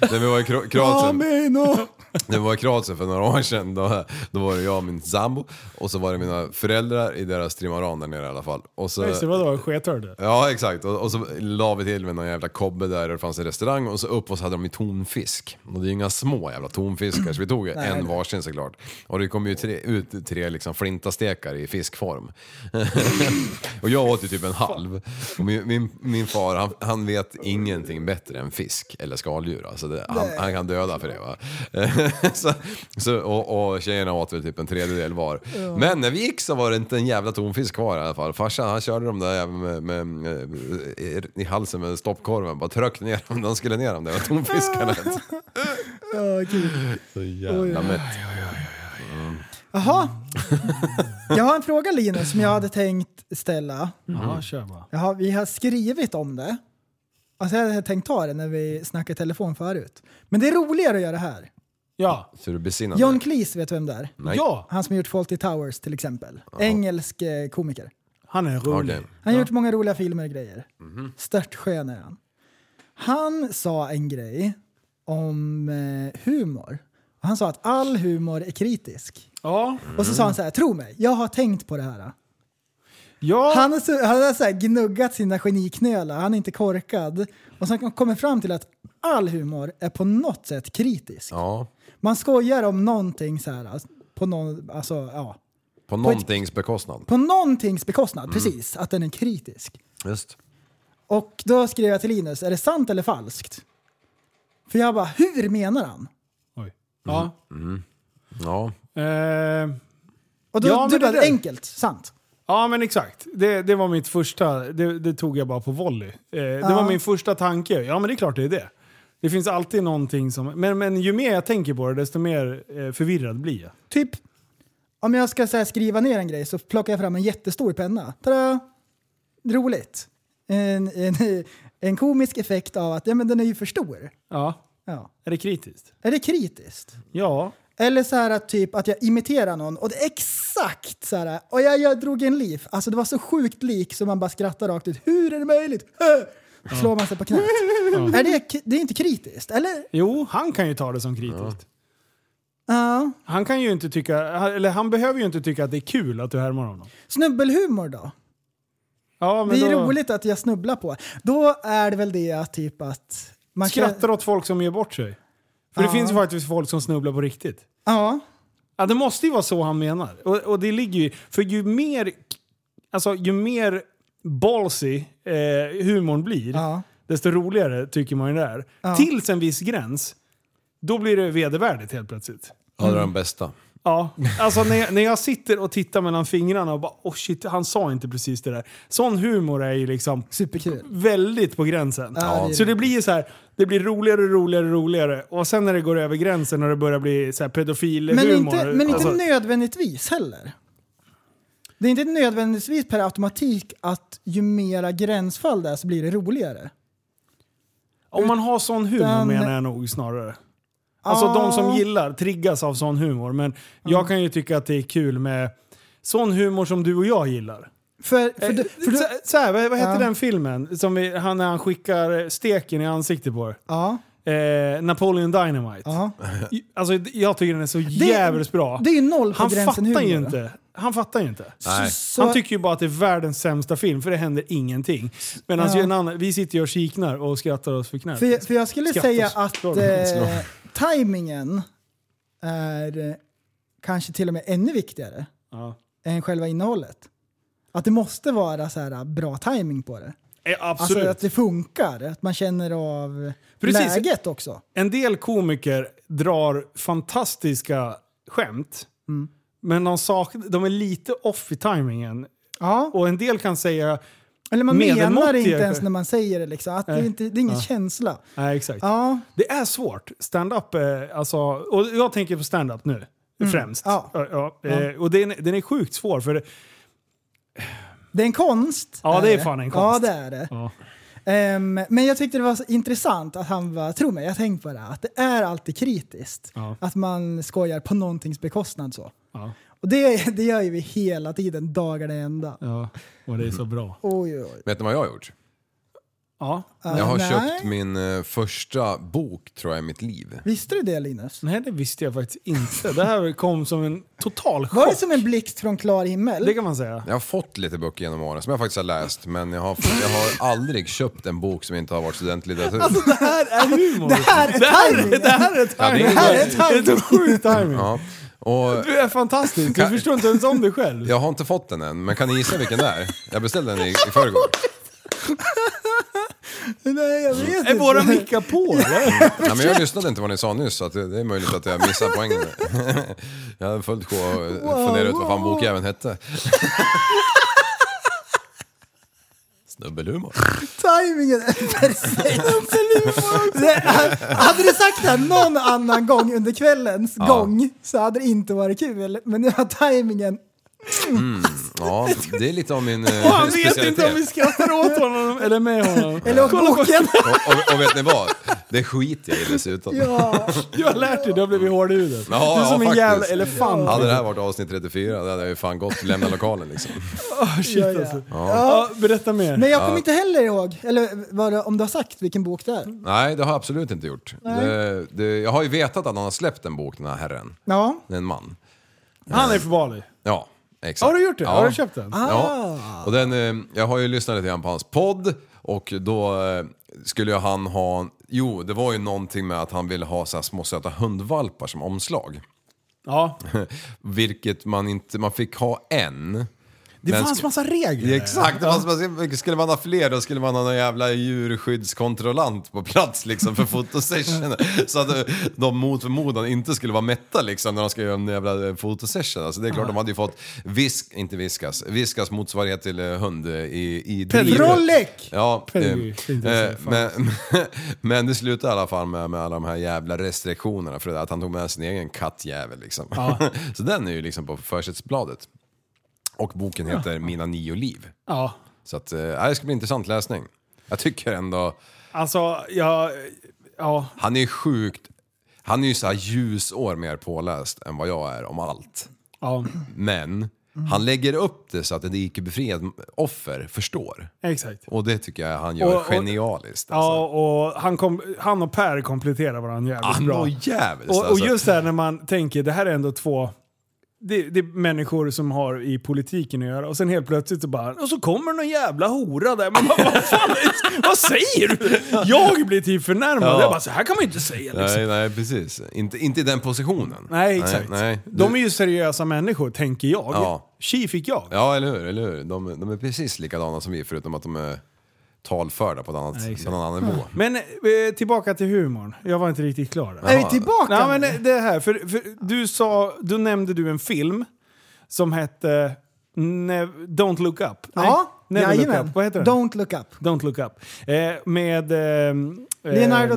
[SPEAKER 5] bärs.
[SPEAKER 7] När vi var i Kro- Kroatien.
[SPEAKER 5] Amen och...
[SPEAKER 7] När vi var i Kroatien för några år sedan, då, då var det jag och min sambo och så var det mina föräldrar i deras trimaran där nere i alla fall. Och så,
[SPEAKER 5] Just det, vadå? Skethörd?
[SPEAKER 7] Ja, exakt. Och, och så la vi till med någon jävla kobbe där och det fanns en restaurang och så upp och så hade de ju tonfisk. Och det är ju inga små jävla tonfiskar så vi tog ju en varsin såklart. Och det kom ju tre, ut tre liksom flintastekar i fiskform. och jag åt ju typ en halv. Och min, min, min far han, han vet ingenting bättre än fisk eller skaldjur. Alltså det, han, han kan döda för det va. så, så, och, och tjejerna åt väl typ en tredjedel var. Men när vi gick så var det inte en jävla tonfisk kvar i alla fall. Farsan han körde dem där jävla med, med, i- i halsen med stoppkorven. Bara tryck ner dem, de skulle ner dem där tonfiskarna.
[SPEAKER 6] Ja, kul.
[SPEAKER 7] Så jävla mätt.
[SPEAKER 6] Jaha. Jag har en fråga Linus som jag hade tänkt ställa.
[SPEAKER 5] Ja, kör bara.
[SPEAKER 6] Jaha, vi har skrivit om det. Alltså jag hade tänkt ta det när vi snackade i telefon förut. Men det är roligare att göra det här.
[SPEAKER 5] Ja.
[SPEAKER 7] Så du besinnar dig?
[SPEAKER 6] John Cleese, vet du vem det är?
[SPEAKER 7] Nej.
[SPEAKER 5] Ja,
[SPEAKER 6] Han som har gjort Fawlty Towers till exempel. Engelsk eh, komiker.
[SPEAKER 5] han är rolig.
[SPEAKER 7] Okej.
[SPEAKER 6] Han har gjort många roliga filmer och grejer. Störtskön är han. Han sa en grej om eh, humor. Han sa att all humor är kritisk.
[SPEAKER 5] Ja.
[SPEAKER 6] Och så sa han så här, tro mig, jag har tänkt på det här.
[SPEAKER 5] ja.
[SPEAKER 6] Han, är så, han har så här gnuggat sina geniknölar, han är inte korkad. Och sen kommer fram till att all humor är på något sätt kritisk.
[SPEAKER 7] Ja,
[SPEAKER 6] Man skojar om någonting så här, alltså, på, någon, alltså, ja.
[SPEAKER 7] på någontings bekostnad.
[SPEAKER 6] på någontings bekostnad,
[SPEAKER 5] Mm.
[SPEAKER 6] precis, att den är kritisk.
[SPEAKER 7] Just.
[SPEAKER 6] Och då skrev jag till Linus, är det sant eller falskt? För jag bara, hur menar han?
[SPEAKER 5] Oj. Ja.
[SPEAKER 7] Ja, Mm.
[SPEAKER 5] Eh,
[SPEAKER 6] Och då,
[SPEAKER 5] Ja, men
[SPEAKER 6] du
[SPEAKER 5] det
[SPEAKER 6] bara,
[SPEAKER 5] där-
[SPEAKER 6] enkelt, sant.
[SPEAKER 5] ja, men exakt. Det, det var mitt första, det, det tog jag bara på volley. Eh, det var min första tanke. Ja, men det är klart det är det. Det finns alltid någonting som... Men, men ju mer jag tänker på det, desto mer eh, förvirrad blir jag.
[SPEAKER 6] Typ, om jag ska så här, skriva ner en grej så plockar jag fram en jättestor penna. Tada! Roligt. En, en, en komisk effekt av att ja, men den är ju för stor.
[SPEAKER 5] Ja.
[SPEAKER 6] Ja.
[SPEAKER 5] Är det kritiskt?
[SPEAKER 6] Är det kritiskt?
[SPEAKER 5] Ja.
[SPEAKER 6] Eller så här att typ att jag imiterar någon och det är exakt så här. Och jag, jag drog en liv. Alltså det var så sjukt lik så man bara skrattar rakt ut. Hur är det möjligt? Äh! Slår man sig på knät. Är det, det är inte kritiskt, eller?
[SPEAKER 5] Jo, han kan ju ta det som kritiskt.
[SPEAKER 6] Ja.
[SPEAKER 5] Han kan ju inte tycka, eller han behöver ju inte tycka att det är kul att du härmar honom.
[SPEAKER 6] Snubbelhumor då?
[SPEAKER 5] Ja, men
[SPEAKER 6] det är
[SPEAKER 5] då
[SPEAKER 6] roligt att jag snubblar på. Då är det väl det att typ att... Man
[SPEAKER 5] Skrattar
[SPEAKER 6] kan,
[SPEAKER 5] åt folk som gör bort sig. För det
[SPEAKER 6] Ja.
[SPEAKER 5] finns ju faktiskt folk som snubblar på riktigt.
[SPEAKER 6] Ja.
[SPEAKER 5] Ja, det måste ju vara så han menar. Och, och det ligger ju... För ju mer... Alltså, ju mer ballsy eh, humorn blir,
[SPEAKER 6] Ja.
[SPEAKER 5] desto roligare tycker man ju det är. Tills en viss gräns, då blir det vedervärdigt helt plötsligt.
[SPEAKER 7] ja det är de bästa.
[SPEAKER 5] Ja, alltså när jag, när jag sitter och tittar mellan fingrarna och bara oh shit, han sa inte precis det där. Sån humor är ju liksom
[SPEAKER 6] Superkul.
[SPEAKER 5] väldigt på gränsen.
[SPEAKER 6] Ja, det är
[SPEAKER 5] Så det blir ju så här, det blir roligare och roligare och roligare. Och sen när det går över gränsen och det börjar bli så här pedofilhumor.
[SPEAKER 6] Men inte, men inte
[SPEAKER 5] alltså,
[SPEAKER 6] nödvändigtvis heller. Det är inte nödvändigtvis per automatik att ju mera gränsfall det är så blir det roligare.
[SPEAKER 5] om man har sån humor
[SPEAKER 6] utan-
[SPEAKER 5] menar jag nog snarare. Alltså de som gillar triggas av sån humor. Men jag kan ju tycka att det är kul med sån humor som du och jag gillar.
[SPEAKER 6] För, för, du- för,
[SPEAKER 5] Eh, så,
[SPEAKER 6] du-
[SPEAKER 5] så här, vad, vad hette
[SPEAKER 6] Ja.
[SPEAKER 5] den filmen? Som vi, han, när han skickar eh, steken i ansiktet på er.
[SPEAKER 6] ja,
[SPEAKER 5] Eh, Napoleon Dynamite.
[SPEAKER 6] ja.
[SPEAKER 5] I- Alltså, d- jag tycker den är så jävligt bra.
[SPEAKER 6] Det är ju noll på
[SPEAKER 5] han
[SPEAKER 6] gränsen
[SPEAKER 5] fattar
[SPEAKER 6] humor.
[SPEAKER 5] ju inte. Han fattar ju inte.
[SPEAKER 7] Nej.
[SPEAKER 6] Så,
[SPEAKER 5] Han tycker ju bara att det är världens sämsta film, för det händer ingenting. Medan
[SPEAKER 6] Ja.
[SPEAKER 5] ju en annan, vi sitter ju och kiknar och skrattar oss för knät.
[SPEAKER 6] för, för jag skulle
[SPEAKER 5] Skrattas.
[SPEAKER 6] säga att
[SPEAKER 5] Slår den.
[SPEAKER 6] eh, tajmingen är eh, kanske till och med ännu viktigare
[SPEAKER 5] Ja.
[SPEAKER 6] än själva innehållet. Att det måste vara så här, eh, bra timing på det.
[SPEAKER 5] Eh,
[SPEAKER 6] Alltså
[SPEAKER 5] absolut.
[SPEAKER 6] att det funkar, att man känner av
[SPEAKER 5] Precis.
[SPEAKER 6] läget också.
[SPEAKER 5] En del komiker drar fantastiska skämt,
[SPEAKER 6] Mm.
[SPEAKER 5] men de, sak, de är lite off i timingen.
[SPEAKER 6] Ja.
[SPEAKER 5] Och en del kan säga...
[SPEAKER 6] Eller man
[SPEAKER 5] Medelmåttiga
[SPEAKER 6] menar det inte
[SPEAKER 5] kanske.
[SPEAKER 6] ens när man säger det. Liksom. Att det, är
[SPEAKER 5] Nej.
[SPEAKER 6] inte, det är ingen
[SPEAKER 5] Ja.
[SPEAKER 6] känsla.
[SPEAKER 5] Nej, exakt.
[SPEAKER 6] Ja,
[SPEAKER 5] Det är svårt. Stand-up, eh, alltså, och jag tänker på stand-up nu främst.
[SPEAKER 6] Mm. Ja.
[SPEAKER 5] Ja, ja, eh, Och den, den är sjukt svår för...
[SPEAKER 6] det är en konst.
[SPEAKER 5] Ja,
[SPEAKER 6] är
[SPEAKER 5] det är fan en konst.
[SPEAKER 6] Ja, det är det.
[SPEAKER 5] Ja.
[SPEAKER 6] Ehm, men jag tyckte det var så intressant att han var, tro mig, jag har tänkt på det, här, att det är alltid kritiskt.
[SPEAKER 5] Ja.
[SPEAKER 6] Att man skojar på någontings bekostnad så.
[SPEAKER 5] Ja.
[SPEAKER 6] Och det, det gör ju vi hela tiden, dagarna i ända.
[SPEAKER 5] Ja, och det är så bra.
[SPEAKER 6] Oj, oj, oj.
[SPEAKER 7] Vet ni vad jag har gjort?
[SPEAKER 5] Ja.
[SPEAKER 7] Jag har
[SPEAKER 6] nej.
[SPEAKER 7] köpt min eh, första bok tror jag i mitt liv.
[SPEAKER 6] Visste du det Linus?
[SPEAKER 5] Nej, det visste jag faktiskt inte. Det här kom som en total
[SPEAKER 6] Var
[SPEAKER 5] chock.
[SPEAKER 6] det som en blixt från klar himmel?
[SPEAKER 5] Det kan man säga.
[SPEAKER 7] Jag har fått lite böcker genom åren som jag faktiskt har läst men jag har, fått, jag har aldrig köpt en bok som inte har varit studentlitteratur.
[SPEAKER 6] det här är,
[SPEAKER 5] Humor.
[SPEAKER 6] det här är tajmingen!
[SPEAKER 5] Det här är ett
[SPEAKER 7] Ja, det är-
[SPEAKER 5] timing.
[SPEAKER 6] här är
[SPEAKER 5] Det är så
[SPEAKER 6] tajming!
[SPEAKER 5] sjukt timing.
[SPEAKER 7] Ja. Och
[SPEAKER 5] Du är fantastisk. Du
[SPEAKER 7] Kan-
[SPEAKER 5] förstår inte ens om dig själv.
[SPEAKER 7] jag har inte fått den än men kan ni gissa vilken det är? Jag beställde den i, i förrgår.
[SPEAKER 6] Nej, jag vet inte.
[SPEAKER 5] Är våra mickar på eller?
[SPEAKER 7] Ja, men jag lyssnade inte vad ni sa nyss så att det, det är möjligt att jag missar poängen. där. jag hade fullt sjå att fundera ut vad fan bokjäveln hette. Snubbelhumor.
[SPEAKER 6] Timingen är perfekt! Det- hade du sagt det här någon annan gång under kvällens gång så hade det inte varit kul. Men nu har timingen
[SPEAKER 7] Ja, det är lite av min eh,
[SPEAKER 5] Han vet
[SPEAKER 7] specialitet.
[SPEAKER 5] inte om vi skrattar åt honom eller med honom.
[SPEAKER 6] Eller åt boken.
[SPEAKER 7] Och, och, och vet ni vad? Det skiter jag i dessutom.
[SPEAKER 6] Ja.
[SPEAKER 5] Du har lärt dig, du har blivit hård i huvudet.
[SPEAKER 7] Ja,
[SPEAKER 5] du är som
[SPEAKER 7] ja,
[SPEAKER 5] en jävla
[SPEAKER 7] faktiskt.
[SPEAKER 5] elefant.
[SPEAKER 7] Hade det här varit avsnitt 34 då hade jag ju fan gått och lämnat lokalen liksom.
[SPEAKER 5] Ah, shit,
[SPEAKER 6] Ja, ja.
[SPEAKER 5] Alltså. Ja, berätta mer.
[SPEAKER 6] Men jag kommer inte heller ihåg, eller vad det, om du har sagt vilken bok det är.
[SPEAKER 7] Nej, det har jag absolut inte gjort. Det, det, jag har ju vetat att han har släppt en bok, den här herren.
[SPEAKER 6] Ja.
[SPEAKER 7] Det är En man.
[SPEAKER 5] Han är för Bali.
[SPEAKER 7] Ja, exakt.
[SPEAKER 5] Har du gjort det?
[SPEAKER 7] Ja.
[SPEAKER 5] Har du köpt den? Ah.
[SPEAKER 7] Ja. Och den, eh, jag har ju lyssnat lite grann på hans podd och då eh, skulle ju han ha... Jo, det var ju någonting med att han ville ha så här små söta hundvalpar som omslag.
[SPEAKER 5] Ja.
[SPEAKER 7] Vilket man inte... Man fick ha en.
[SPEAKER 5] Det
[SPEAKER 7] Men
[SPEAKER 5] fanns
[SPEAKER 7] sk-
[SPEAKER 5] massa regler.
[SPEAKER 7] Ja, Exakt, det var som- skulle man ha fler då skulle man ha någon jävla djurskyddskontrollant på plats liksom för fotosessionen. Så att eh, de mot förmodan inte skulle vara mätta liksom när de ska göra en jävla eh, fotosession. Alltså det är klart, de hade ju fått visk, inte viskas, viskas motsvarighet till eh, hund eh, i, i
[SPEAKER 5] Pedrolek!
[SPEAKER 7] Ja, eh,
[SPEAKER 5] Pedrolek, det är inte
[SPEAKER 7] eh,
[SPEAKER 5] så
[SPEAKER 7] men, men det slutade i alla fall med, med alla de här jävla restriktionerna för det, att han tog med sin egen kattjävel liksom. Så den är ju liksom på försättsbladet. Och boken heter Mina nio liv.
[SPEAKER 5] Ja.
[SPEAKER 7] Så att, eh, det ska bli intressant läsning. Jag tycker ändå,
[SPEAKER 5] Alltså, jag... Ja.
[SPEAKER 7] han är sjukt, han är ju så här ljusår mer påläst än vad jag är om allt.
[SPEAKER 5] ja.
[SPEAKER 7] Men han lägger upp det så att en icke-befriad offer förstår.
[SPEAKER 5] Exakt.
[SPEAKER 7] Och det tycker jag han gör
[SPEAKER 5] Och- och-
[SPEAKER 7] genialiskt.
[SPEAKER 5] Ja,
[SPEAKER 7] Alltså.
[SPEAKER 5] och han, kom, han och Per kompletterar varandra jävligt
[SPEAKER 7] Han
[SPEAKER 5] bra.
[SPEAKER 7] var Ah, jävligt
[SPEAKER 5] Och, och
[SPEAKER 7] alltså.
[SPEAKER 5] just det här när man tänker, det här är ändå två... Det, det är människor som har i politiken att göra och sen helt plötsligt så bara och så kommer någon jävla hora där. Man bara, vad fan, vad säger du? Jag blir typ förnärmad.
[SPEAKER 7] Ja.
[SPEAKER 5] Jag bara, så här kan man ju inte säga liksom.
[SPEAKER 7] Nej, nej precis. Inte, inte i den positionen.
[SPEAKER 5] Nej, exakt.
[SPEAKER 7] nej.
[SPEAKER 5] De är ju seriösa människor, tänker jag.
[SPEAKER 7] Ja.
[SPEAKER 5] Tji fick jag.
[SPEAKER 7] Ja, eller hur? Eller hur? De, de är precis likadana som vi förutom att de är talförda på, ett annat,
[SPEAKER 5] Nej, exakt.
[SPEAKER 7] på en annan nivå.
[SPEAKER 5] Men eh, tillbaka till humorn. Jag var inte riktigt klar där.
[SPEAKER 6] Är vi tillbaka?
[SPEAKER 5] Nej, men eh, det här. För, för du sa, då nämnde du en film som hette Nev- Don't Look Up. Nej,
[SPEAKER 6] ja,
[SPEAKER 5] Never Look
[SPEAKER 6] jajamän.
[SPEAKER 5] Up. Vad heter den?
[SPEAKER 6] Don't look up.
[SPEAKER 5] Don't Look Up. Eh, med ehm, eh,
[SPEAKER 6] Leonardo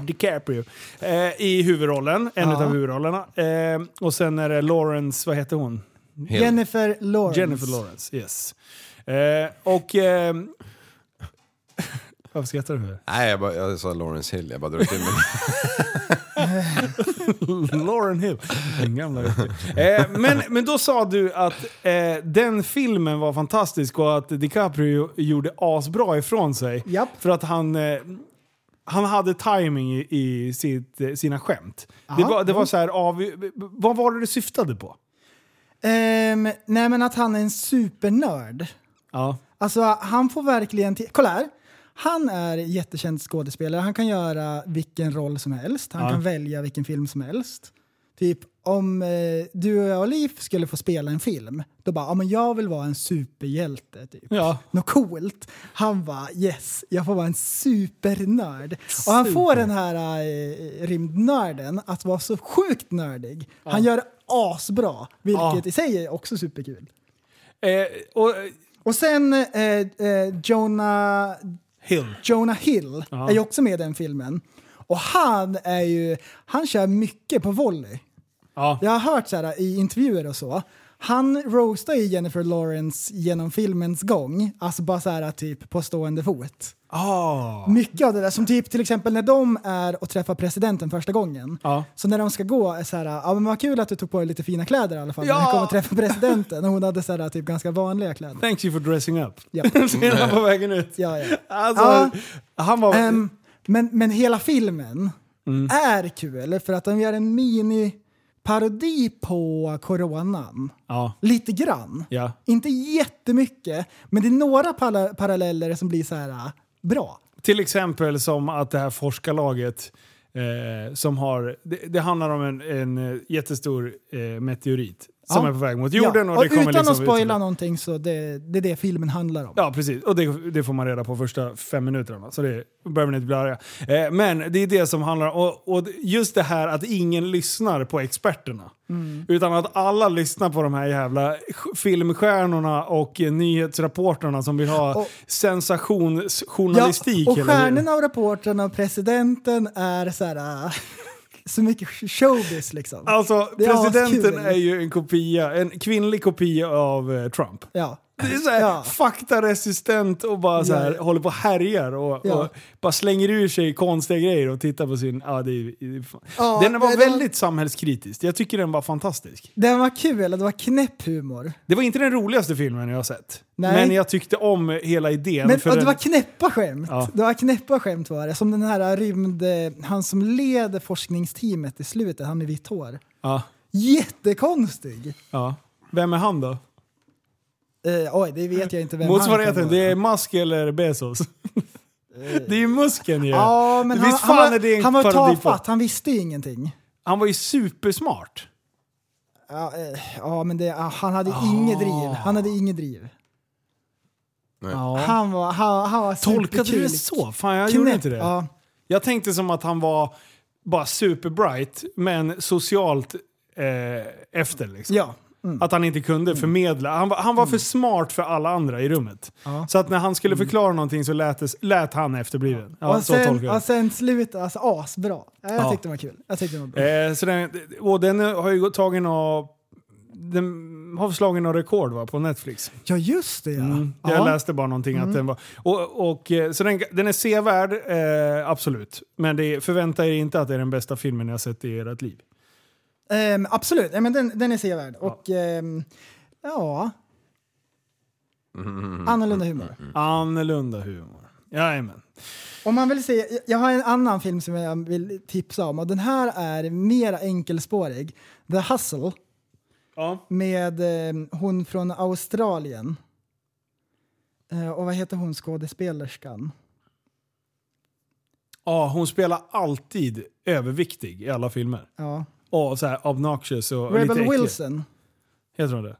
[SPEAKER 6] DiCaprio.
[SPEAKER 5] DiCaprio. Eh, i huvudrollen, en
[SPEAKER 6] Ja.
[SPEAKER 5] av huvudrollerna. Eh, och sen är det Lawrence, vad heter hon?
[SPEAKER 7] Helt-
[SPEAKER 6] Jennifer Lawrence.
[SPEAKER 5] Jennifer Lawrence, yes. Eh, och... Eh, varför skrattar du?
[SPEAKER 7] Nej, jag, bara, jag sa Lawrence Hill, jag bara drog till mig.
[SPEAKER 5] Lauren Hill. Den gamla riktigt. eh, men, men då sa du att eh, den filmen var fantastisk och att DiCaprio gjorde asbra ifrån sig.
[SPEAKER 6] Japp.
[SPEAKER 5] För att han, eh, han hade timing i, i sitt, eh, sina skämt. Det var, det var så här, av, eh, vad var det du syftade på?
[SPEAKER 6] Ehm, nej men att han är en supernörd.
[SPEAKER 5] Ja.
[SPEAKER 6] Alltså han får verkligen... till- Kolla här! Han är jättekänd skådespelare. Han kan göra vilken roll som helst. Han
[SPEAKER 5] Ja.
[SPEAKER 6] kan välja vilken film som helst. Typ om eh, du och jag och Liv skulle få spela en film, då bara ja men jag vill vara en superhjälte. Typ.
[SPEAKER 5] Ja.
[SPEAKER 6] Något coolt. Han bara yes, jag får vara en supernörd. Och han får den här eh, rymdnörden att vara så sjukt nördig. Han gör asbra, vilket
[SPEAKER 5] Ja.
[SPEAKER 6] i sig är också superkul.
[SPEAKER 5] Eh, och,
[SPEAKER 6] Och sen eh, eh, Jonah,
[SPEAKER 5] Hill.
[SPEAKER 6] Jonah Hill är ju också med i den filmen. Och han är ju, han kör mycket på volley.
[SPEAKER 5] Ja.
[SPEAKER 6] Jag har hört så här, i intervjuer och så. Han roastar ju Jennifer Lawrence genom filmens gång, alltså bara så här typ på stående fot.
[SPEAKER 5] Ah.
[SPEAKER 6] Mycket av det där, som typ till exempel när de är och träffar presidenten första gången.
[SPEAKER 5] Ja.
[SPEAKER 6] Så när de ska gå är så här, ja men vad kul att du tog på dig lite fina kläder i alla fall när
[SPEAKER 5] Ja.
[SPEAKER 6] du kom och träffade presidenten. Och hon hade så här typ ganska vanliga kläder.
[SPEAKER 5] Thanks you for dressing up.
[SPEAKER 6] Ja.
[SPEAKER 5] Ser han på vägen ut?
[SPEAKER 6] Ja, ja.
[SPEAKER 5] Alltså, han var...
[SPEAKER 6] Ehm, men, men hela filmen
[SPEAKER 5] Mm.
[SPEAKER 6] är kul för att de gör en mini-parodi på coronan.
[SPEAKER 5] ja.
[SPEAKER 6] Lite grann.
[SPEAKER 5] Ja.
[SPEAKER 6] Inte jättemycket, men det är några pala- paralleller som blir så här äh, bra.
[SPEAKER 5] Till exempel som att det här forskarlaget eh, som har... Det, det handlar om en, en eh, jättestor eh, meteorit som
[SPEAKER 6] Ja.
[SPEAKER 5] är på väg mot jorden.
[SPEAKER 6] Ja,
[SPEAKER 5] Och det kommer
[SPEAKER 6] utan
[SPEAKER 5] liksom
[SPEAKER 6] att spoila
[SPEAKER 5] ut-
[SPEAKER 6] någonting så det, det är det filmen handlar om.
[SPEAKER 5] Ja, precis. Och det, det får man reda på första fem minuterna. Så det behöver ni inte bli arga. Eh, men det är det som handlar om... Och, och just det här att ingen lyssnar på experterna.
[SPEAKER 6] Mm.
[SPEAKER 5] Utan att alla lyssnar på de här jävla sj- filmstjärnorna och eh, nyhetsrapporterna som vill ha
[SPEAKER 6] Och-
[SPEAKER 5] sensationsjournalistik.
[SPEAKER 6] och
[SPEAKER 5] hela tiden.
[SPEAKER 6] stjärnorna och reportrarna och presidenten är så här äh, så mycket showbiz liksom.
[SPEAKER 5] Alltså,
[SPEAKER 6] Det är
[SPEAKER 5] presidenten
[SPEAKER 6] askul.
[SPEAKER 5] är ju en kopia, en kvinnlig kopia av eh, Trump.
[SPEAKER 6] Ja.
[SPEAKER 5] Det är så här,
[SPEAKER 6] Ja.
[SPEAKER 5] faktaresistent och bara så här,
[SPEAKER 6] Ja.
[SPEAKER 5] håller på och härjar och,
[SPEAKER 6] Ja.
[SPEAKER 5] och bara slänger ur sig konstiga grejer och tittar på sin... Ja, det är, det är fan.
[SPEAKER 6] Ja,
[SPEAKER 5] den var
[SPEAKER 6] det-
[SPEAKER 5] väldigt samhällskritisk. Jag tycker den var fantastisk.
[SPEAKER 6] Den var kul, det var knäpp humor.
[SPEAKER 5] Det var inte den roligaste filmen jag har sett.
[SPEAKER 6] Nej.
[SPEAKER 5] Men jag tyckte om hela idén.
[SPEAKER 6] Men
[SPEAKER 5] för
[SPEAKER 6] och det
[SPEAKER 5] den-
[SPEAKER 6] var knäppa skämt.
[SPEAKER 5] Ja.
[SPEAKER 6] Det var knäppa skämt var det. Som den här rymd... eh, Han som leder forskningsteamet i slutet, han med vitt hår.
[SPEAKER 5] ja,
[SPEAKER 6] Jättekonstig!
[SPEAKER 5] ja. Vem är han då?
[SPEAKER 6] Eh, oj, det vet jag inte vem
[SPEAKER 5] Motsvarigheten,
[SPEAKER 6] han kan
[SPEAKER 5] det är
[SPEAKER 6] vara.
[SPEAKER 5] Musk eller Bezos? det är ju muskeln ju!
[SPEAKER 6] Ja, men han,
[SPEAKER 5] Visst
[SPEAKER 6] han,
[SPEAKER 5] fan är det
[SPEAKER 6] var,
[SPEAKER 5] en
[SPEAKER 6] han var ju
[SPEAKER 5] parodi på-
[SPEAKER 6] tafatt, han visste ju ingenting.
[SPEAKER 5] Han var ju supersmart.
[SPEAKER 6] Ja, eh, ja men det, ja, han hade
[SPEAKER 5] Ah.
[SPEAKER 6] inget driv. Han hade inget driv. Han var, han, han var
[SPEAKER 5] Tolkade du det
[SPEAKER 6] superkul.
[SPEAKER 5] så? Fan, jag gjorde
[SPEAKER 6] Knäpp,
[SPEAKER 5] inte det.
[SPEAKER 6] Ja.
[SPEAKER 5] Jag tänkte som att han var bara superbright, men socialt eh, efter. Liksom.
[SPEAKER 6] ja. Mm.
[SPEAKER 5] Att han inte kunde förmedla. Han var, han var för smart för alla andra i rummet. Så att när han skulle förklara någonting så lät, det, lät han efterbliven. Ja,
[SPEAKER 6] Mm. och,
[SPEAKER 5] så tolkar
[SPEAKER 6] sen,
[SPEAKER 5] jag.
[SPEAKER 6] och sen slutet, alltså asbra. Ja, jag
[SPEAKER 5] Ja.
[SPEAKER 6] tyckte det var kul. Jag tyckte det var bra.
[SPEAKER 5] Eh, så den, och den har ju tagit några... Den har slagit några rekord va, på Netflix.
[SPEAKER 6] Ja, just det ja.
[SPEAKER 5] Mm.
[SPEAKER 6] ja. Mm.
[SPEAKER 5] Jag läste bara någonting att den var... Och, och, eh, så den, den är sevärd, eh, absolut. Men det, är- förvänta er inte att det är den bästa filmen jag sett i ert liv.
[SPEAKER 6] Ehm, absolut, Nej, men den, den är sevärd. Och ehm, ja...
[SPEAKER 5] Mm.
[SPEAKER 6] Annorlunda humor.
[SPEAKER 5] Annorlunda humor. Jajamän.
[SPEAKER 6] Om man vill se, jag har en annan film som jag vill tipsa om och den här är mer enkelspårig. The Hustle
[SPEAKER 5] Ja.
[SPEAKER 6] med ehm, hon från Australien. Eh, och vad heter hon skådespelerskan?
[SPEAKER 5] ja, hon spelar alltid överviktig i alla filmer.
[SPEAKER 6] Ja.
[SPEAKER 5] Och så här obnoxious och lite
[SPEAKER 6] Rebel
[SPEAKER 5] äcklig.
[SPEAKER 6] Wilson.
[SPEAKER 5] Heter hon det?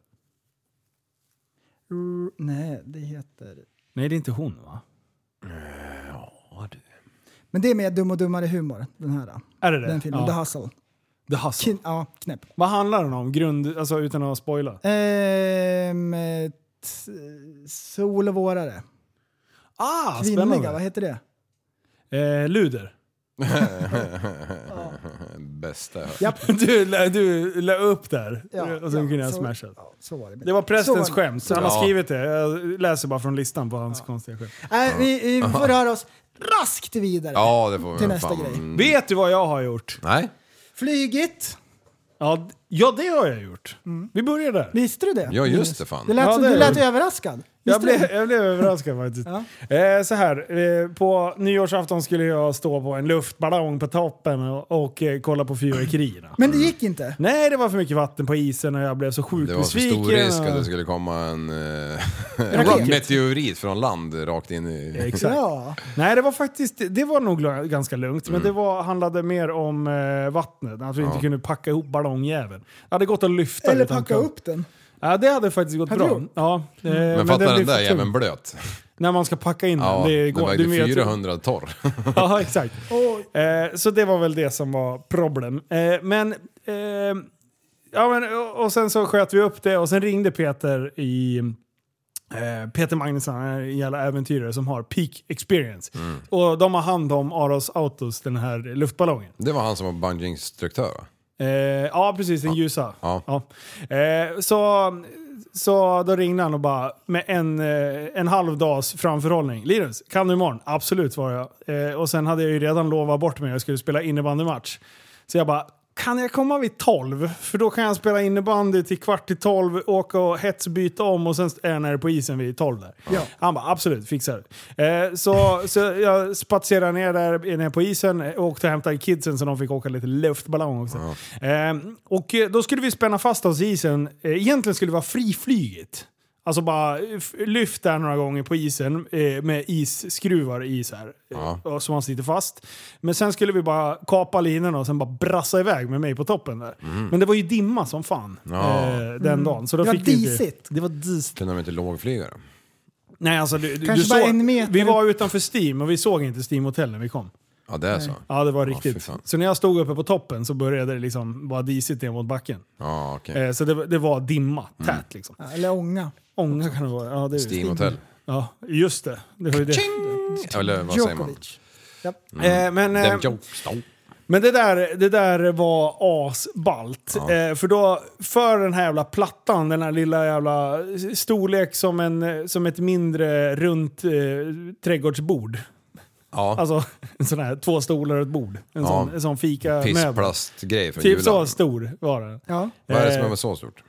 [SPEAKER 6] R- nej, det heter...
[SPEAKER 5] Nej, det är inte hon va?
[SPEAKER 6] Men det är mer dum och dummare humor, den här.
[SPEAKER 5] Är det det?
[SPEAKER 6] Den filmen,
[SPEAKER 5] ja.
[SPEAKER 6] The Hustle.
[SPEAKER 5] The Hustle.
[SPEAKER 6] Kin- ja, knäpp.
[SPEAKER 5] Vad handlar den om? Grund, alltså utan att spoila.
[SPEAKER 6] Ehm, eh, t- sol och vårare.
[SPEAKER 5] Ah,
[SPEAKER 6] Kvinnliga, vad
[SPEAKER 5] spännande.
[SPEAKER 6] heter det?
[SPEAKER 5] Eh, luder.
[SPEAKER 7] Bästa jag hört.
[SPEAKER 6] Japp.
[SPEAKER 5] Du, la- du la upp där och sen kunde jag
[SPEAKER 6] så-
[SPEAKER 5] smasha.
[SPEAKER 6] Ja, så var det.
[SPEAKER 5] Det var
[SPEAKER 6] Så var
[SPEAKER 5] prästens
[SPEAKER 6] det.
[SPEAKER 5] skämt, så han
[SPEAKER 7] Ja.
[SPEAKER 5] har skrivit det. Jag läser bara från listan på hans konstiga skämt.
[SPEAKER 6] Nej, vi, vi får röra oss raskt vidare.
[SPEAKER 7] Ja, det får vi
[SPEAKER 6] Till
[SPEAKER 7] väl
[SPEAKER 6] nästa
[SPEAKER 7] fan.
[SPEAKER 6] grej.
[SPEAKER 7] Mm.
[SPEAKER 5] Vet du vad jag har gjort?
[SPEAKER 7] Nej.
[SPEAKER 6] Flygit. Mm.
[SPEAKER 5] Ja, d- ja det har jag gjort. Vi börjar där.
[SPEAKER 6] Visste du det?
[SPEAKER 7] Ja, just det fan.
[SPEAKER 6] Det lät,
[SPEAKER 5] Ja,
[SPEAKER 6] som,
[SPEAKER 5] det
[SPEAKER 6] du
[SPEAKER 5] är
[SPEAKER 6] lät
[SPEAKER 5] det.
[SPEAKER 6] överraskad. Visste
[SPEAKER 5] Jag
[SPEAKER 6] du
[SPEAKER 5] blev,
[SPEAKER 6] det?
[SPEAKER 5] jag blev överraskad faktiskt. Eh, så här, eh, på nyårsafton skulle jag stå på en luftballong på toppen och, och eh, kolla på fyrverkerierna.
[SPEAKER 6] Men det gick inte.
[SPEAKER 5] Nej, det var för mycket vatten på isen och jag blev så sjukt
[SPEAKER 7] Det var för
[SPEAKER 5] besviken.
[SPEAKER 7] stor risk att
[SPEAKER 5] och-
[SPEAKER 7] det skulle komma en, eh,
[SPEAKER 6] Raket.
[SPEAKER 7] en meteorit från land rakt in i...
[SPEAKER 5] Exakt.
[SPEAKER 6] Ja.
[SPEAKER 5] Nej, det var faktiskt det var nog lö- ganska lugnt.
[SPEAKER 7] Mm.
[SPEAKER 5] Men det var, handlade mer om eh, vattnet. Att vi inte kunde packa ihop ballongjäveln. Det hade gått att lyfta
[SPEAKER 6] Eller
[SPEAKER 5] utan
[SPEAKER 6] packa
[SPEAKER 5] kran.
[SPEAKER 6] upp den.
[SPEAKER 5] Ja, det hade faktiskt gått
[SPEAKER 6] Hade
[SPEAKER 5] bra.
[SPEAKER 6] du?
[SPEAKER 5] Ja, eh,
[SPEAKER 7] Mm. Men
[SPEAKER 5] den
[SPEAKER 7] fatta
[SPEAKER 5] blir
[SPEAKER 7] den där
[SPEAKER 5] för
[SPEAKER 7] jäveln
[SPEAKER 5] tung.
[SPEAKER 7] blöt.
[SPEAKER 5] När man ska packa in
[SPEAKER 7] Ja,
[SPEAKER 5] den. Det
[SPEAKER 7] den
[SPEAKER 5] går,
[SPEAKER 7] vägde
[SPEAKER 5] du vet-
[SPEAKER 7] 400 torr.
[SPEAKER 5] Ja, exakt. Eh, så det var väl det som var problem. Eh, men... Eh, ja, men och- och sen så sköt vi upp det och sen ringde Peter i... eh, Peter Magnusson, han är en jävla äventyrare som har peak experience. Och de har hand om Aros Autos, den här luftballongen.
[SPEAKER 7] Det var han som var bungee-instruktör va?
[SPEAKER 5] Eh, ja, precis. Den ljusa.
[SPEAKER 7] Ja.
[SPEAKER 5] Eh, så, så då ringde han och bara med en, eh, en halv dags framförhållning. Linus, kan du imorgon? Absolut, svarade jag. Eh, och sen hade jag ju redan lovat bort mig att jag skulle spela innebandymatch. Så jag bara, kan jag komma vid 12? För då kan jag spela innebandy till kvart i 12, åka och hetsbyta om och sen är jag nere på isen vid 12 där. Han bara absolut, fixar det. Eh, så, så jag spatserade ner där nere på isen och åkte och hämtade kidsen så de fick åka lite luftballong också. Eh, och eh, då skulle vi spänna fast oss i isen. Eh, Egentligen skulle det vara friflyget. Alltså bara eh, f- lyft där några gånger på isen eh, med isskruvar i så här. eh, och Så man sitter fast. Men sen skulle vi bara kapa linorna och sen bara brassa iväg med mig på toppen där. Men det var ju dimma som fan
[SPEAKER 7] Ja.
[SPEAKER 5] eh, den dagen. Så då
[SPEAKER 6] Det var
[SPEAKER 5] fick vi inte-
[SPEAKER 6] disigt.
[SPEAKER 5] Det var disigt.
[SPEAKER 7] Kunde de inte lågflyga då?
[SPEAKER 5] Nej, alltså du, du
[SPEAKER 6] Kanske
[SPEAKER 5] du
[SPEAKER 6] bara
[SPEAKER 5] såg,
[SPEAKER 6] en meter.
[SPEAKER 5] Vi var utanför Steam och vi såg inte Steam Hotel när vi kom.
[SPEAKER 7] Ja, det är så. Ja,
[SPEAKER 5] Ja, det var
[SPEAKER 7] fy
[SPEAKER 5] riktigt.
[SPEAKER 7] fan.
[SPEAKER 5] så när jag stod uppe på toppen så började det liksom vara disigt ner mot backen.
[SPEAKER 7] okej.
[SPEAKER 5] Eh, så det, var- det var dimma, tät liksom.
[SPEAKER 6] Eller ånga.
[SPEAKER 5] Ånga kan det vara. Ja, det är
[SPEAKER 7] Mm. Steam Hotel.
[SPEAKER 5] Ja, just det. det, var ju det.
[SPEAKER 7] Eller vad säger man?
[SPEAKER 6] Djokovic. Ja.
[SPEAKER 7] Mm.
[SPEAKER 5] Eh, men, eh,
[SPEAKER 7] Den jokes då.
[SPEAKER 5] Men det där, det där var asballt. Eh, för då, för den här jävla plattan, den här lilla jävla storlek som, en, eh, som ett mindre runt eh, trädgårdsbord.
[SPEAKER 7] Ja,
[SPEAKER 5] Alltså en sån här, två stolar och ett bord. En,
[SPEAKER 7] Ja.
[SPEAKER 5] sån, en sån fika
[SPEAKER 7] pisplastgrej från
[SPEAKER 5] Typ så
[SPEAKER 7] julen.
[SPEAKER 5] stor var den.
[SPEAKER 6] Ja.
[SPEAKER 7] Vad är det
[SPEAKER 5] Eh,
[SPEAKER 7] som är så stort?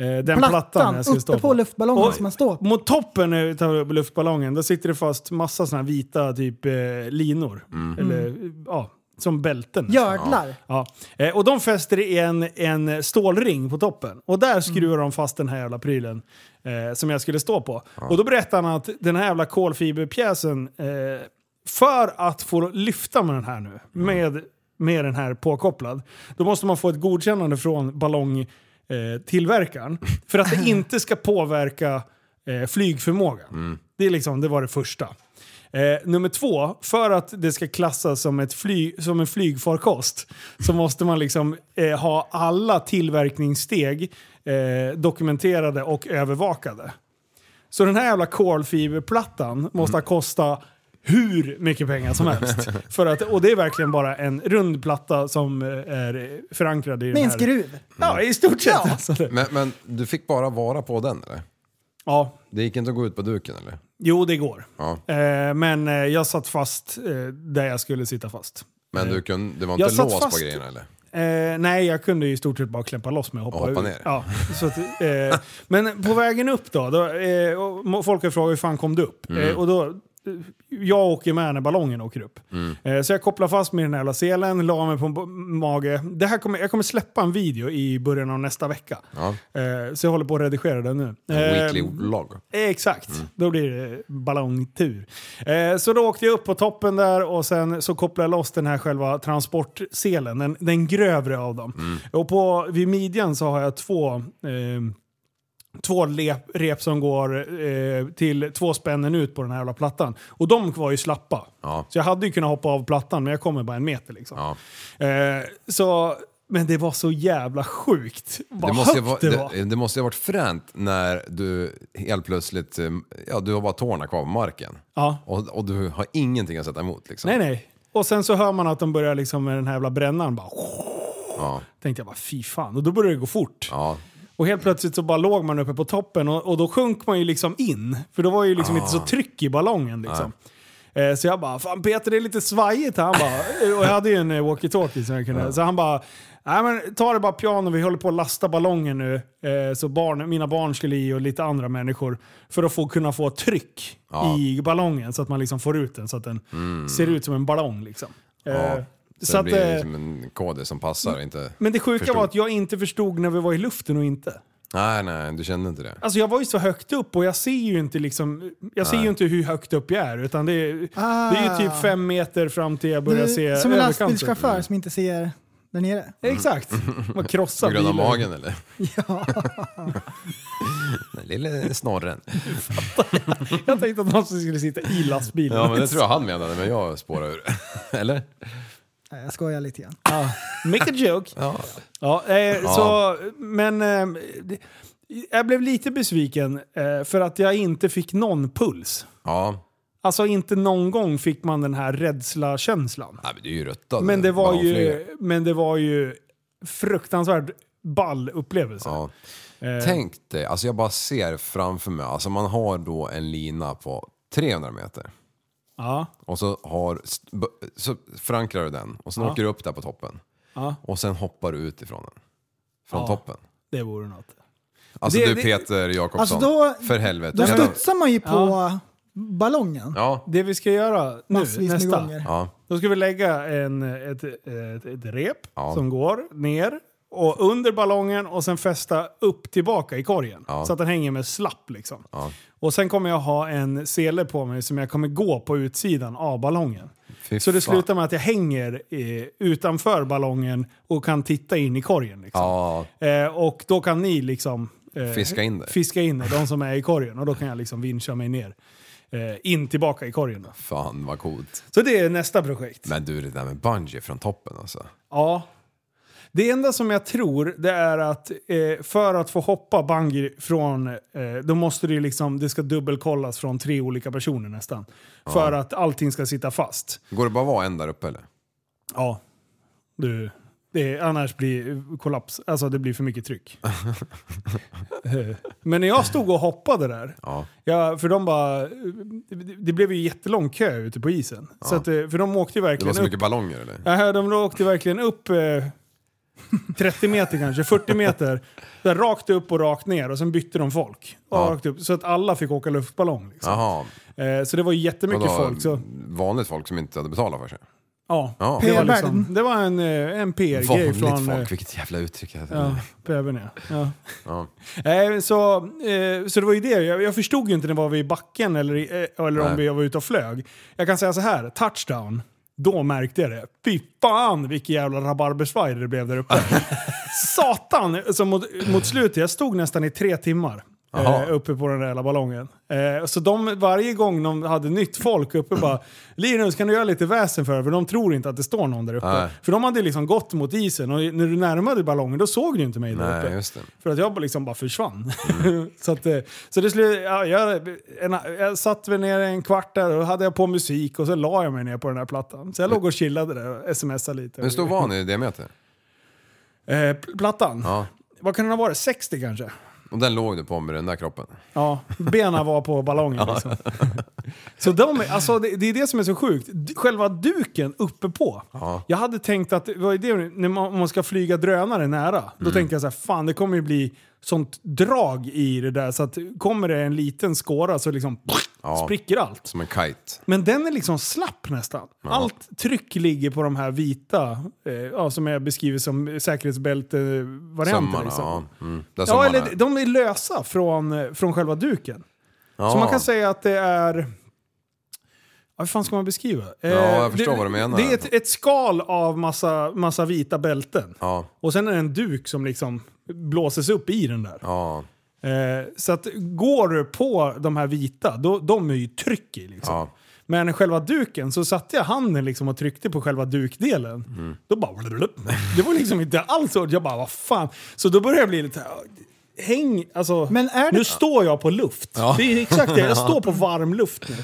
[SPEAKER 5] Eh, Den plattan,
[SPEAKER 6] Plattan
[SPEAKER 5] jag skulle stå
[SPEAKER 6] uppe på luftballongen
[SPEAKER 5] Och-
[SPEAKER 6] som man står på.
[SPEAKER 5] Mot toppen utav luftballongen, då sitter det fast massa såna här vita typ eh, linor.
[SPEAKER 7] Mm.
[SPEAKER 5] Eller,
[SPEAKER 6] Mm.
[SPEAKER 5] ja, som bälten.
[SPEAKER 6] Gördlar.
[SPEAKER 5] Ja. Eh, och de fäster i en, en stålring på toppen. Och där skruvar de fast den här jävla prylen eh, som jag skulle stå på. Och då berättar han att den här jävla kolfiberpjäsen, eh, för att få lyfta med den här nu, med, med den här påkopplad, då måste man få ett godkännande från ballongtillverkaren eh, tillverkaren för att det inte ska påverka eh, flygförmågan. Det, är liksom, det var det första. Eh, nummer två, för att det ska klassas som, ett fly, som en flygfarkost så måste man liksom eh, ha alla tillverkningssteg eh, dokumenterade och övervakade. Så den här jävla kolfiberplattan måste ha kostat hur mycket pengar som helst. För att, och det är verkligen bara en rund platta som eh, är förankrad i
[SPEAKER 6] Med
[SPEAKER 5] den
[SPEAKER 6] en
[SPEAKER 5] här...
[SPEAKER 6] skruv.
[SPEAKER 5] Ja, i stort sett.
[SPEAKER 6] Ja.
[SPEAKER 5] Alltså det.
[SPEAKER 7] Men, men du fick bara vara på den eller?
[SPEAKER 5] Ja,
[SPEAKER 7] Det gick inte att gå ut på duken eller?
[SPEAKER 5] jo det går.
[SPEAKER 7] Ja.
[SPEAKER 5] Eh, men eh, jag satt fast eh, där jag skulle sitta fast.
[SPEAKER 7] Men du kunde, det var
[SPEAKER 5] Jag
[SPEAKER 7] inte
[SPEAKER 5] satt
[SPEAKER 7] lås
[SPEAKER 5] fast-
[SPEAKER 7] på grejerna eller?
[SPEAKER 5] Eh, nej, jag kunde ju i stort sett bara klämpa loss mig och hoppa,
[SPEAKER 7] Och hoppa
[SPEAKER 5] ur.
[SPEAKER 7] ner.
[SPEAKER 5] Ja, så att, eh, men på vägen upp då, då eh, och må- folk har frågat hur fan kom du upp?
[SPEAKER 7] Mm.
[SPEAKER 5] Eh, och då, eh, jag åker med när ballongen åker upp.
[SPEAKER 7] Mm.
[SPEAKER 5] Eh, så jag kopplar fast mig i den här jävla selen, la mig på b- mage. Det här kommer, jag kommer släppa en video i början av nästa vecka.
[SPEAKER 7] Ja.
[SPEAKER 5] Eh, så jag håller på att redigera den nu.
[SPEAKER 7] En
[SPEAKER 5] Eh,
[SPEAKER 7] weekly log.
[SPEAKER 5] Exakt,
[SPEAKER 7] Mm.
[SPEAKER 5] då blir det ballongtur. Eh, så då åkte jag upp på toppen där och sen så kopplade jag loss den här själva transportselen, den, den grövre av dem.
[SPEAKER 7] Mm.
[SPEAKER 5] Och på, vid midjan så har jag två, eh, två lep, rep som går eh, till två spännen ut på den här jävla plattan. Och de var ju slappa.
[SPEAKER 7] Ja.
[SPEAKER 5] Så jag hade ju kunnat hoppa av plattan men jag kommer bara en meter liksom.
[SPEAKER 7] Ja.
[SPEAKER 5] Eh, så, men det var så jävla sjukt vad
[SPEAKER 7] Det måste, ju
[SPEAKER 5] högt
[SPEAKER 7] vara,
[SPEAKER 5] det var.
[SPEAKER 7] det, det måste ju ha varit fränt när du helt plötsligt, eh, ja du har bara tårna kvar på marken.
[SPEAKER 5] Ja.
[SPEAKER 7] Och, och du har ingenting att sätta emot liksom.
[SPEAKER 5] Nej, nej. Och sen så hör man att de börjar liksom med den här jävla brännaren bara...
[SPEAKER 7] Ja.
[SPEAKER 5] Tänkte jag bara fy fan. Och då började det gå fort.
[SPEAKER 7] Ja.
[SPEAKER 5] Och helt plötsligt så bara låg man uppe på toppen och, och då sjönk man ju liksom in. För då var ju liksom inte
[SPEAKER 7] Ah.
[SPEAKER 5] så tryck i ballongen liksom. Eh, Så jag bara, fan Peter det är lite svajigt här. Han bara, och jag hade ju en eh, walkie-talkie som jag kunde. Så han bara, nej men ta det bara piano, vi håller på att lasta ballongen nu. Eh, Så barn, mina barn skulle i och lite andra människor. För att få, kunna få tryck
[SPEAKER 7] Ja. Mm.
[SPEAKER 5] i ballongen så att man liksom får ut den. Så att den ser ut som en ballong liksom. Eh,
[SPEAKER 7] ja. Så, Mm. det
[SPEAKER 5] eh,
[SPEAKER 7] blir liksom en kod som passar inte...
[SPEAKER 5] men det sjuka
[SPEAKER 7] förstod.
[SPEAKER 5] var att jag inte förstod när vi var i luften och inte.
[SPEAKER 7] Nej, nej, du kände inte det.
[SPEAKER 5] Alltså jag var ju så högt upp och jag ser ju inte liksom, jag ser ju inte hur högt upp jag är. Utan det är,
[SPEAKER 6] Ah.
[SPEAKER 5] det är ju typ fem meter fram till jag börjar
[SPEAKER 6] Du,
[SPEAKER 5] se
[SPEAKER 6] som en
[SPEAKER 5] överkanten.
[SPEAKER 6] lastbilschaufför som inte ser där nere.
[SPEAKER 5] Exakt. Man krossar
[SPEAKER 7] På grund av
[SPEAKER 5] bilar.
[SPEAKER 7] magen eller? Ja. Den lille snorren.
[SPEAKER 5] Jag tänkte att någon skulle sitta i lastbilen.
[SPEAKER 7] Ja, men det tror jag han menade, men jag spårar ur. Eller?
[SPEAKER 6] Nej, Eh, Jag skojar lite grann.
[SPEAKER 5] Ah. Make a joke.
[SPEAKER 7] Ja.
[SPEAKER 5] Ja, eh, Så, men eh, det- jag blev lite besviken eh, för att jag inte fick någon puls.
[SPEAKER 7] Ja,
[SPEAKER 5] Alltså inte någon gång fick man den här rädsla-känslan.
[SPEAKER 7] nej, men det är ju rötta.
[SPEAKER 5] Men det, var
[SPEAKER 7] ballongflyger.
[SPEAKER 5] ju, men det var ju fruktansvärd ball upplevelse.
[SPEAKER 7] Ja. Tänk dig, alltså jag bara ser framför mig, alltså man har då en lina på 300 meter.
[SPEAKER 5] Ja.
[SPEAKER 7] Och så, har, så förankrar du den och sen åker du upp där på toppen.
[SPEAKER 5] Ja.
[SPEAKER 7] Och sen hoppar du ut ifrån den. Från
[SPEAKER 5] Ja.
[SPEAKER 7] toppen.
[SPEAKER 5] Det vore något.
[SPEAKER 7] Alltså
[SPEAKER 5] Det-
[SPEAKER 7] du
[SPEAKER 5] det-
[SPEAKER 7] Peter Jakobsson,
[SPEAKER 6] Alltså, då-
[SPEAKER 7] för helvete.
[SPEAKER 6] Då
[SPEAKER 7] Kan du-
[SPEAKER 6] studsar man ju på ballongen.
[SPEAKER 7] Ja,
[SPEAKER 5] Det vi ska göra nu,
[SPEAKER 6] Massvis med
[SPEAKER 5] nästa.
[SPEAKER 6] gånger.
[SPEAKER 7] ja.
[SPEAKER 5] Då ska vi lägga en, ett, ett, ett rep
[SPEAKER 7] Ja.
[SPEAKER 5] som går ner och under ballongen och sen fästa upp tillbaka i korgen.
[SPEAKER 7] Ja.
[SPEAKER 5] Så att den hänger med slapp liksom. Och sen kommer jag ha en sele på mig som jag kommer gå på utsidan av ballongen.
[SPEAKER 7] Fy
[SPEAKER 5] så det
[SPEAKER 7] fan.
[SPEAKER 5] slutar med att jag hänger eh, utanför ballongen och kan titta in i korgen. Liksom.
[SPEAKER 7] ja.
[SPEAKER 5] Eh, och då kan ni liksom... eh,
[SPEAKER 7] Fiska in det.
[SPEAKER 5] Fiska in det, de som är i korgen. Och då kan jag liksom vincha mig ner. Eh, in tillbaka i korgen då.
[SPEAKER 7] Fan vad coolt.
[SPEAKER 5] Så det är nästa projekt.
[SPEAKER 7] Men du, det där med bungee från toppen alltså.
[SPEAKER 5] Ja. Det enda som jag tror det är att eh, för att få hoppa bungee från, eh, då måste det ju liksom, det ska dubbelkollas från tre olika personer nästan. För att allting ska sitta fast.
[SPEAKER 7] Går det bara att vara en där uppe eller?
[SPEAKER 5] Ja. Du, det, annars blir kollaps, alltså det blir för mycket tryck. Eh, Men när jag stod och hoppade där,
[SPEAKER 7] Ja.
[SPEAKER 5] jag, för de bara, det- det blev ju jättelång kö ute på isen. Så att, eh, för de åkte ju
[SPEAKER 7] Det var
[SPEAKER 5] verkligen
[SPEAKER 7] så
[SPEAKER 5] upp
[SPEAKER 7] mycket ballonger eller?
[SPEAKER 5] Nej, de åkte verkligen upp eh, 30 meter kanske, 40 meter. Där rakt upp och rakt ner och sen bytte de folk. Och
[SPEAKER 7] Ja.
[SPEAKER 5] Rakt upp, så att alla fick åka luftballong. Liksom.
[SPEAKER 7] Jaha.
[SPEAKER 5] Eh, så det var jättemycket
[SPEAKER 7] Vadå,
[SPEAKER 5] folk. Så,
[SPEAKER 7] Vanligt folk som inte hade betalat för sig?
[SPEAKER 5] ja,
[SPEAKER 7] Ja.
[SPEAKER 5] det, var
[SPEAKER 6] PR-världen.
[SPEAKER 5] liksom, det var en, eh, en PR-grej
[SPEAKER 7] Vanligt
[SPEAKER 5] från... eh,
[SPEAKER 7] folk, vilket jävla uttryck. Jag
[SPEAKER 5] Ja,
[SPEAKER 7] ja.
[SPEAKER 5] PR:n, ja. ja.
[SPEAKER 7] Ja.
[SPEAKER 5] Nej, så, eh, så det var ju det. Jag, jag förstod ju inte när var vi i backen eller, i- eh, eller om
[SPEAKER 7] Nej.
[SPEAKER 5] vi var ute och flög. Jag kan säga så här, touchdown. Då märkte jag det. Fy fan vilken jävla rabarbersvaj det blev där uppe. Satan! Så mot, mot slutet, jag stod nästan i tre timmar.
[SPEAKER 7] Jaha.
[SPEAKER 5] Eh, uppe på den där jävla ballongen. Eh, så de, varje gång de hade nytt folk uppe bara Linus kan du göra lite väsen för det? För de tror inte att det står någon där uppe.
[SPEAKER 7] Nej.
[SPEAKER 5] För de hade ju liksom gått mot isen och när du närmade ballongen då såg du inte mig där
[SPEAKER 7] Nej,
[SPEAKER 5] uppe.
[SPEAKER 7] just det.
[SPEAKER 5] För att jag bara liksom bara försvann. så att, eh, så det skulle, ja, jag, en, jag satt väl ner en kvart där och hade jag på musik och så la jag mig ner på den där plattan. Så jag låg och chillade där och smsade lite.
[SPEAKER 7] Hur stor var ni i diameter?
[SPEAKER 5] Eh, pl- plattan?
[SPEAKER 7] Ja.
[SPEAKER 5] Vad kan den ha varit? 60 kanske?
[SPEAKER 7] Och den låg du på med den där kroppen?
[SPEAKER 5] Ja, benen var på ballongen liksom. Så de, alltså, det, det är det som är så sjukt. D- Själva duken uppe på.
[SPEAKER 7] Ja.
[SPEAKER 5] Jag hade tänkt att, vad är det, när man, om man ska flyga drönare nära, då
[SPEAKER 7] Mm.
[SPEAKER 5] tänkte jag så här, fan det kommer ju bli sånt drag i det där så att kommer det en liten skåra så liksom
[SPEAKER 7] Ja.
[SPEAKER 5] spricker allt.
[SPEAKER 7] Som en kite?
[SPEAKER 5] Men den är liksom slapp nästan. Allt tryck ligger på de här vita, eh, ja, som jag beskriver som säkerhetsbälte-varianter.
[SPEAKER 7] Sömmarna?
[SPEAKER 5] Liksom.
[SPEAKER 7] Ja. Mm. Där
[SPEAKER 5] Ja,
[SPEAKER 7] sömmarna
[SPEAKER 5] eller
[SPEAKER 7] är.
[SPEAKER 5] de är lösa från, eh, från själva duken. Så man kan säga att det är... Ja, hur fan ska man beskriva? Eh,
[SPEAKER 7] jag förstår
[SPEAKER 5] det,
[SPEAKER 7] vad du menar.
[SPEAKER 5] Det är ett, ett skal av massa, massa vita bälten.
[SPEAKER 7] Ja.
[SPEAKER 5] Och sen är det en duk som liksom blåses upp i den där.
[SPEAKER 7] Ja.
[SPEAKER 5] Eh, så att går du på de här vita, då, de är ju tryck i liksom.
[SPEAKER 7] Ja.
[SPEAKER 5] Men själva duken, så satte jag handen liksom och tryckte på själva dukdelen. Då bara... Det var liksom inte alls så. Jag bara, vad fan. Så då började jag bli lite... Häng, alltså,
[SPEAKER 6] Men är det-
[SPEAKER 5] nu står jag på luft. Det är exakt det, jag står på varm luft nu.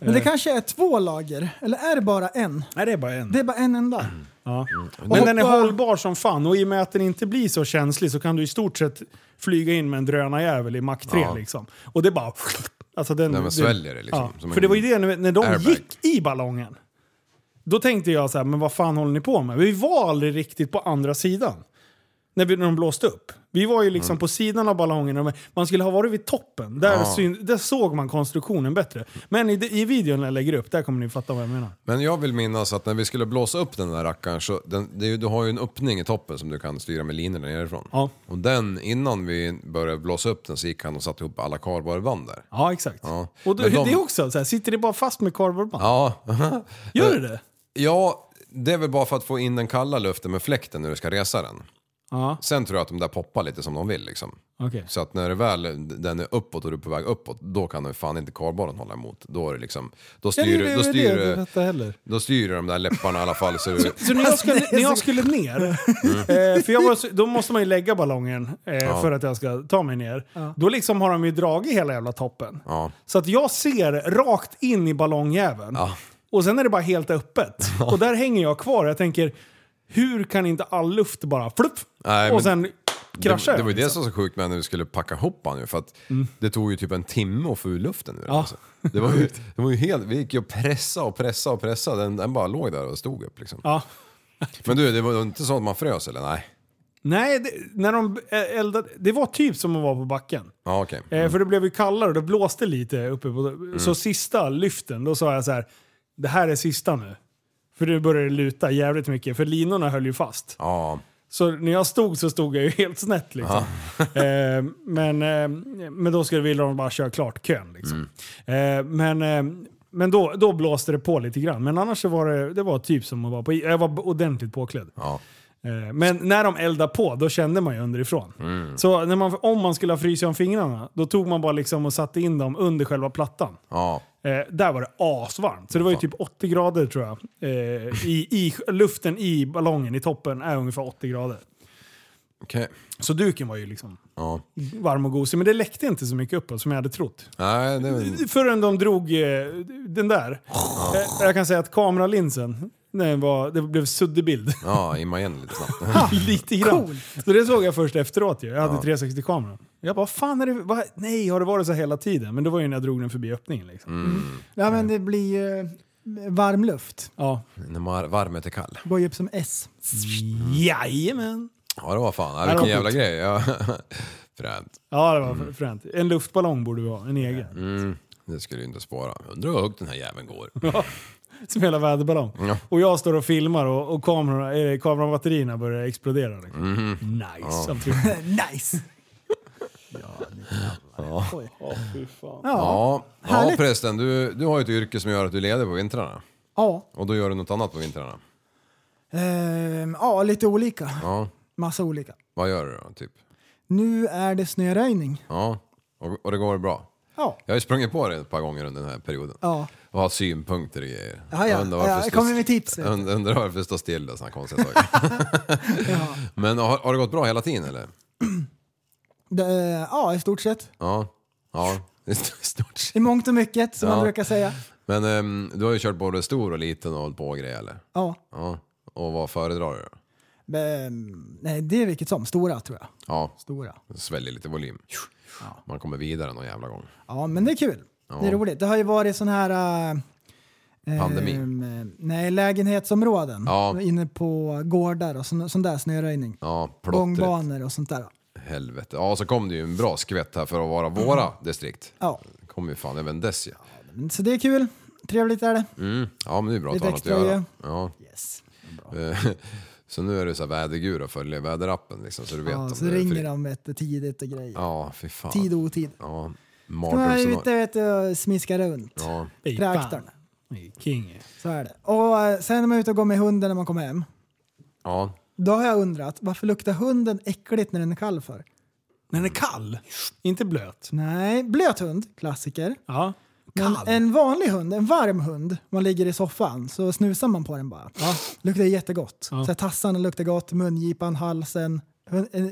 [SPEAKER 6] Men det kanske är två lager, eller är det bara en?
[SPEAKER 5] Nej, det är bara en.
[SPEAKER 6] Det är bara en enda.
[SPEAKER 7] Mm.
[SPEAKER 5] Ja.
[SPEAKER 6] Och
[SPEAKER 5] Men den är
[SPEAKER 6] hoppa-
[SPEAKER 5] hållbar som fan och i och med att den inte blir så känslig så kan du i stort sett flyga in med en drönarjävel i Mach 3 liksom. Och det bara... Alltså den,
[SPEAKER 7] Nej, men sväljer det liksom, som
[SPEAKER 5] För
[SPEAKER 7] en
[SPEAKER 5] det var ju det, när när de
[SPEAKER 7] airbag.
[SPEAKER 5] gick i ballongen. Då tänkte jag så här, men vad fan håller ni på med? Vi var aldrig riktigt på andra sidan. När, vi, när de blåste upp. Vi var ju liksom
[SPEAKER 7] Mm.
[SPEAKER 5] på sidan av ballongen. och Man skulle ha varit vid toppen. Där, syn, där såg man konstruktionen bättre. Men i, i videon jag lägger upp, där kommer ni fatta vad jag menar.
[SPEAKER 7] Men jag vill minnas att när vi skulle blåsa upp den där rackaren så den, det är, ju- du har ju en öppning i toppen som du kan styra med linjerna nerifrån.
[SPEAKER 5] Ja.
[SPEAKER 7] Och den, innan vi började blåsa upp den så gick han och satte ihop alla kardborreband där.
[SPEAKER 5] Ja, exakt.
[SPEAKER 7] Ja.
[SPEAKER 5] Och då,
[SPEAKER 7] Men de-
[SPEAKER 5] det är också så här, sitter det bara fast med kardborreband?
[SPEAKER 7] Ja.
[SPEAKER 5] Gör det det?
[SPEAKER 7] ja, det är väl bara för att få in den kalla luften med fläkten när du ska resa den.
[SPEAKER 5] Ja,
[SPEAKER 7] Sen tror jag att de där poppar lite som de vill liksom.
[SPEAKER 5] okej.
[SPEAKER 7] Så att när det väl den är uppåt och du är på väg uppåt, då kan du fan inte kardborren hålla emot. Då är det liksom, då
[SPEAKER 5] Ja,
[SPEAKER 7] styr,
[SPEAKER 5] det är
[SPEAKER 7] du-
[SPEAKER 5] det,
[SPEAKER 7] då
[SPEAKER 5] det,
[SPEAKER 7] styr,
[SPEAKER 5] det,
[SPEAKER 7] du-
[SPEAKER 5] detta heller.
[SPEAKER 7] då styr du de där läpparna i alla fall så du...
[SPEAKER 5] Så när jag skulle, när jag skulle ner, eh, för jag var, så- då måste man ju lägga ballongen eh, för att jag ska ta mig ner. Då liksom har de ju dragit hela jävla toppen.
[SPEAKER 7] Ja.
[SPEAKER 5] Så att jag ser rakt in i ballongjäveln.
[SPEAKER 7] Ja.
[SPEAKER 5] Och sen är det bara helt öppet. Och där hänger jag kvar jag tänker, Hur kan inte all luft bara flupp
[SPEAKER 7] Nej,
[SPEAKER 5] och
[SPEAKER 7] men
[SPEAKER 5] sen krascha
[SPEAKER 7] Det, det var ju
[SPEAKER 5] över, liksom.
[SPEAKER 7] det
[SPEAKER 5] Mm.
[SPEAKER 7] som var så sjukt med när vi skulle packa ihop han ju för att det tog ju typ en timme att få ur luften ur den,
[SPEAKER 5] Ja.
[SPEAKER 7] alltså. det, var ju, det var ju helt, vi gick ju och pressa och pressa och pressa, den, den bara låg där och stod upp liksom.
[SPEAKER 5] Ja.
[SPEAKER 7] Men du, det var inte så att man frös eller? Nej.
[SPEAKER 5] Nej, det, när de eh, eldade, det var typ som att vara på backen.
[SPEAKER 7] Ja okej.
[SPEAKER 5] Eh, för det blev ju kallare och det blåste lite uppe på... Så sista lyften, då sa jag så här. Det här är sista nu. För nu började det luta jävligt mycket, för linorna höll ju fast.
[SPEAKER 7] Ja.
[SPEAKER 5] Så när jag stod så stod jag ju helt snett liksom. eh, men, eh, men då skulle vilja de bara köra klart kön liksom. Eh, men eh, men då, då blåste det på lite grann. Men annars så var det, det var typ som att vara på Jag var ordentligt påklädd.
[SPEAKER 7] ja.
[SPEAKER 5] Eh, Men när de eldade på, då kände man ju underifrån. Så när man, om man skulle ha frysit om fingrarna, då tog man bara liksom och satte in dem under själva plattan.
[SPEAKER 7] Ja.
[SPEAKER 5] Eh, där var det asvarmt. Så det var ju typ 80 grader tror jag. Eh, i, i, luften i ballongen i toppen är ungefär 80 grader.
[SPEAKER 7] Okej.
[SPEAKER 5] Så duken var ju liksom
[SPEAKER 7] Ja.
[SPEAKER 5] varm och gosig. Men det läckte inte så mycket uppåt som jag hade trott.
[SPEAKER 7] Nej, det var...
[SPEAKER 5] Förrän de drog eh, den där. Eh, jag kan säga att kameralinsen, den var, det blev suddig bild.
[SPEAKER 7] Ja, imma igen lite snabbt.
[SPEAKER 5] Lite grann. Så det såg jag först efteråt ju. Jag hade 360-kameran. Jag bara, fan är det... Vad, nej, har det varit så här hela tiden? Men det var ju när jag drog den förbi öppningen liksom.
[SPEAKER 6] Ja, men det blir ju eh, varm luft.
[SPEAKER 5] Ja.
[SPEAKER 7] När man varmet är kall.
[SPEAKER 6] Går ju upp som S.
[SPEAKER 5] Jajamän!
[SPEAKER 7] Ja, det var fan.
[SPEAKER 5] det
[SPEAKER 7] Ja,
[SPEAKER 5] var
[SPEAKER 7] vilken jävla grej. Ja. Fränt.
[SPEAKER 5] Ja, det var fränt. En luftballong borde vi ha, en egen.
[SPEAKER 7] Det skulle ju inte spåra. Undrar hur högt den här jäveln går.
[SPEAKER 5] Som hela väderballong.
[SPEAKER 7] Ja.
[SPEAKER 5] Och jag står och filmar och, och kamerorna, eh, kamerabatterierna börjar explodera. Liksom. Nice! samtidigt.
[SPEAKER 6] nice!
[SPEAKER 7] Ja, ja
[SPEAKER 6] Härligt.
[SPEAKER 7] prästen. Du, du har ju ett yrke som gör att du leder på vintrarna.
[SPEAKER 6] Ja.
[SPEAKER 7] Och då gör du något annat på vintrarna.
[SPEAKER 6] Ehm, ja, lite olika.
[SPEAKER 7] Ja.
[SPEAKER 6] Massa olika.
[SPEAKER 7] Vad gör du då, typ?
[SPEAKER 6] Nu är det snöröjning.
[SPEAKER 7] Ja. Och, och det går bra?
[SPEAKER 6] Ja.
[SPEAKER 7] Jag har ju sprungit på dig ett par gånger under den här perioden.
[SPEAKER 6] Ja.
[SPEAKER 7] Och har synpunkter och grejer.
[SPEAKER 6] Ja, ja.
[SPEAKER 7] Jag undrar varför
[SPEAKER 6] Ja,
[SPEAKER 7] stå-
[SPEAKER 6] kommer med tips, vet du.
[SPEAKER 7] und- Undrar varför du står still och sådana konstiga saker. Men har, har det gått bra hela tiden eller?
[SPEAKER 6] Det, eh, ja, i stort sett.
[SPEAKER 7] Ja. Ja, i stort sett.
[SPEAKER 6] I mångt och mycket, som
[SPEAKER 7] Ja.
[SPEAKER 6] man brukar säga.
[SPEAKER 7] Men ehm, du har ju kört både stor och liten och hållit på och grejer eller?
[SPEAKER 6] Ja.
[SPEAKER 7] Ja. Och vad föredrar du då?
[SPEAKER 6] Ehm, nej, det är vilket som. Stora, tror jag.
[SPEAKER 7] Ja,
[SPEAKER 6] Stora.
[SPEAKER 7] sväljer lite volym. Man kommer vidare någon jävla gång.
[SPEAKER 6] Ja, men det är kul. Det är roligt. Det har ju varit sån här... eh,
[SPEAKER 7] Pandemi.
[SPEAKER 6] ehm, nej, lägenhetsområden.
[SPEAKER 7] Ja.
[SPEAKER 6] Inne på gårdar och sån, sån där snöröjning.
[SPEAKER 7] Ja, plottrigt.
[SPEAKER 6] Gångbanor och sånt där.
[SPEAKER 7] Helvete. Ja, så kom det ju en bra skvätt här för att vara våra distrikt.
[SPEAKER 6] Ja,
[SPEAKER 7] Det kom ju fan även dess ju.
[SPEAKER 6] men så det är kul. Trevligt är det.
[SPEAKER 7] Mm. Ja, men det är bra att
[SPEAKER 6] Lite
[SPEAKER 7] ha något att
[SPEAKER 6] extra
[SPEAKER 7] göra.
[SPEAKER 6] ju.
[SPEAKER 7] Ja.
[SPEAKER 6] Yes.
[SPEAKER 7] Eh, Så nu är det så här vädergur och följer väderappen liksom, så du vet
[SPEAKER 6] Ja,
[SPEAKER 7] om
[SPEAKER 6] så
[SPEAKER 7] det är
[SPEAKER 6] ringer
[SPEAKER 7] fri-
[SPEAKER 6] de vet du, tidigt och grejer.
[SPEAKER 7] Ja, fy fan.
[SPEAKER 6] Tid och otid.
[SPEAKER 7] Ja,
[SPEAKER 6] De är
[SPEAKER 7] mardrömsscenario.
[SPEAKER 6] ute vet du, och smiskar runt.
[SPEAKER 7] Ja.
[SPEAKER 5] Fy fan.
[SPEAKER 6] Traktorn.
[SPEAKER 5] King.
[SPEAKER 6] Så är det. Och eh, sen när man är ute och går med hunden när man kommer hem.
[SPEAKER 7] ja,
[SPEAKER 6] Då har jag undrat, varför luktar hunden äckligt när den är kall för?
[SPEAKER 5] Men den är kall. Inte blöt.
[SPEAKER 6] Nej, blöt hund, klassiker.
[SPEAKER 5] Ja.
[SPEAKER 6] Men en vanlig hund, en varm hund, man ligger i soffan så snusar man på den bara. Luktar jättegott. Så här, tassarna luktar gott, mungipan, halsen. Hund, en,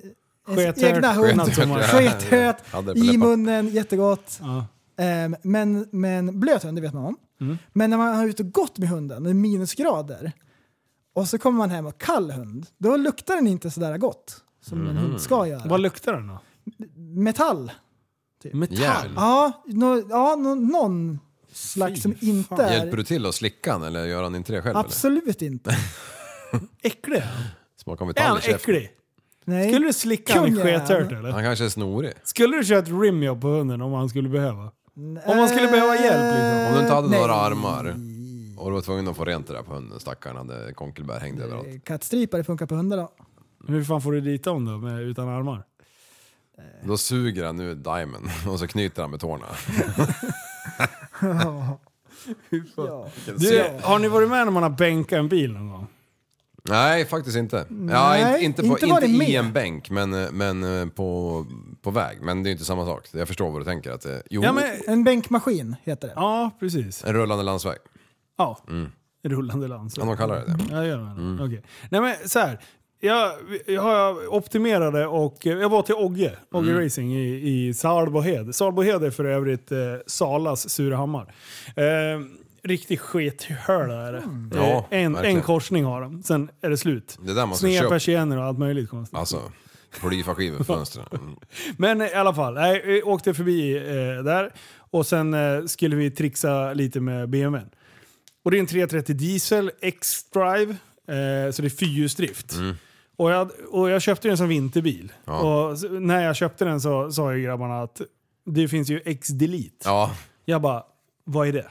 [SPEAKER 6] ens
[SPEAKER 5] Skethört.
[SPEAKER 6] egna hund.
[SPEAKER 5] Skethört, ja.
[SPEAKER 6] Skethöt
[SPEAKER 7] Hade det på
[SPEAKER 6] i
[SPEAKER 7] läpparna.
[SPEAKER 6] munnen, jättegott.
[SPEAKER 5] Ja.
[SPEAKER 6] Ehm, men, men blöt hund, det vet man om.
[SPEAKER 7] Mm.
[SPEAKER 6] Men när man har ute och gått med hunden, det är minusgrader, och så kommer man hem och kall hund, då luktar den inte sådär gott som en
[SPEAKER 7] Mm.
[SPEAKER 6] hund ska göra.
[SPEAKER 5] Vad luktar den då?
[SPEAKER 6] Metall.
[SPEAKER 5] Typ
[SPEAKER 7] järn.
[SPEAKER 6] Ja, nå- ja nå- någon slags som inte är...
[SPEAKER 7] Hjälper du till att slicka han eller gör han inte det själv? Eller?
[SPEAKER 6] Absolut inte.
[SPEAKER 5] Äcklig?
[SPEAKER 7] Smakar
[SPEAKER 5] Är
[SPEAKER 7] metall
[SPEAKER 5] han
[SPEAKER 7] i käften.
[SPEAKER 5] äcklig?
[SPEAKER 6] Nej.
[SPEAKER 5] Skulle du slicka han i
[SPEAKER 6] Kungen.
[SPEAKER 5] skethört eller?
[SPEAKER 7] Han kanske är snorig.
[SPEAKER 5] Skulle du köra ett rimjobb på hunden om han skulle behöva? Om man skulle behöva hjälp liksom?
[SPEAKER 7] Om du inte hade
[SPEAKER 6] Eh, Nej.
[SPEAKER 7] några armar och du var tvungen att få rent det där på hunden, stackaren hade konkelbär hängd överallt.
[SPEAKER 6] Eh, Kattstripare funkar på hundar då.
[SPEAKER 5] Hur fan får du dit dem då med, utan armar?
[SPEAKER 7] Då suger han nu Diamond och så knyter han med tårna.
[SPEAKER 6] Ja.
[SPEAKER 5] Du, har ni varit med när man har bänkat en bil någon gång?
[SPEAKER 7] Nej, faktiskt inte. Ja,
[SPEAKER 6] Nej,
[SPEAKER 7] in- inte på,
[SPEAKER 6] inte
[SPEAKER 7] inte,
[SPEAKER 6] varit med.
[SPEAKER 7] i en bänk, men, eh, men eh, på, på väg. Men det är inte samma sak. Jag förstår vad du tänker. Att, eh, jo,
[SPEAKER 5] Ja, men,
[SPEAKER 6] En bänkmaskin heter det.
[SPEAKER 5] ja precis.
[SPEAKER 7] en rullande landsväg.
[SPEAKER 5] Ja. Rullande landsväg.
[SPEAKER 7] Kan de kalla det det?
[SPEAKER 5] Ja, det gör man.
[SPEAKER 7] Mm.
[SPEAKER 5] Okej. Nej men så här. Jag, jag optimerade och eh, jag var till Ogge, Ogge
[SPEAKER 7] Mm.
[SPEAKER 5] Racing i, i Salbohed. Salbohed är för övrigt eh, Salas Surahammar. Eh, riktig skethöla är det.
[SPEAKER 7] Mm. Ja,
[SPEAKER 5] Eh, en,
[SPEAKER 7] verkligen.
[SPEAKER 5] en korsning har de, sen är det slut.
[SPEAKER 7] Det där måste vi
[SPEAKER 5] Sneda
[SPEAKER 7] köpa.
[SPEAKER 5] persienner och allt möjligt konstigt.
[SPEAKER 7] Alltså, polyfaskivor på fönstren. Mm.
[SPEAKER 5] Men eh, i alla fall, nej, vi åkte förbi eh, där och sen eh, skulle vi trixa lite med BMWn. Och det är en 330 diesel, X-drive, eh, så det är fyrhjulsdrift. Och, jag, och jag köpte den som vinterbil.
[SPEAKER 7] Ja.
[SPEAKER 5] Och s- när jag köpte den så sa ju grabbarna att det finns ju X-delete.
[SPEAKER 7] Ja,
[SPEAKER 5] Jag bara, vad är det?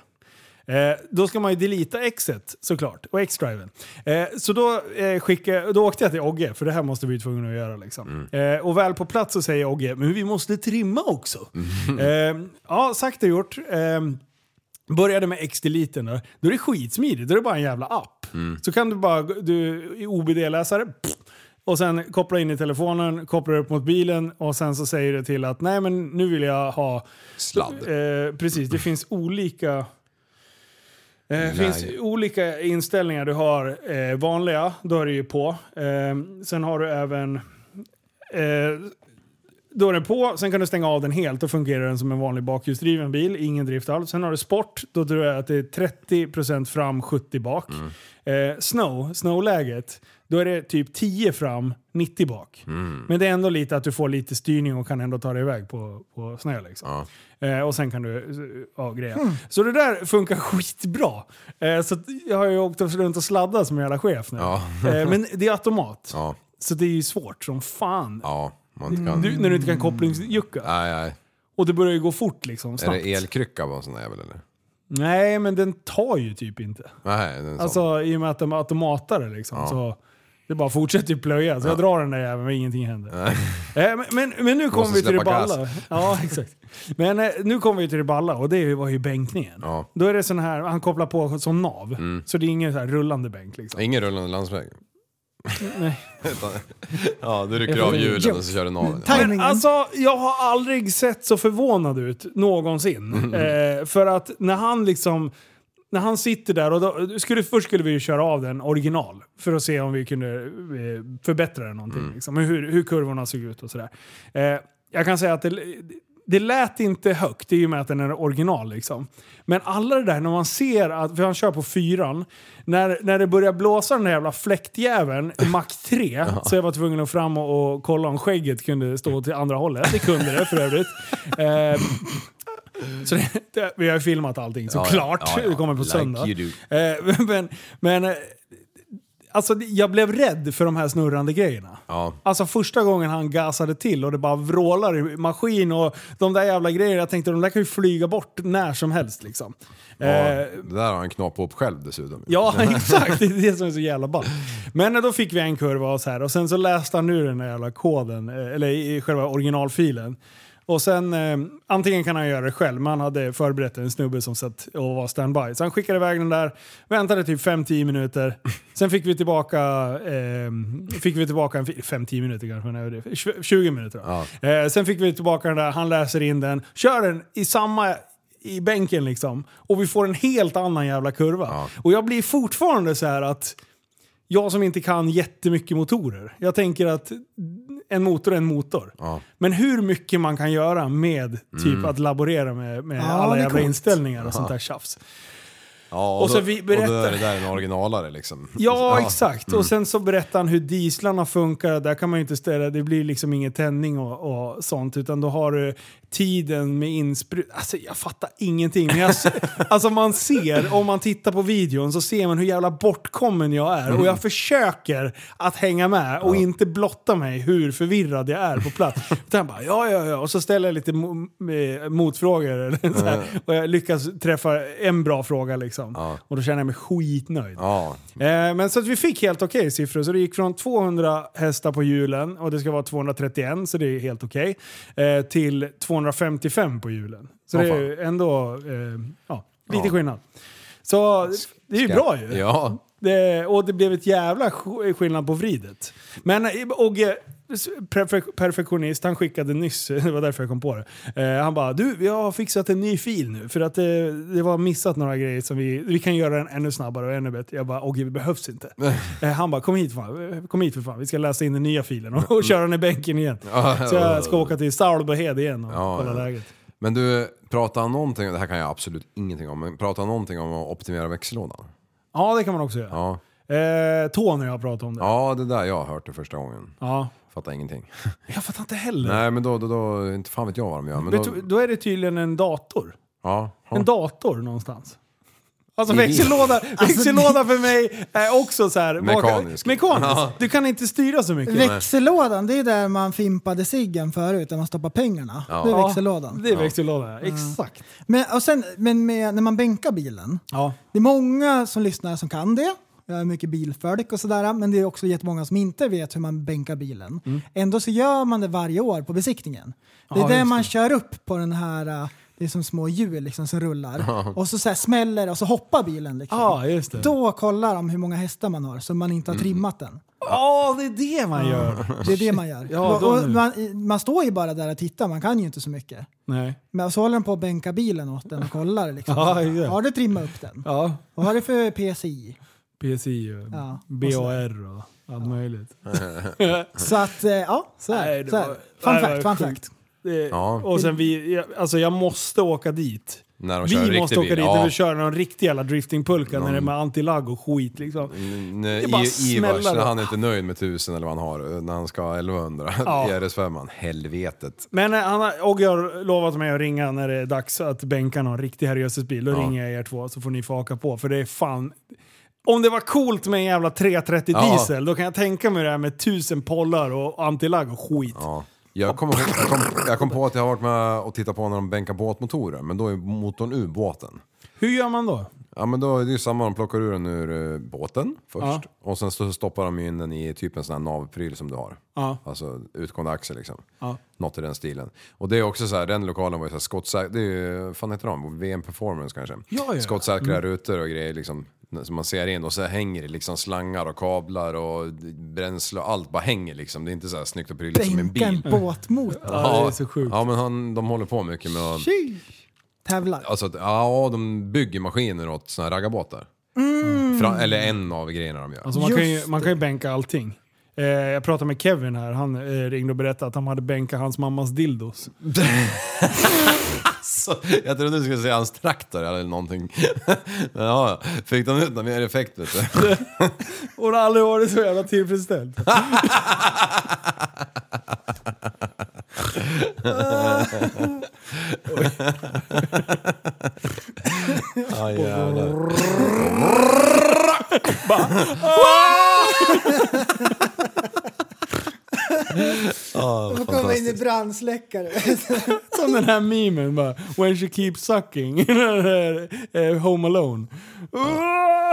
[SPEAKER 5] Eh, då ska man ju deleta exet såklart, och x-driven. Eh, så då, eh, skicka, då åkte jag till Ogge, för det här måste vi ju tvungna att göra. Liksom. Eh, och väl på plats så säger Ogge, men vi måste trimma också. Eh, ja, sagt och gjort. Eh, Började med X-deleten då, då är det skitsmidigt. Då är det bara en jävla app. Så kan du bara, du i OBD-läsare, pff, och sen koppla in i telefonen, koppla upp mot bilen och sen så säger det till att nej men nu vill jag ha
[SPEAKER 7] sladd.
[SPEAKER 5] Eh, precis, det finns olika... Eh, finns olika inställningar. Du har eh, vanliga, då är det ju på. Eh, sen har du även... Eh, då är den på, sen kan du stänga av den helt. Då fungerar den som en vanlig bakhjulsdriven bil, ingen drift alls. Sen har du sport, då tror jag att det är 30% fram, 70 bak.
[SPEAKER 7] Mm.
[SPEAKER 5] Eh, snow, snowläget, då är det typ 10 fram, 90 bak.
[SPEAKER 7] Mm.
[SPEAKER 5] Men det är ändå lite att du får lite styrning och kan ändå ta dig iväg på, på snö. Liksom.
[SPEAKER 7] Ja.
[SPEAKER 5] Eh, och sen kan du eh, ja, greja. Så det där funkar skitbra. Eh, så att jag har ju åkt runt och sladdat som en jävla chef nu.
[SPEAKER 7] Ja.
[SPEAKER 5] Eh, men det är automat.
[SPEAKER 7] Ja,
[SPEAKER 5] Så det är ju svårt som fan.
[SPEAKER 7] ja. Man inte kan...
[SPEAKER 5] Du, när du inte kan kopplingsjucka.
[SPEAKER 7] Nej, nej.
[SPEAKER 5] Och det börjar ju gå fort liksom.
[SPEAKER 7] Är
[SPEAKER 5] Snabbt.
[SPEAKER 7] det elkrycka på en sån där jävel eller?
[SPEAKER 5] Nej, men den tar ju typ inte.
[SPEAKER 7] Nej, den alltså...
[SPEAKER 5] Alltså i och med att de automatar det liksom. Så det bara fortsätter ju plöja. Så jag drar den där jäveln men ingenting händer. Eh, men, men, men nu kommer vi till det
[SPEAKER 7] släppa
[SPEAKER 5] balla. Ja, exakt. Men eh, nu kommer vi till det balla och det var ju bänkningen.
[SPEAKER 7] Ja. Mm.
[SPEAKER 5] Då är det sån här, han kopplar på som nav. Så det är ingen så här rullande bänk liksom.
[SPEAKER 7] Ingen rullande landsväg. Utan- ja, då rycker du av hjulen och så kör du naveln.
[SPEAKER 6] Timingen.
[SPEAKER 5] Alltså, jag har aldrig sett så förvånad ut någonsin. Eh, för att när han liksom... När han sitter där och då, skulle, först skulle vi ju köra av den original för att se om vi kunde eh, förbättra den någonting.
[SPEAKER 7] Mm.
[SPEAKER 5] Liksom, och hur, hur kurvorna såg ut och sådär. Eh, jag kan säga att det, det lät inte högt i och med att den är original. Liksom. Men alla det där när man ser att, för han kör på fyran, när, när det börjar blåsa den där jävla fläktjäveln i Mac 3 så jag var tvungen att fram och, och kolla om skägget kunde stå till andra hållet. Det kunde det för övrigt. Eh, så det, det, vi har ju filmat allting
[SPEAKER 7] ja.
[SPEAKER 5] såklart.
[SPEAKER 7] Ja, ja.
[SPEAKER 5] Det kommer på
[SPEAKER 7] Like
[SPEAKER 5] söndag.
[SPEAKER 7] you
[SPEAKER 5] Eh, men, men eh, alltså, jag blev rädd för de här snurrande grejerna.
[SPEAKER 7] Ja.
[SPEAKER 5] Alltså första gången han gasade till och det bara vrålar i maskin och de där jävla grejerna. Jag tänkte de där kan ju flyga bort när som helst liksom.
[SPEAKER 7] Ja,
[SPEAKER 5] Eh,
[SPEAKER 7] det där har han knappat upp själv dessutom.
[SPEAKER 5] Ja, exakt. Det är det som är så jävla ballt. Men eh, då fick vi en kurva och så här och sen så läste han nu den där jävla koden, eh, eller i i själva originalfilen. Och sen, eh, antingen kan han göra det själv, men han hade förberett en snubbe som satt och var standby. Så han skickade iväg den där, väntade typ 5-10 minuter. Sen fick vi tillbaka, eh, fick vi tillbaka en fil, 5-10 minuter kanske, nej, det är 20 20 minuter då. Eh, sen fick vi tillbaka den där, han läser in den, kör den i samma i bänken liksom. Och vi får en helt annan jävla kurva. Och jag blir fortfarande så här att jag som inte kan jättemycket motorer. Jag tänker att en motor är en motor. Men hur mycket man kan göra med typ att laborera med, med alla
[SPEAKER 6] det är
[SPEAKER 5] jävla
[SPEAKER 6] coolt.
[SPEAKER 5] inställningar och sånt där tjafs.
[SPEAKER 7] Ja,
[SPEAKER 5] Och så vi
[SPEAKER 7] Och
[SPEAKER 5] berättar-
[SPEAKER 7] då är det där en originalare liksom.
[SPEAKER 5] Ja, exakt. Och sen så berättar han hur dieslarna funkar. Där kan man ju inte ställa, det blir liksom ingen tändning och, och sånt. Utan då har du tiden med insprut. Alltså jag fattar ingenting. Men jag, alltså man ser, om man tittar på videon så ser man hur jävla bortkommen jag är. Och jag försöker att hänga med och inte blotta mig hur förvirrad jag är på plats. Utan jag bara ja, ja, ja. Och så ställer jag lite mo- eh, motfrågor. eller så här. Och jag lyckas träffa en bra fråga liksom. Och då känner jag mig skitnöjd.
[SPEAKER 7] Ja,
[SPEAKER 5] Eh, men så att vi fick helt okej siffror. Så det gick från 200 hästar på hjulen, och det ska vara 231, så det är helt okej, eh, till 255 på hjulen. Så
[SPEAKER 7] Åh,
[SPEAKER 5] det är
[SPEAKER 7] fan.
[SPEAKER 5] ju ändå eh, ja, lite skillnad. Så det är ju bra ju.
[SPEAKER 7] ja.
[SPEAKER 5] Det, och det blev ett jävla sk- skillnad på vridet. Men eh, Ogge, s- perfek- perfektionist, han skickade nyss, det var därför jag kom på det. Eh, han bara du, jag har fixat en ny fil nu för att eh, det var missat några grejer som vi, vi kan göra den ännu snabbare och ännu bättre. Jag bara Ogge, det behövs inte. eh, han bara kom hit, fan. eh, kom hit för fan, vi ska läsa in den nya filen och, och köra den i bänken igen. Så jag ska åka till Sauerbehed igen och
[SPEAKER 7] Ja,
[SPEAKER 5] kolla
[SPEAKER 7] ja.
[SPEAKER 5] läget.
[SPEAKER 7] Men du, pratar han någonting, det här kan jag absolut ingenting om, men pratar han någonting om att optimera växellådan?
[SPEAKER 5] Ja, det kan man också göra.
[SPEAKER 7] Ja.
[SPEAKER 5] Eh, Tony har pratat om det.
[SPEAKER 7] ja, det där jag har hört det första gången.
[SPEAKER 5] Ja.
[SPEAKER 7] Fattar ingenting.
[SPEAKER 5] Jag fattar inte heller.
[SPEAKER 7] Nej, men då, då, då, inte fan vet jag vad de gör. Men
[SPEAKER 5] Vet
[SPEAKER 7] då,
[SPEAKER 5] du, då är det tydligen en dator.
[SPEAKER 7] ja,
[SPEAKER 5] En dator någonstans. Alltså växellåda, växellåda för mig är också så här...
[SPEAKER 7] Mekanisk.
[SPEAKER 5] Mekanisk.
[SPEAKER 7] Ja.
[SPEAKER 5] Du kan inte styra så mycket.
[SPEAKER 6] Växellådan, det är där man fimpade ciggen förut, där man stoppar pengarna. Det är
[SPEAKER 5] Ja,
[SPEAKER 6] växellådan.
[SPEAKER 5] Det är växellåda, exakt.
[SPEAKER 6] Men, och sen, men med, när man bänkar bilen,
[SPEAKER 5] Ja.
[SPEAKER 6] det är många som lyssnar som kan det. Jag är mycket bilfolk och sådär, men det är också jättemånga som inte vet hur man bänkar bilen. Ändå så gör man det varje år på besiktningen. Det är
[SPEAKER 5] Mm. Ja,
[SPEAKER 6] det
[SPEAKER 5] just
[SPEAKER 6] man
[SPEAKER 5] det.
[SPEAKER 6] kör upp på den här, äh, det är som små hjul liksom som rullar. Och så, så här smäller och så hoppar bilen. Liksom.
[SPEAKER 5] Ja, just det. Mm.
[SPEAKER 6] Då kollar de hur många hästar man har så man inte har trimmat den.
[SPEAKER 5] Ja, det är det man gör.
[SPEAKER 6] Det är det man gör.
[SPEAKER 5] Ja, då
[SPEAKER 6] och,
[SPEAKER 5] nu.
[SPEAKER 6] och man, man står ju bara där och tittar, man kan ju inte så mycket.
[SPEAKER 5] Nej.
[SPEAKER 6] Men så håller den på att bänka bilen åt den och kollar. Liksom.
[SPEAKER 5] Ja, ja.
[SPEAKER 6] Har du trimmat upp den?
[SPEAKER 5] Ja,
[SPEAKER 6] Vad har du för PCI?
[SPEAKER 5] PSI och
[SPEAKER 6] Ja, och
[SPEAKER 5] BAR och allt möjligt.
[SPEAKER 6] Så att, eh, ja, så är
[SPEAKER 5] Nej,
[SPEAKER 6] det.
[SPEAKER 5] det
[SPEAKER 6] Så är
[SPEAKER 5] var-
[SPEAKER 6] det. Fun
[SPEAKER 5] nej, det
[SPEAKER 6] fact,
[SPEAKER 5] var
[SPEAKER 6] fun fact.
[SPEAKER 5] Det,
[SPEAKER 7] Ja.
[SPEAKER 5] Och sen vi, jag- alltså jag måste åka dit.
[SPEAKER 7] När de kör en
[SPEAKER 5] Vi
[SPEAKER 7] riktig
[SPEAKER 5] måste åka
[SPEAKER 7] bil,
[SPEAKER 5] dit
[SPEAKER 7] ja.
[SPEAKER 5] när vi kör någon riktig jävla driftingpulka när det är med antilag och skit liksom.
[SPEAKER 7] Mm. Nej,
[SPEAKER 5] bara
[SPEAKER 7] I- Ivars,
[SPEAKER 5] smäller
[SPEAKER 7] när
[SPEAKER 5] då.
[SPEAKER 7] han är inte nöjd med 1000 eller vad han har, när han ska ha 1100.
[SPEAKER 5] Ja.
[SPEAKER 7] RS5, an helvetet.
[SPEAKER 5] Men eh, han har, och jag har lovat mig att ringa när det är dags att bänka någon riktig herrejösses bil. Då ringer jag er två så får ni få haka på för det är fan... Om det var coolt med en jävla 330
[SPEAKER 7] Ja.
[SPEAKER 5] diesel då kan jag tänka mig det här med tusen pollar och antilag och skit.
[SPEAKER 7] Ja. Jag, kom, ihåg- jag, kom, jag kom på att jag har varit med och tittat på när de bänkar båtmotorer, men då är motorn ur båten.
[SPEAKER 5] Hur gör man då?
[SPEAKER 7] Ja men då är det ju samma, de plockar ur den ur eh, båten först och sen så stoppar de in den i typ en sån här navpryl som du har.
[SPEAKER 5] Ja.
[SPEAKER 7] Alltså utgående axel liksom.
[SPEAKER 5] Ja.
[SPEAKER 7] Något i den stilen. Och det är också så här, den lokalen var ju så här skottsäker, det är ju, vad fan heter de? VM Performance kanske?
[SPEAKER 5] Ja, ja. Mm.
[SPEAKER 7] Skottsäkra rutor och grejer liksom som man ser in och så här hänger det liksom slangar och kablar och bränsle och allt bara hänger liksom. Det är inte så här snyggt och prydligt som en
[SPEAKER 6] Bänka en
[SPEAKER 7] bil.
[SPEAKER 6] båtmotor.
[SPEAKER 5] Ja, det är så sjukt.
[SPEAKER 7] Ja men han, de håller på mycket med att,
[SPEAKER 6] Tävlar.
[SPEAKER 7] alltså, att- ja de bygger maskiner åt såna här raggarbåtar. Fra, eller en av grejerna de gör.
[SPEAKER 5] Alltså man, kan ju,
[SPEAKER 6] Just
[SPEAKER 5] man kan ju bänka allting. Eh, jag pratade med Kevin här, han eh, ringde och berättade att han hade bänkat hans mammas dildos.
[SPEAKER 7] Så, jag trodde du skulle säga hans traktor eller någonting. Men ja, fick de ut någon mer effekt vet du?
[SPEAKER 5] Och det har aldrig varit så jävla tillfredsställd.
[SPEAKER 7] Ja, jävlar.
[SPEAKER 6] Då kommer in i brandsläckare.
[SPEAKER 5] Som den här memen bara, when she keeps sucking. Eh, Home alone.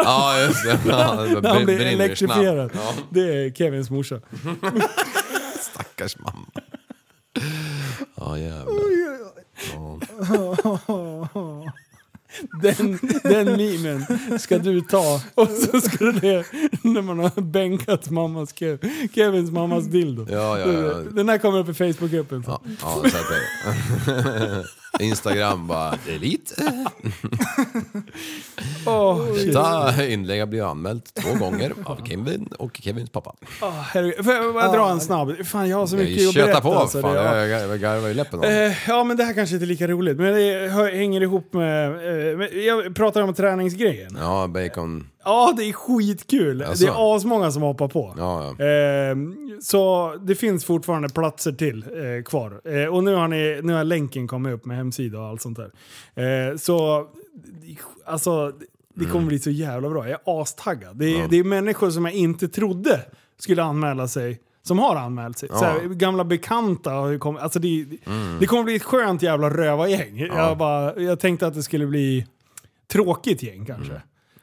[SPEAKER 7] Ja, just det. Ja, det
[SPEAKER 5] När han blir
[SPEAKER 7] brinner ju snabbt.
[SPEAKER 5] elektrifierad.
[SPEAKER 7] Ja,
[SPEAKER 5] Det är Kevins morsa.
[SPEAKER 7] stackars mamma. Ja, jävlar.
[SPEAKER 5] Den, den memen ska du ta och så ska du det när man har bänkat mammas Kev, Kevins mammas dildo.
[SPEAKER 7] Ja, ja, ja.
[SPEAKER 5] Den här kommer upp i Facebookgruppen.
[SPEAKER 7] Ja, ja, så att det- Instagram bara, elite.
[SPEAKER 5] Åh, shit.
[SPEAKER 7] Detta inlägg har blivit anmält två gånger av Kevin och Kevins pappa.
[SPEAKER 5] Åh, herregud. Får jag bara dra en snabb? Fan, jag har så mycket
[SPEAKER 7] Jag
[SPEAKER 5] att berätta.
[SPEAKER 7] tjötar Ah. på,
[SPEAKER 5] alltså.
[SPEAKER 7] fan.
[SPEAKER 5] Det- ja.
[SPEAKER 7] Jag, jag, jag garvar ju läppen om.
[SPEAKER 5] Eh, Ja, men det här kanske inte är lika roligt, men det hör- hänger ihop med... eh, men Jag pratar om träningsgrejen. Ja,
[SPEAKER 7] Ja, bacon.
[SPEAKER 5] det är skitkul.
[SPEAKER 7] Alltså.
[SPEAKER 5] Det är asmånga som hoppar på.
[SPEAKER 7] Ja, ja.
[SPEAKER 5] Eh, Så det finns fortfarande platser till eh, kvar. Eh, Och nu har, ni, nu har länken kommit upp med hemsida och allt sånt där. Eh, Så alltså, det kommer
[SPEAKER 7] Mm.
[SPEAKER 5] bli så jävla bra. Jag är astaggad. Det är, det är människor som jag inte trodde skulle anmäla sig som har anmält sig. Så här, gamla bekanta. har ju kommit- Alltså det,
[SPEAKER 7] Mm.
[SPEAKER 5] det kommer bli ett skönt jävla rövargäng. Jag, bara, jag tänkte att det skulle bli tråkigt gäng kanske.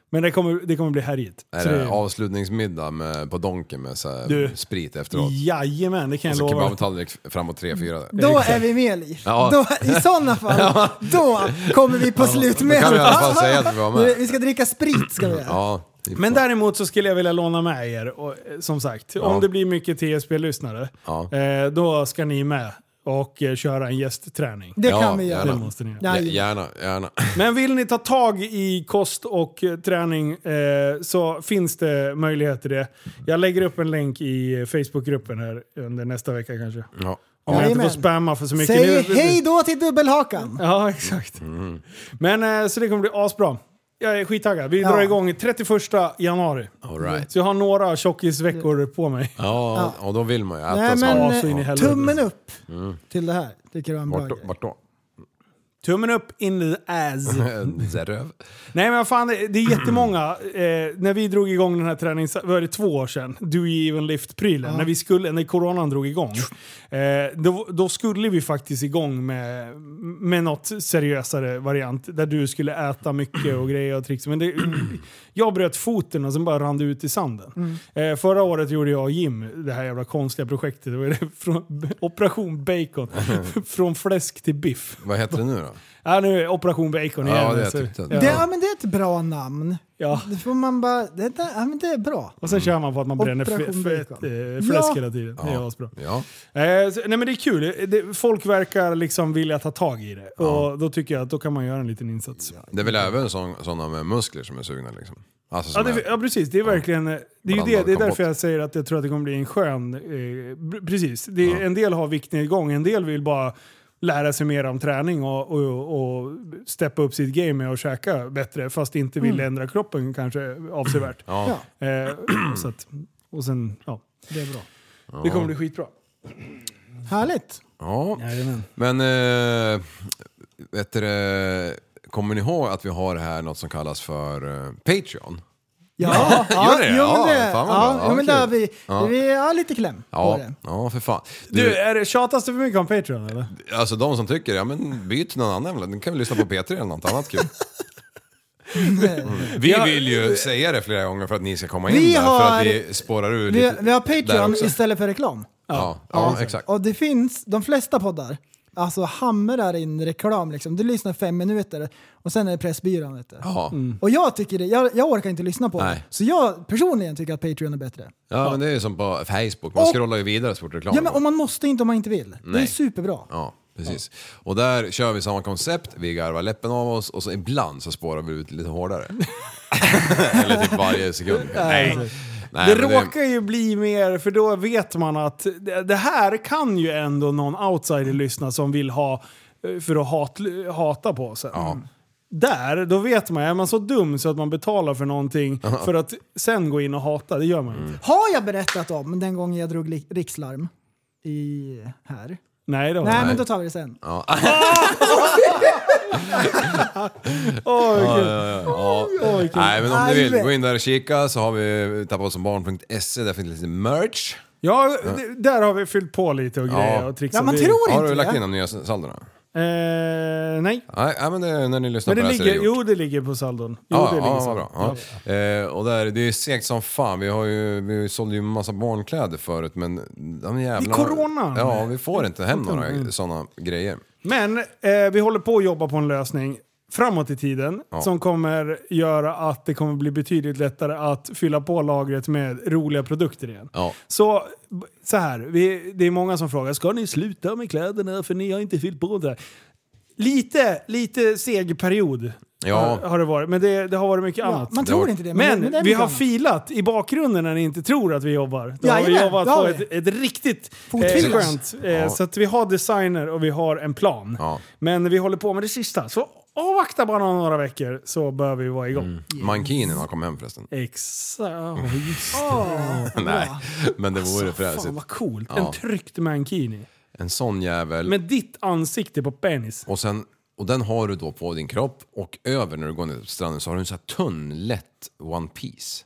[SPEAKER 5] Men det kommer, det kommer bli härjigt.
[SPEAKER 7] Mm. Är
[SPEAKER 5] Så
[SPEAKER 7] det avslutningsmiddag med, på Donken med så här
[SPEAKER 5] Du.
[SPEAKER 7] sprit efteråt?
[SPEAKER 5] Jajamän, det kan jag
[SPEAKER 7] Så
[SPEAKER 5] lova.
[SPEAKER 7] kebabtallrik framåt tre, fyra där.
[SPEAKER 6] Då är vi med Liv.
[SPEAKER 7] Ja.
[SPEAKER 6] Då, I sådana fall, då kommer vi på
[SPEAKER 7] Då
[SPEAKER 6] slutmedlet.
[SPEAKER 7] kan vi i alla fall säga att vi var med.
[SPEAKER 6] Vi ska dricka sprit ska vi göra.
[SPEAKER 7] Ja, vi
[SPEAKER 5] Men
[SPEAKER 7] får-
[SPEAKER 5] däremot så skulle jag vilja låna med er, och, eh, som sagt. Om det blir mycket TSB-lyssnare,
[SPEAKER 7] Ja.
[SPEAKER 5] eh, då ska ni med och eh, köra en gästträning.
[SPEAKER 6] Det
[SPEAKER 7] Ja,
[SPEAKER 6] kan vi
[SPEAKER 7] gärna.
[SPEAKER 6] göra.
[SPEAKER 5] Det måste ni göra.
[SPEAKER 7] Ja,
[SPEAKER 6] Ja,
[SPEAKER 7] Gärna, gärna.
[SPEAKER 5] Men vill ni ta tag i kost och eh, träning eh, så finns det möjlighet till det. Jag lägger upp en länk i eh, Facebookgruppen här under nästa vecka kanske.
[SPEAKER 7] Ja.
[SPEAKER 5] Om jag inte får
[SPEAKER 6] Jajamän.
[SPEAKER 5] spamma för så mycket.
[SPEAKER 6] Säg
[SPEAKER 5] Nu-
[SPEAKER 6] hej då till dubbelhakan!
[SPEAKER 5] Ja, exakt.
[SPEAKER 7] Mm.
[SPEAKER 5] Men eh, så det kommer bli asbra. Jag är skittaggad. Vi
[SPEAKER 6] Ja.
[SPEAKER 5] drar igång 31 januari.
[SPEAKER 7] All right.
[SPEAKER 5] Så jag har några tjockisveckor på mig.
[SPEAKER 7] Ja, och då vill man ju äta
[SPEAKER 6] Nej
[SPEAKER 7] så.
[SPEAKER 6] men
[SPEAKER 5] så in i
[SPEAKER 6] eh,
[SPEAKER 5] helvete.
[SPEAKER 6] tummen upp till det här. Tycker jag är en bra
[SPEAKER 7] Mm. Vart då?
[SPEAKER 6] grej.
[SPEAKER 7] Vart då?
[SPEAKER 5] Tummen upp in the ass.
[SPEAKER 7] Zeröv.
[SPEAKER 5] Nej men vad fan, det det är jättemånga. Eh, när vi drog igång den här tränings... Var det två år sedan? Do you even lift-prylen. När, vi skulle, när coronan drog igång. Eh, då, då skulle vi faktiskt igång med, med något seriösare variant. Där du skulle äta mycket och grejer och tricks. Men det, jag bröt foten och sen bara rann det ut i sanden.
[SPEAKER 7] Mm.
[SPEAKER 5] Eh, förra året gjorde jag och Jim det här jävla konstiga projektet. Det var det från, Operation Bacon. från fläsk till biff.
[SPEAKER 7] Vad heter det nu då?
[SPEAKER 5] Ja, nu är Operation Bacon igen.
[SPEAKER 7] Ja, det typ
[SPEAKER 5] Så-
[SPEAKER 7] tyckte jag.
[SPEAKER 5] Ja.
[SPEAKER 6] Det, ja, men det är ett bra namn.
[SPEAKER 5] Ja.
[SPEAKER 6] Det får man bara... Det, där- ja, men det är bra.
[SPEAKER 5] Och sen kör man på att man bränner fe-
[SPEAKER 6] Operation
[SPEAKER 5] fett,
[SPEAKER 6] Bacon.
[SPEAKER 5] eh, fläsk
[SPEAKER 6] Ja.
[SPEAKER 5] hela tiden. Det är asbra.
[SPEAKER 7] Ja.
[SPEAKER 5] Eh, så, nej men det är kul. Eh, Det, folk verkar liksom vilja ta tag i det. Och då tycker jag att då kan man göra en liten insats. Ja,
[SPEAKER 7] Det är väl även sån- såna med muskler som är sugna liksom? Alltså som
[SPEAKER 5] det,
[SPEAKER 7] är,
[SPEAKER 5] ja precis. Det är verkligen... eh, Det är ju det.
[SPEAKER 7] Blandad
[SPEAKER 5] Det är därför
[SPEAKER 7] kompott.
[SPEAKER 5] jag säger att jag tror att det kommer bli en skön... Eh, br- precis. Det, är En del har viktnedgång, en del vill bara lära sig mer om träning och, och, och steppa upp sitt game med att käka bättre fast inte vill ändra kroppen kanske avsevärt.
[SPEAKER 7] ja.
[SPEAKER 5] Eh, så att, och sen, ja.
[SPEAKER 6] Det är bra.
[SPEAKER 5] Det kommer bli skitbra.
[SPEAKER 6] Härligt.
[SPEAKER 7] ja. Men, eh, vet du, det, kommer ni ihåg att vi har här något som kallas för eh, Patreon?
[SPEAKER 6] Ja,
[SPEAKER 7] Gör det?
[SPEAKER 6] Jo, men det,
[SPEAKER 7] Ja, fan vad bra.
[SPEAKER 6] ja,
[SPEAKER 7] Ja,
[SPEAKER 6] jo, men det har
[SPEAKER 7] kul.
[SPEAKER 6] vi.
[SPEAKER 7] Ja.
[SPEAKER 6] Vi har lite kläm på
[SPEAKER 7] Ja,
[SPEAKER 6] det.
[SPEAKER 7] ja för fan.
[SPEAKER 5] Du,
[SPEAKER 7] Du, eh,
[SPEAKER 5] är det, tjatas det för mycket om Patreon eller?
[SPEAKER 7] alltså de som tycker, ja men byt till någon annan väl, ni kan väl lyssna på P3 eller något annat kul.
[SPEAKER 6] Mm.
[SPEAKER 7] Vi vill ju säga det flera gånger för att ni ska komma in
[SPEAKER 6] Vi
[SPEAKER 7] där, för
[SPEAKER 6] har-
[SPEAKER 7] att vi spårar
[SPEAKER 6] Vi,
[SPEAKER 7] ur lite
[SPEAKER 6] vi har
[SPEAKER 7] där
[SPEAKER 6] Patreon
[SPEAKER 7] också.
[SPEAKER 6] istället för reklam.
[SPEAKER 7] Ja, ja, exakt.
[SPEAKER 6] Och det finns, de flesta poddar, alltså hamrar in reklam liksom. Du lyssnar fem minuter och sen är det Pressbyrån. Vet du.
[SPEAKER 7] Ja.
[SPEAKER 6] Och jag tycker det, jag, jag orkar inte lyssna på det.
[SPEAKER 7] Mm. Nej.
[SPEAKER 6] Så jag personligen tycker att Patreon är bättre.
[SPEAKER 7] ja, men det är ju som på Facebook, man
[SPEAKER 6] Och-
[SPEAKER 7] scrollar ju vidare så fort reklam
[SPEAKER 6] Ja men
[SPEAKER 7] kommer.
[SPEAKER 6] om man måste inte om man inte vill. Det är
[SPEAKER 7] Nej.
[SPEAKER 6] superbra.
[SPEAKER 7] Ja, precis. Och där kör vi samma koncept, vi garvar läppen av oss och så ibland så spårar vi ut lite hårdare. Eller typ varje sekund. Nej. Nej,
[SPEAKER 5] Det
[SPEAKER 7] men
[SPEAKER 5] råkar ju bli mer, för då vet man att det- det här kan ju ändå någon outsider lyssna som vill ha eh, för att hat, hata på oss.
[SPEAKER 7] Ja.
[SPEAKER 5] Där, då vet man, är man så dum så att man betalar för någonting för att sen gå in och hata, det gör man
[SPEAKER 7] Mm.
[SPEAKER 5] inte.
[SPEAKER 6] Har jag berättat om den gången jag drog li- rikslarm? I här?
[SPEAKER 5] Nej, det har
[SPEAKER 6] Nej
[SPEAKER 5] man
[SPEAKER 6] men då tar vi det sen.
[SPEAKER 5] Åh, vad kul.
[SPEAKER 7] Ja. Nej, men om ni vill, gå in där och kika så har vi tappaossombarn.se, där finns lite merch.
[SPEAKER 5] Ja, d- där har vi fyllt på lite och
[SPEAKER 7] Ja.
[SPEAKER 5] grejer och tricks.
[SPEAKER 6] Ja, man
[SPEAKER 5] Det-
[SPEAKER 6] tror
[SPEAKER 7] Har
[SPEAKER 6] inte
[SPEAKER 7] du
[SPEAKER 6] det.
[SPEAKER 7] lagt in de nya saldorna?
[SPEAKER 5] Eh, nej.
[SPEAKER 7] Nej, nej, men det, när ni lyssnar
[SPEAKER 5] Men det
[SPEAKER 7] på det här så är det
[SPEAKER 5] ligger,
[SPEAKER 7] gjort.
[SPEAKER 5] jo, det ligger på saldon. Jo,
[SPEAKER 7] ja,
[SPEAKER 5] det ligger
[SPEAKER 7] ja,
[SPEAKER 5] så.
[SPEAKER 7] vad bra. Ja. Eh, och där, det är segt som fan. Vi, har ju, vi sålde ju en massa barnkläder förut men de jävla...
[SPEAKER 5] corona.
[SPEAKER 7] Ja, vi får inte hem några sådana grejer.
[SPEAKER 5] Men eh, vi håller på att jobba på en lösning framåt i tiden
[SPEAKER 7] Ja.
[SPEAKER 5] som kommer göra att det kommer bli betydligt lättare att fylla på lagret med roliga produkter igen.
[SPEAKER 7] Ja.
[SPEAKER 5] Så, b- så här, vi, det är många som frågar ska ni sluta med kläderna för ni har inte fyllt på det här?" Lite, lite seg period
[SPEAKER 7] Ja.
[SPEAKER 5] har, har det varit, men det, det har varit mycket
[SPEAKER 6] Ja,
[SPEAKER 5] annat.
[SPEAKER 6] man
[SPEAKER 7] Det
[SPEAKER 6] tror
[SPEAKER 7] var-
[SPEAKER 6] inte det.
[SPEAKER 5] Men,
[SPEAKER 6] det är
[SPEAKER 5] vi
[SPEAKER 6] mycket
[SPEAKER 5] har
[SPEAKER 6] annat.
[SPEAKER 5] filat i bakgrunden när ni inte tror att vi jobbar. Då har vi
[SPEAKER 6] Jajamän,
[SPEAKER 5] jobbat
[SPEAKER 6] det har
[SPEAKER 5] på
[SPEAKER 6] vi.
[SPEAKER 5] ett, ett riktigt eh,
[SPEAKER 6] Fotfilad.
[SPEAKER 5] skönt. Eh,
[SPEAKER 7] Ja.
[SPEAKER 5] Så att vi har designer och vi har en plan.
[SPEAKER 7] Ja.
[SPEAKER 5] Men vi håller på med det sista. Så avvakta bara några veckor så bör vi vara igång.
[SPEAKER 7] Mm. Mankinen har kommit hem förresten.
[SPEAKER 5] Exakt. Just det.
[SPEAKER 7] Nej, men det vore
[SPEAKER 5] Alltså, Fan
[SPEAKER 7] Mm. fräsigt.
[SPEAKER 5] vad coolt.
[SPEAKER 7] Ja.
[SPEAKER 5] En tryckt mankini.
[SPEAKER 7] En sån jävel.
[SPEAKER 5] Med ditt ansikte på penis.
[SPEAKER 7] Och, sen, och den har du då på din kropp och över när du går ner på stranden så har du en sån här tunn, lätt One Piece.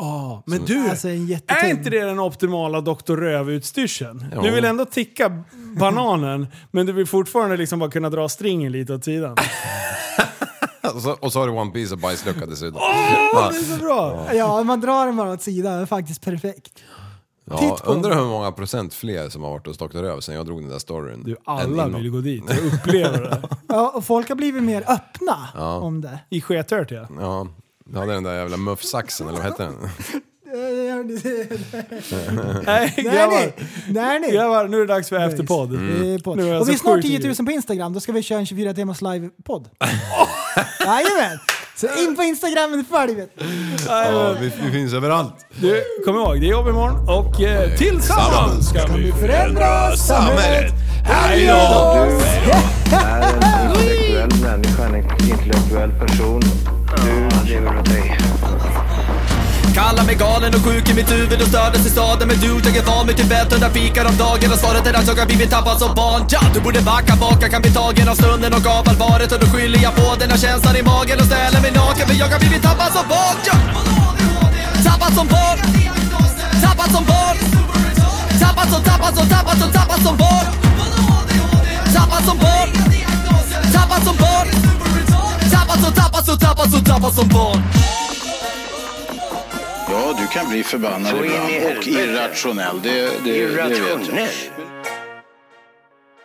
[SPEAKER 7] Mm.
[SPEAKER 5] Men du,
[SPEAKER 6] Alltså en
[SPEAKER 5] är
[SPEAKER 6] jättetung.
[SPEAKER 5] inte det den optimala Dr. Röv-utstyrseln?
[SPEAKER 7] Jo.
[SPEAKER 5] Du vill ändå ticka bananen, men du vill fortfarande liksom bara kunna dra stringen lite åt sidan.
[SPEAKER 7] Och så, Alltså, och så har du One Piece och bajslucka dessutom.
[SPEAKER 5] Ja, det är så bra!
[SPEAKER 6] Ja, man drar den bara åt sidan. Det är faktiskt perfekt.
[SPEAKER 7] ja,
[SPEAKER 6] titt på
[SPEAKER 7] undrar hur många procent fler som har varit hos Dr. Röv sen jag drog den där storyn.
[SPEAKER 5] Du,
[SPEAKER 7] än
[SPEAKER 5] alla
[SPEAKER 7] innan.
[SPEAKER 5] vill gå dit och uppleva det.
[SPEAKER 6] Ja, och folk har blivit mer öppna om det.
[SPEAKER 5] I skethört ja.
[SPEAKER 7] Ja, du hade den där jävla muffsaxen, eller vad hette
[SPEAKER 5] Äh.
[SPEAKER 7] den?
[SPEAKER 6] Eh,
[SPEAKER 5] Nej, Mm.
[SPEAKER 6] Nej, nej.
[SPEAKER 5] grabbar.
[SPEAKER 6] Nej, nej.
[SPEAKER 5] grabbar, nu är det dags för efterpodd.
[SPEAKER 6] Det är på.
[SPEAKER 5] Nu är jag
[SPEAKER 6] Och vi
[SPEAKER 5] så
[SPEAKER 6] är snart
[SPEAKER 5] sjukt
[SPEAKER 6] 10 000 på Instagram, då ska vi köra en 24 timmars livepodd. Jajamän! Så in på Instagram, följ vet du.
[SPEAKER 7] Ja, vi, vi finns överallt.
[SPEAKER 5] Du, kom ihåg, det är jobb imorgon och eh, tillsammans ska vi
[SPEAKER 6] Förändra samhället.
[SPEAKER 7] Hej då!
[SPEAKER 1] Du är en intellektuell människa, en intellektuell person. Du lever åt dig.
[SPEAKER 2] Kallar mig galen och sjuk i mitt huvud och stördes i staden Men du, jag är van vid Tibet och där fikar om dagen Och svaret är att jag har blivit tappad som barn ja, Du borde backa bak, jag kan bli tagen av stunden och av allvaret Och då skyller jag på den här känslan i magen och ställer mig naken För jag har blivit tappad som barn ja. Tappad som barn Tappad som barn Tappad som, tappad som, tappad som, tappad som barn Tappad som barn Tappad som barn Tappad som, tappad som, tappad som, tappad som barn
[SPEAKER 3] Ja, du kan bli förbannad
[SPEAKER 1] Så in i
[SPEAKER 3] ibland och
[SPEAKER 1] helvete.
[SPEAKER 3] irrationell. Det, det, det vet jag.
[SPEAKER 1] Irrationell.